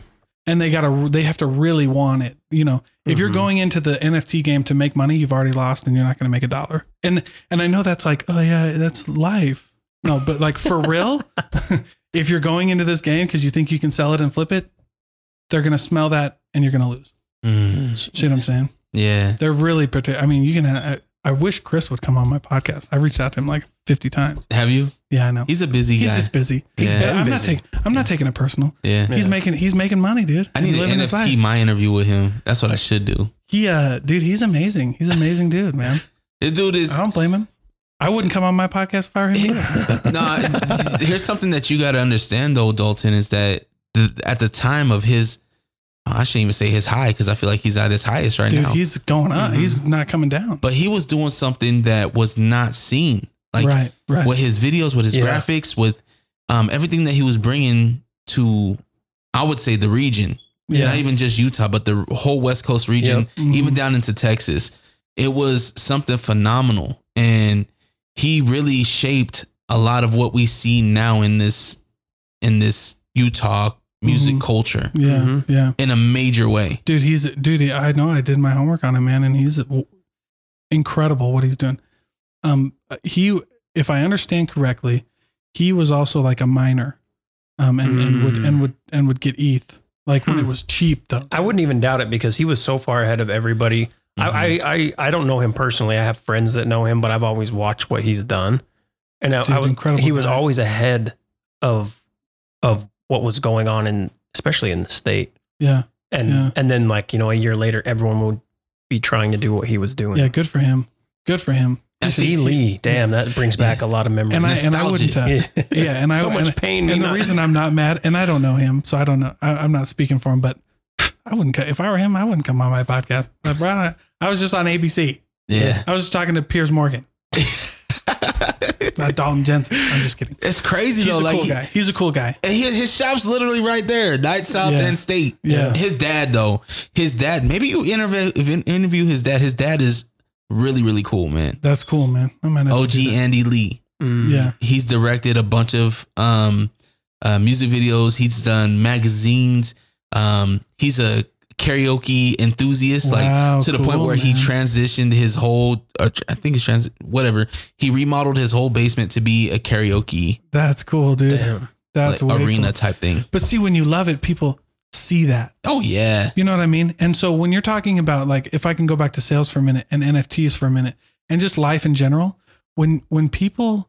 And they gotta, they have to really want it. You know, if you're
Mhm.
going into the NFT game to make money, you've already lost, and you're not gonna make a dollar. And and I know that's like, oh yeah, that's life. No, but like for real, (laughs) if you're going into this game because you think you can sell it and flip it, they're gonna smell that, and you're gonna lose. See what I'm saying?
Mm-hmm. Yeah.
They're really particular. I mean, you can. I, I wish Chris would come on my podcast. I reached out to him like 50 times.
Have you?
Yeah, I know.
He's a busy
He's
guy.
just busy.
He's
But
been
I'm not
busy.
taking. I'm not taking it personal.
yeah.
He's
Yeah.
making. He's making money, dude.
I need
He's
to
living his
NFT
life.
my interview with him. That's what I should do.
He, uh, dude, he's amazing. He's an amazing, dude, man.
(laughs) This dude is
I don't blame him. I wouldn't come on my podcast if I were him. either.
nah, here's something that you got to understand though, Dalton, is that the, at the time of his, I shouldn't even say his high because (laughs) I feel like he's at his highest right
Dude,
now.
he's going up. He's not coming down.
But he was doing something that was not seen, like
right, right.
with his videos, with his
Yeah.
graphics, with um, everything that he was bringing to, I would say the region, not even just Utah, but the whole West Coast region,
Mhm.
even down into Texas. It was something phenomenal. And he really shaped a lot of what we see now in this in this Utah music
Mhm.
culture
Yeah,
Mhm.
yeah.
in a major way.
dude he's dude i know i did my homework on him man and he's incredible what he's doing um he if i understand correctly he was also like a miner um and, and would
Mm.
and would and would get eth like when it
Hmm.
was cheap though
I wouldn't even doubt it because he was so far ahead of everybody. I,
Mm-hmm.
I, I I don't know him personally. I have friends that know him, but I've always watched what he's done. And I,
Dude,
I would-
incredible
he was
guy.
always ahead of of what was going on in especially in the state.
yeah
And
Yeah.
and then like, you know, a year later everyone would be trying to do what he was doing.
Yeah, good for him. Good for him.
See E Lee, damn, that brings back a lot of memories.
And I and I wouldn't. Uh,
(laughs) yeah.
yeah, and I
so much
and-
pain.
And the
not-
reason I'm not mad, and I don't know him, so I don't know. I, I'm not speaking for him, but I wouldn't. co- If I were him, I wouldn't come on my podcast. But Brian, I, I was just on ABC. (laughs)
Yeah.
I was just talking to Piers Morgan, not Uh, Dalton Jensen. I'm just kidding.
it's crazy
(laughs) He's
though.
a
like
cool
he-
guy. He's a cool guy.
And his, his shop's literally right there, night south
Yeah.
and state.
Yeah.
His dad though, his dad. Maybe you interview interview his dad. His dad is really really cool, man.
That's cool, man. I might have to
OG
do that.
Andy Lee.
(laughs) Mm.
Yeah,
He's directed a bunch of um, uh, music videos. He's done magazines. Um, he's a karaoke enthusiast,
Wow,
like to the point
cool,
where he
man. transitioned
transitioned his whole. Uh, tr- I think it's trans. Whatever. He remodeled his whole basement to be a karaoke
that's cool, dude.
Damn.
That's
like,
way
arena
cool.
type thing.
But see, when you love it, people see that.
Oh yeah.
You know what I mean? And so when you're talking about like if I can go back to sales for a minute and NFTs for a minute and just life in general, when when people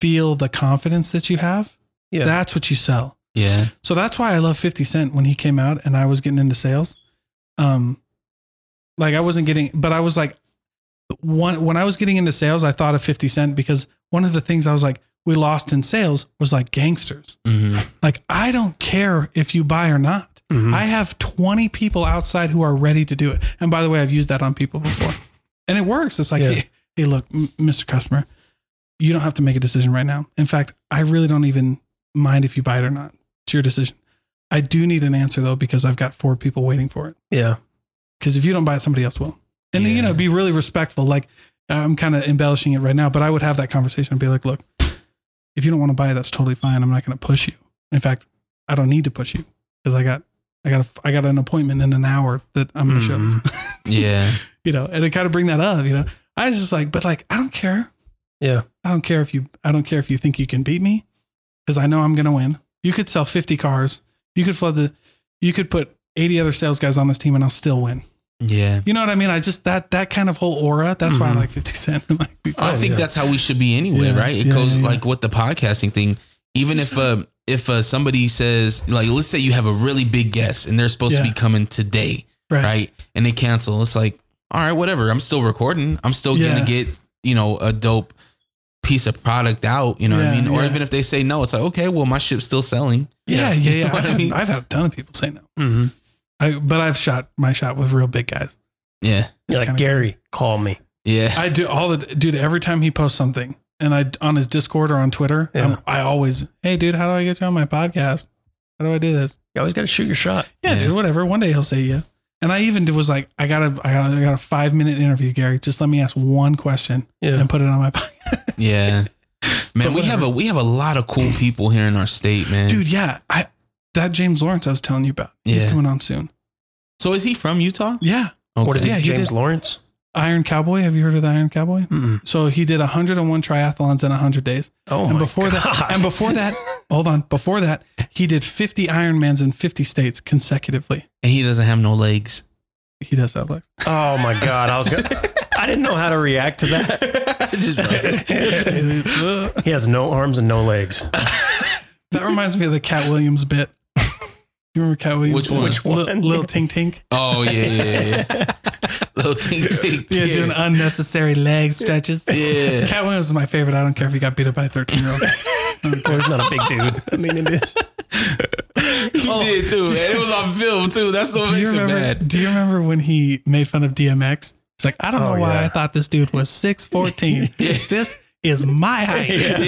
feel the confidence that you have,
Yeah.
that's what you sell.
Yeah.
So that's why I love 50 Cent when he came out and I was getting into sales. Um like I wasn't getting but I was like one when I was getting into sales, I thought of 50 Cent because one of the things I was like we lost in sales was like gangsters.
Mm-hmm.
Like I don't care if you buy or not.
Mhm.
I have 20 people outside who are ready to do it. And by the way, I've used that on people before. and it works. It's like,
Yeah.
hey, hey, look, m- Mr. Customer, you don't have to make a decision right now. In fact, I really don't even mind if you buy it or not. It's your decision. I do need an answer though, because I've got four people waiting for it.
yeah.
Because if you don't buy it, somebody else will. And you
Yeah.
know, be really respectful. Like I'm kind of embellishing it right now, but I would have that conversation and be like, look, if you don't want to buy it, that's totally fine. I'm not going to push you. In fact, I don't need to push you because I got, I got, a, I got an appointment in an hour that I'm going to show.
Yeah.
(laughs) You know, and it kind of bring that up. You know, I was just like, but like, I don't care.
Yeah.
I don't care if you, I don't care if you think you can beat me because I know I'm going to win. You could sell 50 cars. You could flood the, you could put 80 other sales guys on this team and I'll still win.
Yeah.
You know what I mean? I just that that kind of whole aura. That's why I
Mhm.
like Fifty Cent. (laughs) I'm like,
Mm-hmm. I
Oh,
think
yeah.
that's how we should be anyway,
Yeah,
right? It
yeah,
goes
yeah, yeah.
like with the podcasting thing. Even if uh, if uh, somebody says like, let's say you have a really big guest and they're supposed to
Yeah.
be coming today,
right.
right. And they cancel. It's like, all right, whatever. I'm still recording. I'm still
Yeah.
gonna get you know a dope piece of product out. You know what
Yeah,
I mean? Or
yeah.
even if they say no, it's like, okay, well, my ship's still selling.
Yeah, yeah,
(laughs) You
yeah.
know what
I've,
I
had,
mean?
I've had a ton of people say no,
Mhm.
I, but I've shot my shot with real big guys.
Yeah.
It's
You're
kinda-
like Gary, call me.
Yeah.
I do all the dude every time he posts something, and I on his Discord or on Twitter,
Yeah.
I'm- I always, hey, dude, how do I get you on my podcast? How do I do this?
You always got to shoot your shot.
Yeah,
Yeah.
dude, whatever. One day he'll say yeah. And I even was like, I got a, I got, I got a five minute interview, Gary. Just let me ask one question
Yeah.
and put it on my (laughs) podcast. (laughs)
yeah. Man, we have a we have a lot of cool people here in our state, man.
Dude, yeah, I that James Lawrence I was telling you about. He's
Yeah.
coming on soon.
So is he from Utah?
Yeah,
What is
Yeah,
it,
he
James
did.
Lawrence? Mm-hmm.
Iron Cowboy. Have you heard of the Iron Cowboy?
Mm-mm.
So he did 101 triathlons in 100 days.
Oh,
and
my
before that,
God.
and before that, hold on. Before that, he did 50 Ironmans in 50 states consecutively.
And he doesn't have no (laughs) legs.
He does have legs. (laughs)
oh my God, I was. (laughs) Gonna, I didn't know how to react to that.
that
he has no arms and no legs.
reminds me of the Cat Williams bit. You remember Cat Williams?
Which one? Which
Lil,
one?
Lil Tink Tink.
(laughs) Oh yeah, yeah, yeah. yeah. Little tink tink.
Yeah, doing unnecessary leg stretches.
Yeah.
Cat Williams is my favorite. I don't care if he got beat up by a 13 year old.
Well, he's not a big dude. (laughs) I mean, it is.
he did too, and it was on film too. That's what
Oh, do you
makes it
remember?
bad.
Do you remember when he made fun of DMX? He's like, I don't
Oh,
know why
yeah.
I thought this dude was six
(laughs)
fourteen. This is my height. (laughs)
Yeah,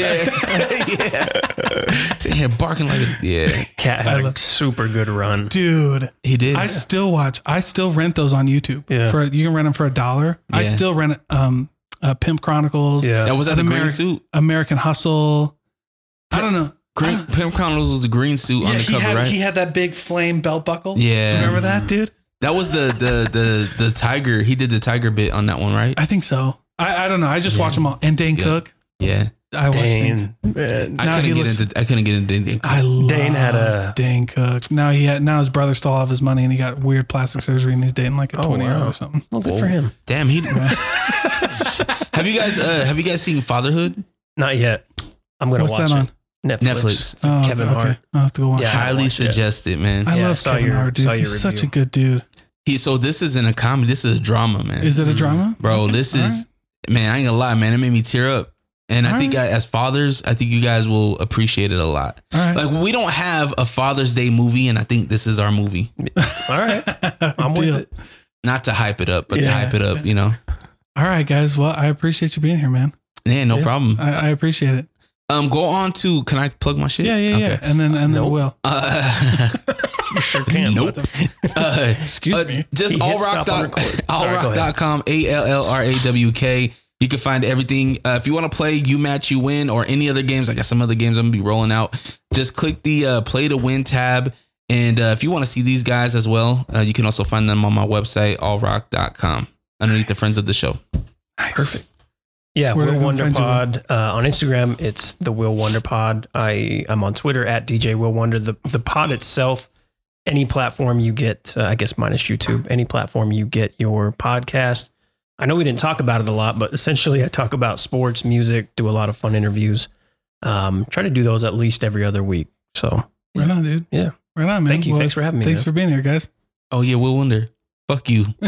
yeah. Sitting here barking like a yeah.
Cat
I
had
love-
a super good run.
Dude,
He did.
I still watch. I still rent those on YouTube.
Yeah.
for you can rent them for a dollar. I
Yeah.
still rent um, uh, Pimp Chronicles,
Yeah.
that was at the
An
green
Ameri-
suit.
American Hustle. I don't know. (laughs)
Green, Pim Chronicles was the green suit on
yeah,
the
he
cover,
had
right?
he had that big flame belt buckle.
Yeah.
Do you remember that, dude?
that was the the the the tiger. He did the tiger bit on that one, right?
I think so. I, I don't know. I just
Yeah.
watch them all. And Dane
It's good.
Cook,
Yeah.
I watched Dane.
Dane. Man.
I
Now he
couldn't get
looks-
into. I couldn't get into.
(laughs)
Ding Ding.
I love
Dane had a-
Dane Cook. Now he had now his brother stole all of his money and he got weird plastic surgery and he's dating like a
Oh,
20 year old
wow.
or something.
Well, good
Whoa.
for him.
(laughs)
Damn. He. (laughs) have you guys? Uh, have you guys seen Fatherhood?
Not yet. I'm gonna
What's
watch
that on? Oh,
it. Netflix.
Netflix.
It's Kevin Hart.
I'll have to go watch.
Yeah. I
Yeah,
haven't
Highly
watched it.
suggested, man.
I
Yeah, I
love
saw
Kevin
your-
Hart, dude.
saw your
He's such a
review.
good dude.
He so this isn't a comedy. This is a drama, man.
Is it a drama?
Mm-hmm. Bro, this
All
is man. I ain't gonna lie, man. It made me tear up. And I
All
think I, as fathers, I think you guys will appreciate it a lot.
All right.
Like we don't have a Father's Day movie, and I think this is our movie.
All right. I'm with
Deal.
it.
Not to hype it up, but to
Yeah.
hype it up, you know.
All right, guys. Well, I appreciate you being here, man.
Yeah, no
Yeah.
problem.
I, I appreciate it.
Um, go on to. Can I plug my shit?
Yeah, yeah, yeah.
Okay.
And then and then
Nope.
Will.
Uh, (laughs)
You sure can.
Nope. uh,
Excuse
Uh,
me.
Just
He hit stop on
allrock.com.
record. Sorry, go ahead.
Allrock.com. A L L R A W K. You can find everything. Uh, if you want to play You Match, You Win, or any other games, I got some other games I'm going to be rolling out. Just click the uh, Play to Win tab. And uh, if you want to see these guys as well, uh, you can also find them on my website, allrock.com, underneath the Friends of the Show.
Nice.
perfect. Yeah,
Where
Will
they gonna
Wonder
find you?
Pod. Uh, on Instagram, it's the Will Wonder Pod. I, I'm on Twitter at DJ Will Wonder. The, the pod itself, any platform you get, uh, I guess minus YouTube, any platform you get your podcast. I know we didn't talk about it a lot, but essentially I talk about sports, music, do a lot of fun interviews. Um, try to do those at least every other week. So
Right on, dude.
Yeah.
Right on, man.
thank you.
Well,
thanks for having me.
thanks for being here,
(laughs)
guys.
Oh, yeah, Will Wonder. Fuck you. (laughs)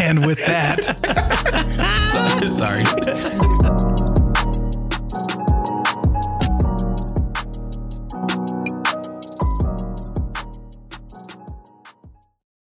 And with that.
Sorry.